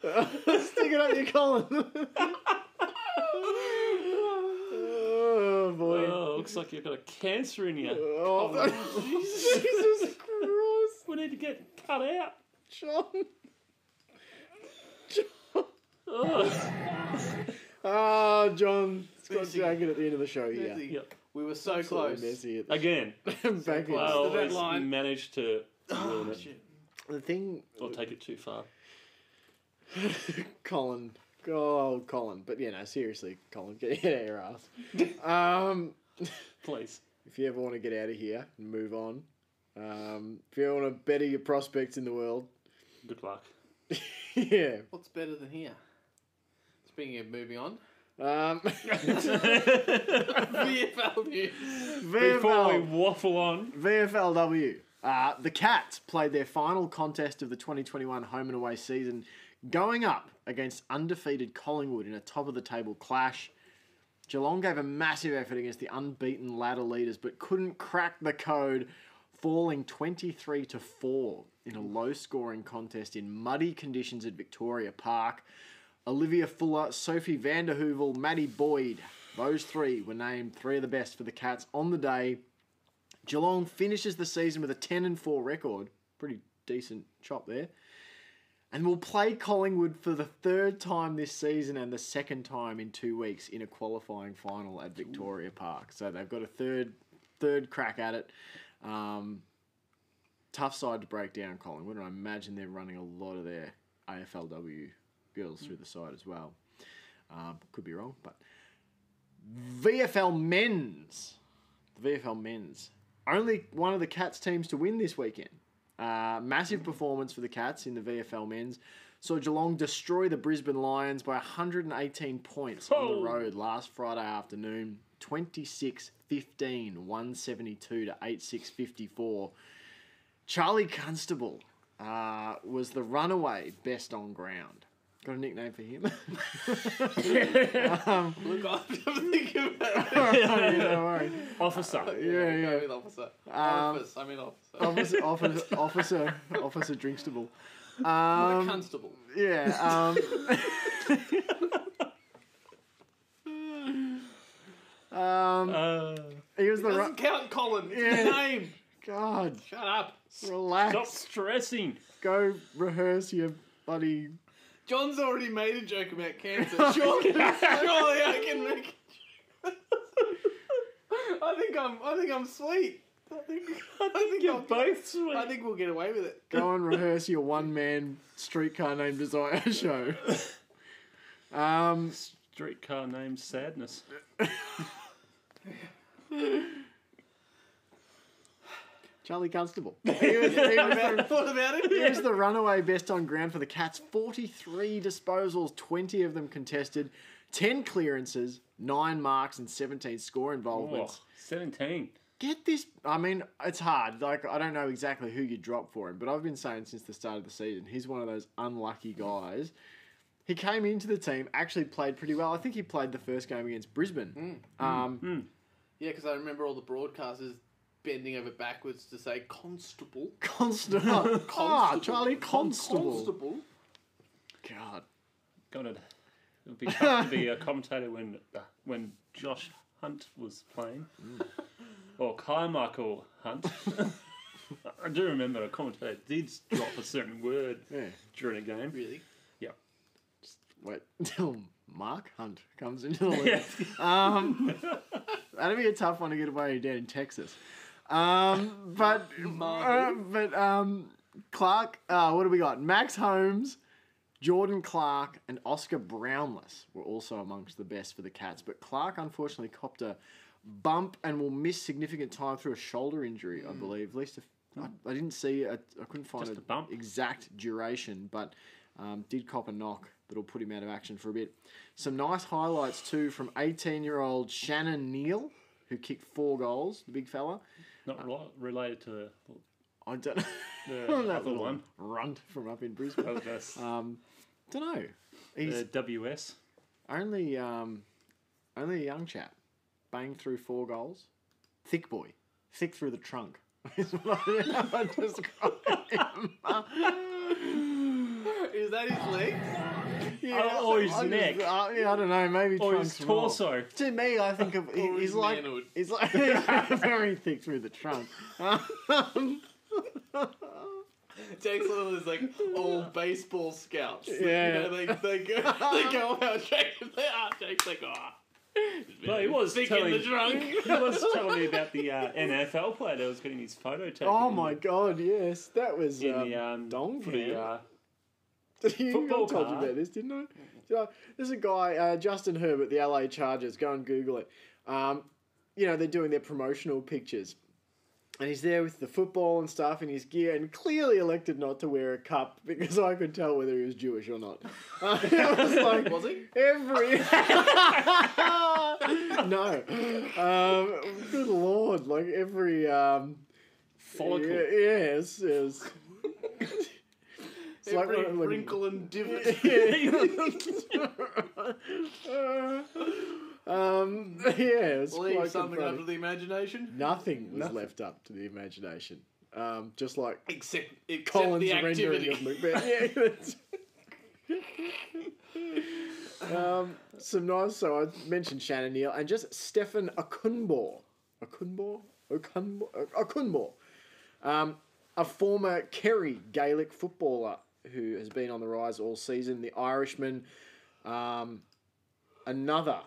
S4: Stick it up your Colin. *laughs* oh boy.
S2: Oh, looks like you've got a cancer in you.
S4: Oh, *laughs* Jesus Christ,
S2: We need to get cut out.
S4: John. John.
S2: Oh. *laughs*
S4: Ah, John. It's got jagged at the end of the show here.
S5: Messy.
S2: Yep.
S5: We were so
S4: Sort of
S5: close.
S4: messy at
S5: *laughs*
S4: the
S2: Again,
S4: *laughs* back end.
S2: I
S5: Wow.
S2: always
S5: deadline.
S2: manage to ruin
S5: Oh,
S2: it
S5: shit.
S4: The thing,
S2: or take it too far.
S4: *laughs* Colin. Oh, Colin. But, you know, seriously, Colin, *laughs* get out of your ass. um,
S2: Please.
S4: if you ever want to get out of here and move on, um, if you want to better your prospects in the world, *laughs*
S2: Good luck.
S4: yeah.
S5: What's better than here? Speaking of moving on, *laughs*
S4: Um, *laughs*
S5: VFL news.
S2: Before we
S4: VFL,
S2: waffle on,
S4: VFLW. Uh, the Cats played their final contest of the 2021 home and away season, going up against undefeated Collingwood in a top of the table clash. Geelong gave a massive effort against the unbeaten ladder leaders, but couldn't crack the code, falling 23 to 4 in a low scoring contest in muddy conditions at Victoria Park. Olivia Fuller, Sophie Vanderhoovel, Maddie Boyd, those three were named three of the best for the Cats on the day. Geelong finishes the season with a 10 and 4 record. Pretty decent chop there. And will play Collingwood for the third time this season and the second time in two weeks in a qualifying final at Victoria Park. So they've got a third third crack at it. Um, tough side to break down, Collingwood, and I imagine they're running a lot of their AFLW girls through the side as well. Um, could be wrong, but VFL men's the VFL men's. Only one of the Cats teams to win this weekend. Uh, massive performance for the Cats in the VFL men's. Saw Geelong destroy the Brisbane Lions by 118 points on
S2: Oh.
S4: the road last Friday afternoon. 26 15, 172 to 86 54. Charlie Constable uh, was the runaway best on ground. Got a nickname for him? *laughs*
S5: Look, I have to think about it.
S4: yeah, don't worry.
S2: officer.
S4: Yeah, yeah.
S5: I mean officer.
S4: Um,
S5: office. I mean officer.
S4: officer, officer, officer, officer *laughs* drinkstable. Um,
S5: Not a constable.
S4: Yeah. Um, *laughs* um,
S2: Uh,
S4: he was the
S5: Doesn't
S4: ru-
S5: count, Colin. It's
S4: Yeah.
S5: your name.
S4: God.
S5: Shut up.
S2: stop
S4: Relax.
S2: stressing.
S4: Go rehearse your bloody.
S5: John's already made a joke about
S4: *laughs*
S5: cancer. Surely, surely I can make. a joke. *laughs* I think I'm. I think I'm sweet. I think. I think,
S2: You're
S5: I'll-
S2: both sweet.
S5: I think we'll get away with it. *laughs*
S4: Go and rehearse your one man streetcar named Desire show. Um,
S2: Streetcar named Sadness.
S5: *laughs*
S4: Charlie Constable. He was- he was the
S5: What about it?
S4: Here's the runaway best on ground for the Cats 43 disposals, 20 of them contested, 10 clearances, 9 marks, and 17 score
S2: Oh,
S4: involvements.
S2: 17.
S4: Get this. I mean, it's hard. Like, I don't know exactly who you drop for him, but I've been saying since the start of the season, he's one of those unlucky guys. He came into the team, actually played pretty well. I think he played the first game against Brisbane. Um,
S5: Yeah, because I remember all the broadcasters bending over backwards to say constable.
S4: *laughs* Constable. Ah,
S5: Constable.
S4: Charlie Constable.
S5: Constable.
S4: God.
S2: God, it would be uh, tough to be a commentator when when Josh Hunt was playing or Carmichael Hunt. I do remember a commentator did drop a certain word
S4: Yeah.
S2: during a game.
S5: Really?
S4: Wait *laughs* till Mark Hunt comes into the league. um, that'd be a tough one to get away down in Texas. Um, but uh, but um, Clark, uh, what do we got? Max Holmes, Jordan Clark, and Oscar Brownless were also amongst the best for the Cats. But Clark unfortunately copped a bump and will miss significant time through a shoulder injury, I believe. At least if, I, I didn't see, I, I couldn't find
S2: Hmm. Just
S4: a
S2: a bump.
S4: exact duration, but um, did cop a knock that'll put him out of action for a bit. Some nice highlights too from 18 year old Shannon Neal, who kicked four goals, the big fella.
S2: *laughs* Not rel- related to the,
S4: I don't know. *laughs*
S2: the
S4: that
S2: other
S4: little
S2: one.
S4: runt from up in Brisbane.
S2: *laughs* Oh,
S4: *laughs*
S2: that's
S4: Um, don't know. He's
S2: the WS.
S4: only um, only a young chap, banged through four goals. Thick boy, thick through the trunk. *laughs* Is what I, *laughs* I describe
S2: *laughs*
S4: him.
S5: Is that his legs?
S4: Yeah,
S2: Oh, or his
S4: I just-
S2: neck.
S4: uh, yeah, I don't know. Maybe
S2: Or
S4: trunk's
S2: his
S4: more.
S2: torso.
S4: To me, I think of he,
S5: Or
S4: he's
S5: his
S4: like
S5: manhood.
S4: he's like *laughs* very thick through the trunk. Um,
S5: *laughs* Jake's one of those like old baseball scouts.
S4: Yeah.
S5: *laughs* You know, they, they, go, they go how attractive they are. Jake's like, ah.
S2: No, he was
S5: Thick
S2: telling
S5: in the trunk.
S2: *laughs* he
S5: *laughs*
S2: was telling me about the uh, NFL player that was getting his photo taken.
S4: oh
S2: in-
S4: my god, yes, that was
S2: In
S4: um,
S2: the um,
S4: Dong
S2: for the,
S4: Fan.
S2: uh,
S4: *laughs* you
S2: Football
S4: I told you
S2: card.
S4: about this, didn't I? Did I? There's a guy, uh, Justin Herbert, the LA Chargers. Go and Google it. Um, you know, they're doing their promotional pictures. And he's there with the football and stuff in his gear, and clearly elected not to wear a cup *laughs* because I could tell whether he was Jewish or not. *laughs* Uh, it was like
S5: Was he? *laughs*
S4: every *laughs* no, um, good lord! Like every um,
S2: follicle.
S4: yeah, yes, yes. it's
S5: Every
S4: one of the-
S5: wrinkle and
S4: *laughs*
S5: divot.
S4: um, yeah, it's
S5: Leave
S4: quite
S5: something up to
S4: confronting.
S5: the imagination.
S4: Nothing was left up to the imagination. Um, just like
S5: Except, except
S4: Colin's
S5: the
S4: rendering
S5: activity.
S4: of Macbeth. Yeah,
S5: *laughs*
S4: that's- um, some nice. So I mentioned Shannon Neal and just Stefan Akunbor. Akunbor? Akunbor? Akunbor. Um, a former Kerry Gaelic footballer who has been on the rise all season. The Irishman. Um, another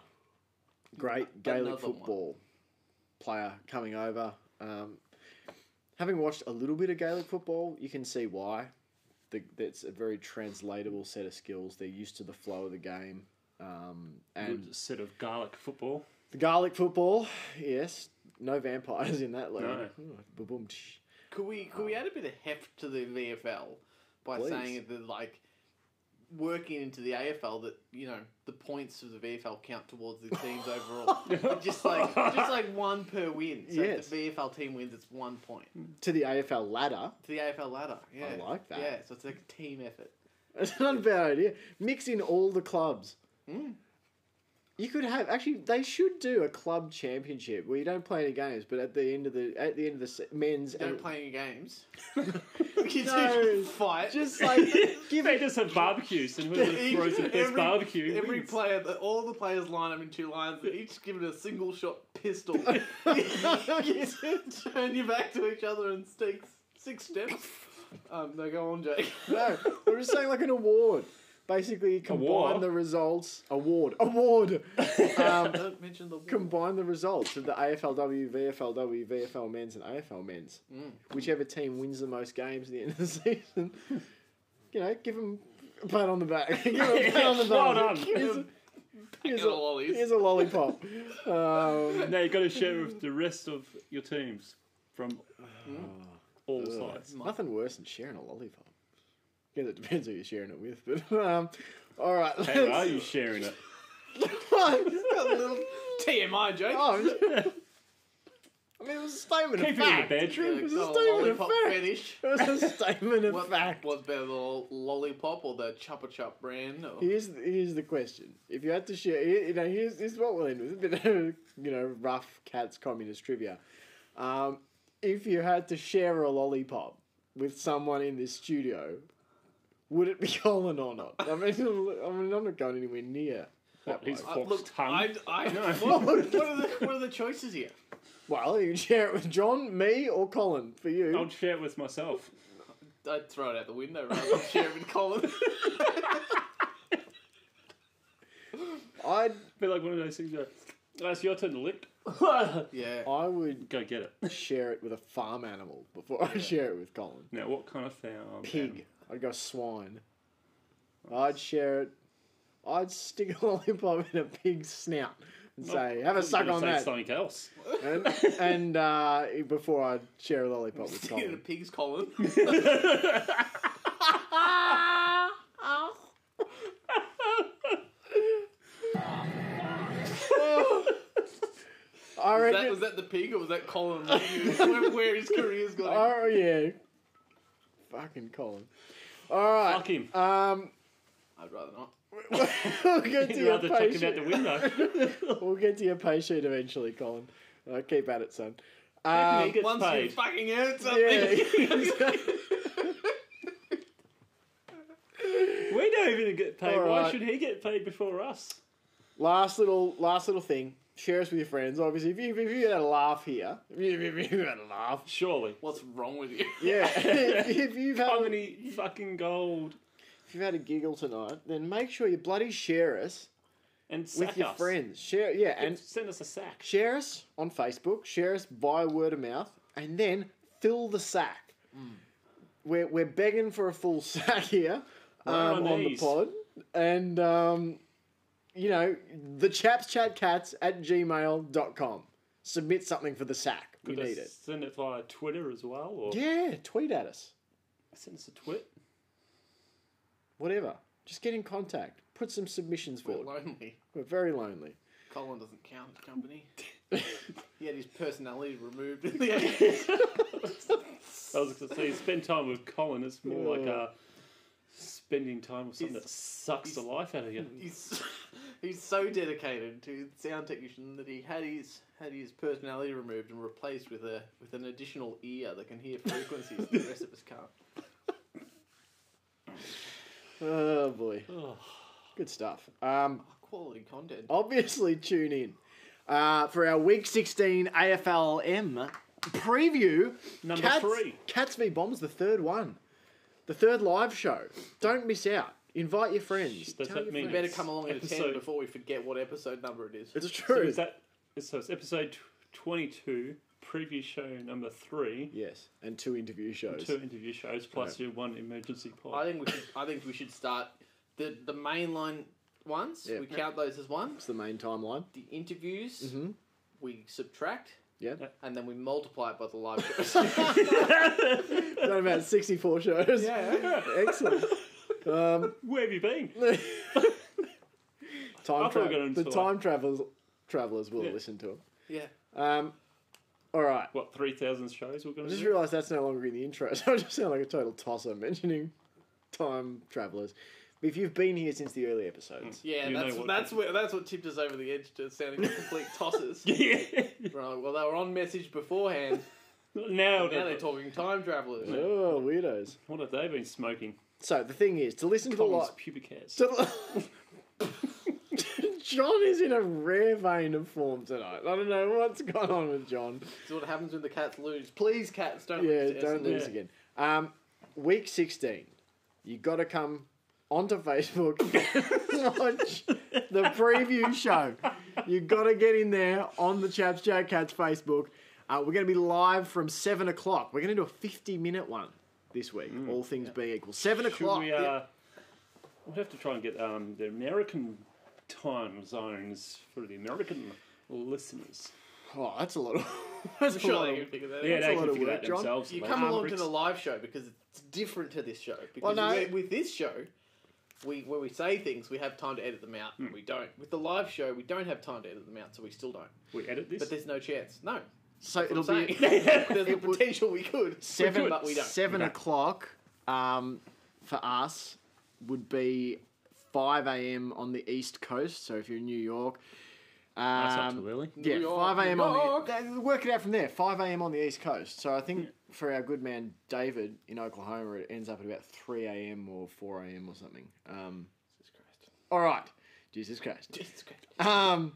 S4: great Gaelic
S5: Another one.
S4: football player coming over. Um, having watched a little bit of Gaelic football, you can see why. The, that's a very translatable set of skills. They're used to the flow of the game. Um, and
S2: Good set of garlic football.
S4: the Gaelic football, yes, no vampires in that league.
S2: No.
S4: Oh, ba-boom, tsh.
S5: Could we could we add a bit of heft to the VFL by
S4: Um, Please.
S5: saying that like working into the AFL that you know the points of the VFL count towards the teams
S4: *laughs*
S5: overall. just like just like one per win. So
S4: Yes.
S5: if the VFL team wins, it's one point
S4: To the AFL ladder. *laughs*
S5: to the AFL ladder. Yeah,
S4: like that.
S5: Yeah, so it's like a team effort.
S4: That's not a bad idea. Mix in all the clubs. You could have actually. They should do a club championship where you don't play any games, but at the end of the at the end of the se- men's
S5: You don't
S4: and
S5: play any
S4: *laughs*
S5: games. you
S4: No.
S5: do fight.
S4: just like give
S2: They
S4: it.
S2: just have barbecues, and
S4: *laughs*
S2: whoever
S5: Each-
S2: throws the best barbecue
S5: Every
S2: wins.
S5: player, the- all the players line up in two lines, and each given a single shot
S4: *laughs*
S5: pistol. Turn your back to each other and take six steps. Um, no, go on, Jake.
S4: No, we're just saying like an award. Basically, you combine
S2: war?
S4: the results. Award. Award. Um,
S5: Don't mention the war.
S4: combine the results of the AFLW, VFLW, VFL men's, and AFL men's. Whichever team wins the most games at the end of the *laughs* season, you know, give them a pat on the back. *laughs* give 'em a pat on the back.
S2: Well done.
S4: Here's, a- here's
S5: Get the
S4: a,
S5: lollies.
S4: here's a
S2: *laughs*
S4: lollipop. Um,
S2: Now you've got to share with the rest of your teams from
S4: Oh,
S2: all sides.
S4: nothing worse than sharing a lollipop. I guess it depends who you're sharing it with, but um, all right.
S2: How are
S4: let's- *laughs*
S5: *laughs*
S2: you sharing it?
S5: Got a little TMI, Jake.
S4: *laughs* Oh, I'm just- I mean, it was a statement of
S2: Keep it in your
S4: fact. Oh,
S2: bedroom.
S5: Got
S4: was
S5: a
S4: a statement of
S5: lollipop
S4: fact.
S5: fetish.
S4: It was *laughs* a statement of
S5: What,
S4: fact.
S5: What's better, the lo- lollipop or the Chupa Chup brand? *laughs* Or...
S4: Here's here's the question: If you had to share, you know, here's this is what we'll end with a bit of you know rough cats communist trivia. Um, if you had to share a lollipop with someone in this studio, would it be *laughs* Colin or not? I mean, *laughs* I mean, I'm not going anywhere near. *laughs*
S2: What, his
S5: Uh,
S2: forked
S5: look,
S2: tongue.
S5: I, I, *laughs*
S2: No. *laughs*
S5: what, what, are the, what are the choices here?
S4: Well, you can share it with John, me, or Colin for you.
S2: I'll share it with myself.
S5: I'd throw it out the window rather than share it with Colin.
S4: I'd,
S2: Be like one of those things where, "Oh, it's your turn to lick.
S5: yeah.
S4: I would
S2: Go get it.
S4: share it with a farm animal before I share it with Colin.
S2: Now, what kind of um, foul?
S4: Pig. I'd go swine. I'd share it. I'd stick a *laughs* lollipop in a pig's snout
S2: *laughs*
S4: and say, "Have a suck on
S2: say
S4: that."
S2: Something else.
S4: And, and uh, before I'd share a lollipop
S5: *laughs*
S2: *laughs*
S4: with
S5: Sticking it in a
S4: Colin.
S5: pig's colon.
S4: I
S5: Was that,
S4: reckon.
S5: was that the pig or was that Colin? where, where his career's going?
S4: Oh yeah. Fucking Colin. All right.
S2: Fuck him. *laughs*
S4: Um, *laughs*
S5: I'd rather not.
S4: we'll get to
S2: You'd
S4: your
S2: rather chuck him
S4: patient.
S2: out the window. *laughs*
S4: We'll get to your pay sheet eventually, Colin. Uh, keep at it, son. *laughs*
S2: He
S4: Um,
S2: gets
S5: Once you
S2: paid.
S5: fucking earn something.
S4: yeah.
S2: We don't even get paid.
S4: All
S2: Why
S4: right.
S2: should he get paid before us?
S4: last little, last little thing. Share us with your friends. Obviously, if you if you had a laugh here, if you, if you had a laugh,
S2: Surely.
S5: What's wrong with you?
S4: yeah. *laughs* if you've had
S2: How
S4: a,
S2: many fucking gold
S4: if you've had a giggle tonight, then make sure you bloody share us
S2: and
S4: with
S2: sack
S4: your
S2: us.
S4: friends. Share, yeah,
S2: And
S4: and
S2: send us a sack.
S4: share us on Facebook. Share us by word of mouth, and then fill the sack.
S2: Mm.
S4: We're we're begging for a full *laughs* sack here.
S2: on
S4: um, on the
S2: these.
S4: pod. And, um, you know, the chaps chat cats at gmail.com. Submit something for the sack. We
S2: Could I
S4: need it.
S2: Send it via Twitter as well, or
S4: Yeah, tweet at us.
S2: send us a twit.
S4: Whatever. Just get in contact. Put some submissions *laughs*
S5: We're *laughs*
S4: forward.
S5: lonely.
S4: We're very lonely.
S5: Colin doesn't count as company. he had his personality removed *laughs* in the 80s.
S2: I was going to say spend time with Colin. It's more like
S4: Yeah.
S2: uh, spending time with something
S5: He's-
S2: that sucks the
S5: he's-
S2: life out of you.
S5: He's, he's so dedicated to sound technician that he had his had his personality removed and replaced with a with an additional ear that can hear frequencies that the rest of us can't.
S4: Oh, boy. Good stuff. Um,
S5: Quality content.
S4: Oh, obviously, tune in uh, for our Week 16 AFLM preview.
S2: Number
S4: Cats,
S2: three.
S4: Cats v Bombs, the third one. The third live show. Don't miss out. Invite your friends.
S2: Does
S4: Tell
S2: that
S4: your
S2: mean
S5: You
S4: friends.
S5: better come along and attend
S2: Episode-
S5: before we forget what episode number it is.
S4: It's
S2: So
S4: true.
S2: is that so? It's episode tw- twenty-two, preview show number three,
S4: yes, and two interview shows.
S2: two interview shows plus your one emergency
S5: I
S2: pod.
S5: think we should. I think we should start the the mainline ones.
S4: Yeah.
S5: We count those as one.
S4: It's the main timeline.
S5: The interviews
S4: Mhm.
S5: we subtract
S4: Yeah,
S5: and then we multiply it by the live shows. *laughs*
S4: done about sixty-four shows.
S5: yeah.
S4: excellent. Um,
S2: *laughs* Where have you been?
S4: time
S2: thought we were
S4: tra-
S2: going to
S4: the
S2: like-
S4: time travelers travelers will
S2: Yeah.
S4: listen to
S5: Yeah.
S4: it. Um, all right.
S2: What three thousand shows we're
S4: I
S2: going to
S4: just
S2: do?
S4: realised that's no longer in the intro, *laughs* so I just sound like a total tosser mentioning time travelers. But if you've been here since the early episodes,
S5: Yeah,
S2: You know
S5: that's
S2: what-
S5: that's where, that's what tipped us over the edge to sounding like
S4: *laughs*
S5: complete tosses.
S2: *laughs* yeah.
S5: Right. Well, they were on message
S4: *laughs*
S5: beforehand.
S2: now,
S5: now they're talking time travelers.
S4: oh weirdos.
S2: what have they been smoking?
S4: So the thing is to listen to a
S2: Colin's
S4: lot.
S2: pubic hairs.
S4: So- *laughs* John is in a rare vein of form tonight. I don't know what's gone on with John.
S5: That's what happens when the cats lose. Please, cats, don't
S4: Yeah,
S5: lose. to
S4: don't
S5: SNL.
S4: lose again. Um, week 16. You got to come onto Facebook *laughs* and watch the preview show. You got to get in there on the Chaps Jack Cats Facebook. Uh, we're going to be live from 7 o'clock. We're going to do a 50 minute one this week,
S5: Mm.
S4: all things being equal. 7
S2: Should
S4: o'clock.
S2: we? Uh, we'll have to try and get um, the American time zones for the American listeners.
S4: oh, that's a lot of. *laughs* That's
S5: I'm
S4: a
S5: sure
S4: lot
S5: they
S4: of
S5: can figure that out.
S2: Yeah,
S4: a
S2: they
S4: lot
S2: can
S4: of
S2: figure
S4: work,
S2: that
S4: John.
S2: themselves.
S5: You
S2: mate.
S5: come along to
S2: Bricks.
S5: the live show because it's different to this show.
S4: Well,
S5: Because
S4: no.
S5: we- with this show, we when we say things, we have time to edit them out,
S4: Hmm.
S5: and we don't. With the live show, we don't have time to edit them out, so we still don't.
S2: We edit this.
S5: But there's no chance. No,
S4: So it'll
S5: I'm *laughs* saying
S4: be.
S5: there's the
S4: *laughs* It would-
S5: potential we could.
S4: seven,
S5: but we don't.
S4: seven o'clock um, for us would be 5 a.m. on the East Coast. So if you're in New York,
S2: That's not
S4: um,
S2: too early.
S4: yeah,
S5: New York,
S4: 5 a.m.
S5: New
S4: on
S5: York.
S4: the that- work it out from there. 5 a.m. on the East Coast. So I think for our good man David in Oklahoma, it ends up at about 3 a.m. or 4 a.m. or something. Um,
S5: Jesus Christ. *laughs*
S4: all right, Jesus Christ.
S5: Jesus Christ.
S4: Um,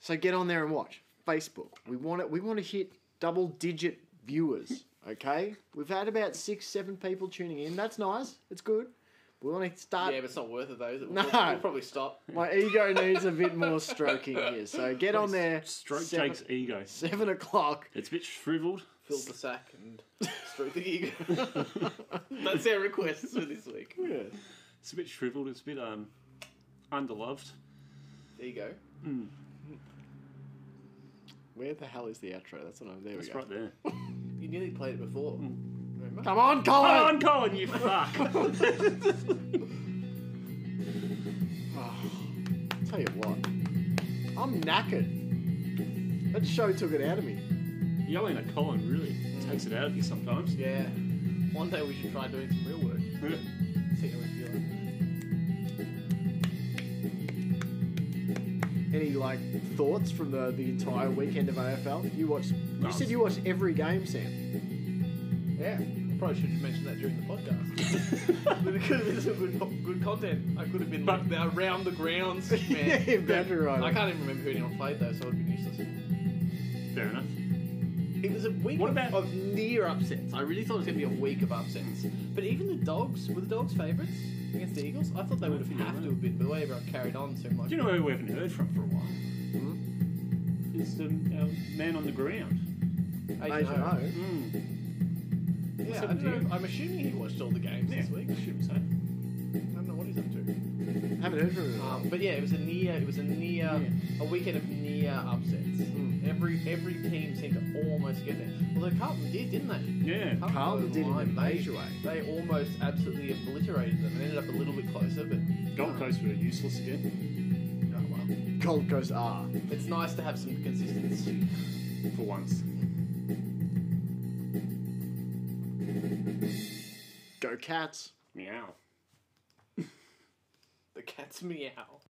S4: so get on there and watch. Facebook. We want it. We want to hit double digit viewers. Okay, we've had about six, seven people tuning in. That's nice. It's good. We want to start.
S5: Yeah, but it's not worth it though. Is it?
S4: No.
S5: We'll, we'll probably stop.
S4: My ego needs a bit more stroking here. So get on there.
S2: Stroke
S4: seven,
S2: Jake's ego.
S4: seven o'clock.
S2: It's a bit shriveled.
S5: Fill the sack and stroke the ego. *laughs* That's our request for this week.
S4: Yeah.
S2: It's a bit shriveled. It's a bit um, underloved.
S5: There you go.
S4: Where the hell is the outro? That's what I'm. There
S2: It's
S4: we go.
S2: right *laughs* there.
S5: You nearly played it before.
S4: Come on, Colin.
S2: Oh, I'm calling you fuck.
S4: Tell you what, I'm knackered. That show took it out of me.
S2: Yelling at Colin really takes it out of you sometimes.
S5: Yeah. One day we should try doing some real work. See how we feel.
S4: Any like thoughts from the, the entire weekend of AFL? You watched. You said you watched every game, Sam.
S5: Yeah. I probably should have mentioned that during the podcast. *laughs* but it could have been some good, good content. I could have been like around the *laughs* grounds, man.
S4: *laughs* Yeah, better right.
S5: I can't even remember who anyone played though, so it would have been useless.
S2: Fair enough.
S5: It was a week
S2: What
S5: of-
S2: about-
S5: of near upsets. I really thought it was going to be a week of upsets. But even the dogs were the dogs favourites against the Eagles. I thought they would have
S2: think they
S5: have
S2: were.
S5: to have been, but the way everyone carried on seemed like
S2: Do you know who we haven't heard from for a while? It's the um, man on the ground.
S4: I don't know.
S5: Yeah, I
S2: happened to
S5: don't
S2: you?
S5: know. I'm assuming he watched all the games this week.
S2: I should
S5: I
S2: say.
S5: don't know what he's up to.
S4: Haven't heard from him.
S5: Um, but yeah, it was a near, it was a near, a weekend of near upsets. Every every team seemed to almost get there. Although Carlton did, didn't they?
S2: Yeah.
S4: Carlton did in a
S5: They-
S4: major way.
S5: They almost absolutely obliterated them and ended up a little bit closer, but
S2: Gold Coast were useless again.
S5: oh well.
S4: Gold Coast ah, R.
S5: It's nice to have some consistency. *laughs*
S2: For once.
S4: Go Cats.
S2: Meow.
S5: The cat's meow.